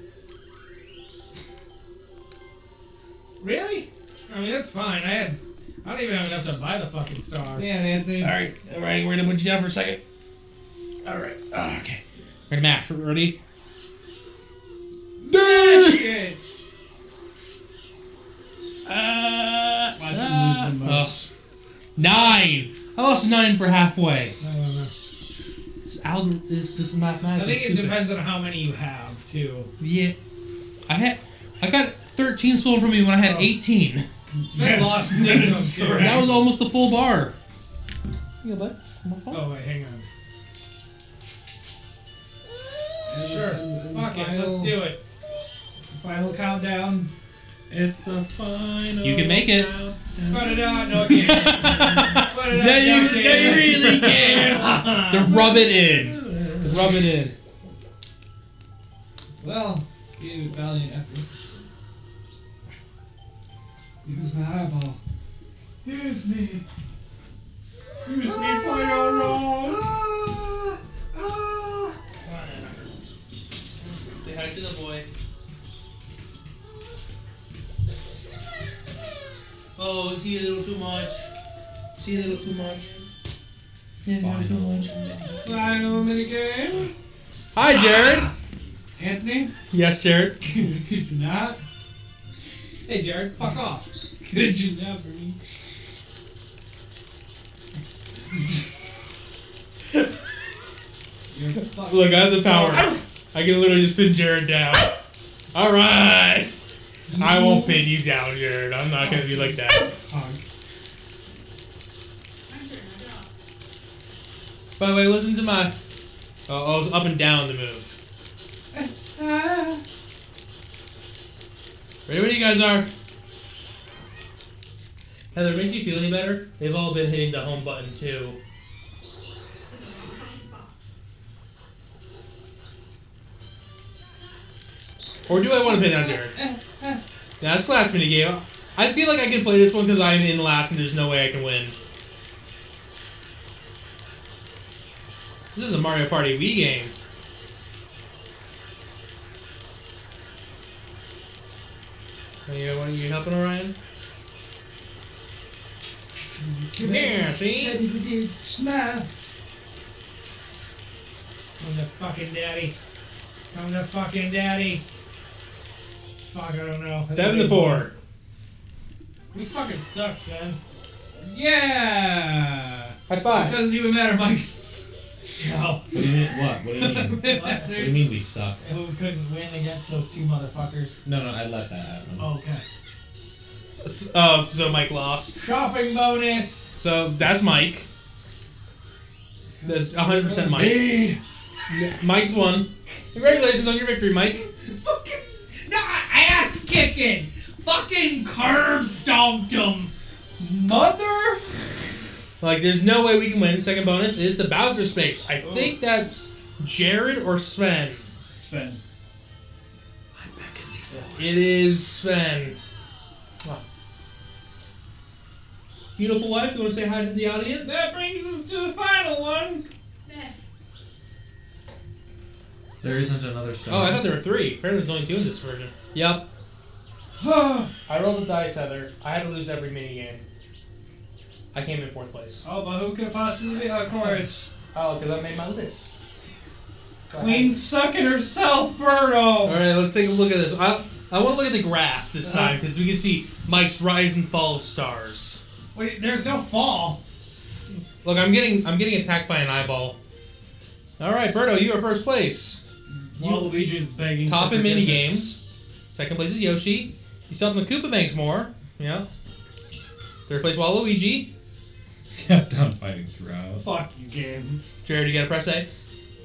[SPEAKER 9] Really? I mean, that's fine. I had. I don't even have enough to buy the fucking star.
[SPEAKER 2] Man, Anthony.
[SPEAKER 4] All right, all right. We're gonna put you down for a second. All right. Ah, okay. We're gonna match. Ready?
[SPEAKER 2] Shit.
[SPEAKER 4] Uh,
[SPEAKER 2] I didn't lose the most.
[SPEAKER 4] nine. I lost nine for halfway. This algorithm is just
[SPEAKER 9] I
[SPEAKER 4] mathematically
[SPEAKER 9] think it
[SPEAKER 4] stupid.
[SPEAKER 9] depends on how many you have too.
[SPEAKER 4] Yeah, I had. I got 13 stolen from me when I had 18.
[SPEAKER 9] Sven lost six of them, too, Oh. right?
[SPEAKER 4] That was almost the full bar. Yeah, bud.
[SPEAKER 9] Oh wait, hang on. Sure. Fuck it. Let's do it.
[SPEAKER 2] Final countdown.
[SPEAKER 12] It's the final.
[SPEAKER 4] You can make it.
[SPEAKER 9] Put it out. No, I can't. Put it out.
[SPEAKER 4] Now you,
[SPEAKER 9] no, I
[SPEAKER 4] now
[SPEAKER 9] can't.
[SPEAKER 4] you really can. the rub it in. Rub it in.
[SPEAKER 2] Well, gave it valiant effort. Use my eyeball. Use me. Use me for your wrong.
[SPEAKER 4] Say hi to the boy. Oh, is he a little too much? Is he a little too much?
[SPEAKER 12] Final.
[SPEAKER 2] Final minigame.
[SPEAKER 4] Hi, Jared.
[SPEAKER 2] Anthony,
[SPEAKER 4] Yes, Jared.
[SPEAKER 2] could you not?
[SPEAKER 9] Hey, Jared. Fuck off.
[SPEAKER 2] Could you not, Bernie?
[SPEAKER 4] Look, I have the power. I can literally just pin Jared down. All right. I won't pin you down, Jared. I'm not gonna be like that. By the way, listen to my. uh, Oh, oh it's up and down the move. Ready? Where you guys are? Heather, makes you feel any better? They've all been hitting the home button too. Or do I want to pin down Jared? That's the last mini game. I feel like I could play this one because I'm in last and there's no way I can win. This is a Mario Party Wii game. Are you, what are you helping Orion? Come here, see?
[SPEAKER 2] Said you did smile.
[SPEAKER 9] I'm the fucking daddy. I'm the fucking daddy. Fuck, I don't know.
[SPEAKER 4] Seven to four.
[SPEAKER 9] We fucking sucks, man.
[SPEAKER 2] Yeah.
[SPEAKER 4] High five.
[SPEAKER 2] Doesn't even matter, Mike.
[SPEAKER 9] No,
[SPEAKER 12] What do you mean? What? What do you mean? What do you mean we suck?
[SPEAKER 9] we couldn't win against those two motherfuckers.
[SPEAKER 12] No, no, I let that happen.
[SPEAKER 5] Oh.
[SPEAKER 9] Okay.
[SPEAKER 4] S- Oh, so Mike lost.
[SPEAKER 9] Shopping bonus.
[SPEAKER 4] So that's Mike. That's 100% Mike. Yeah, Mike's won. Congratulations on your victory, Mike.
[SPEAKER 9] Fucking no, ass kicking. Fucking curb stomped him. Mother.
[SPEAKER 4] Like, there's no way we can win. Second bonus is the Bowser space. I
[SPEAKER 9] Oh.
[SPEAKER 4] think that's Jared or Sven.
[SPEAKER 2] Sven.
[SPEAKER 4] It is Sven. Wow. Beautiful wife, you want to say hi to the audience?
[SPEAKER 2] That brings us to the final one.
[SPEAKER 5] There isn't another stone.
[SPEAKER 4] Oh, I thought there were three. Apparently, there's only two in this version. Yep. I rolled the dice, Heather. I had to lose every mini game. I came in fourth place.
[SPEAKER 2] Oh, but who could possibly be? Of course.
[SPEAKER 4] Oh, because I made my list.
[SPEAKER 2] Queen sucking herself, Birdo.
[SPEAKER 4] All right, let's take a look at this. I, I want to look at the graph this
[SPEAKER 9] Uh-huh.
[SPEAKER 4] time because we can see Mike's rise and fall of stars.
[SPEAKER 9] Wait, there's no fall.
[SPEAKER 4] Look, I'm getting I'm getting attacked by an eyeball. All right, Berto, you are first place.
[SPEAKER 2] Waluigi's begging.
[SPEAKER 4] Top
[SPEAKER 2] for
[SPEAKER 4] in mini
[SPEAKER 2] forgiveness.
[SPEAKER 4] games. Second place is Yoshi. You still have Koopa Banks more. Yeah. Third place Waluigi.
[SPEAKER 12] Kept on fighting throughout.
[SPEAKER 2] Fuck you, game.
[SPEAKER 4] Jared, you gotta press A.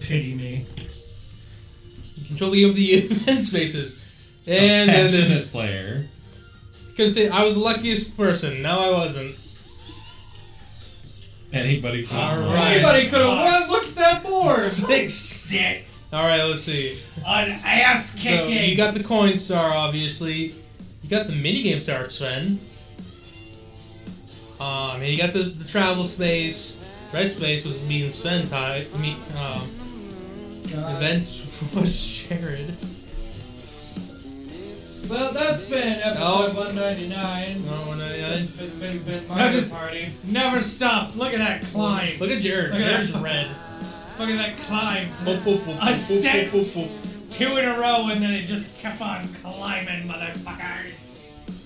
[SPEAKER 2] Pity me.
[SPEAKER 4] You control E the game of the event spaces. And then
[SPEAKER 12] Passionate
[SPEAKER 4] there's
[SPEAKER 12] player.
[SPEAKER 4] couldn't say I was the luckiest person. No, I wasn't.
[SPEAKER 12] Anybody.
[SPEAKER 2] Uh-huh.
[SPEAKER 12] could-
[SPEAKER 4] All right.
[SPEAKER 2] Anybody could have won. Look at that board.
[SPEAKER 4] Six.
[SPEAKER 9] Shit.
[SPEAKER 4] All right, let's see.
[SPEAKER 9] An ass
[SPEAKER 4] So you
[SPEAKER 9] kicking.
[SPEAKER 4] got the coin star, obviously. You got the minigame star, Sven. Um, and you got the, the travel space. Red space was me and Sven tied. Me, um, event was Jared.
[SPEAKER 2] Well, that's been episode
[SPEAKER 4] Oh.
[SPEAKER 2] 199.
[SPEAKER 4] No, no, no.
[SPEAKER 2] For the Big Big Mario
[SPEAKER 9] just-
[SPEAKER 2] Party.
[SPEAKER 9] Never stop. Look at that climb.
[SPEAKER 4] Look at Jared.
[SPEAKER 9] Look at that.
[SPEAKER 4] Jared's red.
[SPEAKER 9] Look at that climb.
[SPEAKER 4] Boop, boop, boop, boop,
[SPEAKER 9] A
[SPEAKER 4] boop,
[SPEAKER 9] sec.
[SPEAKER 4] boop, boop, boop.
[SPEAKER 9] Two in a row, and then it just kept on climbing, motherfucker.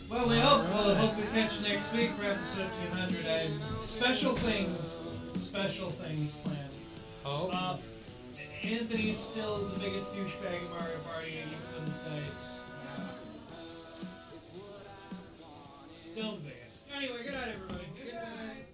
[SPEAKER 2] Well, we hope, we'll hope we catch you next week for episode 200. I have special things, special things planned.
[SPEAKER 4] Oh.
[SPEAKER 2] Uh, Anthony's still the biggest douchebag in Mario Party, and he wins dice. Still the biggest. Anyway, good night, everybody. Good night.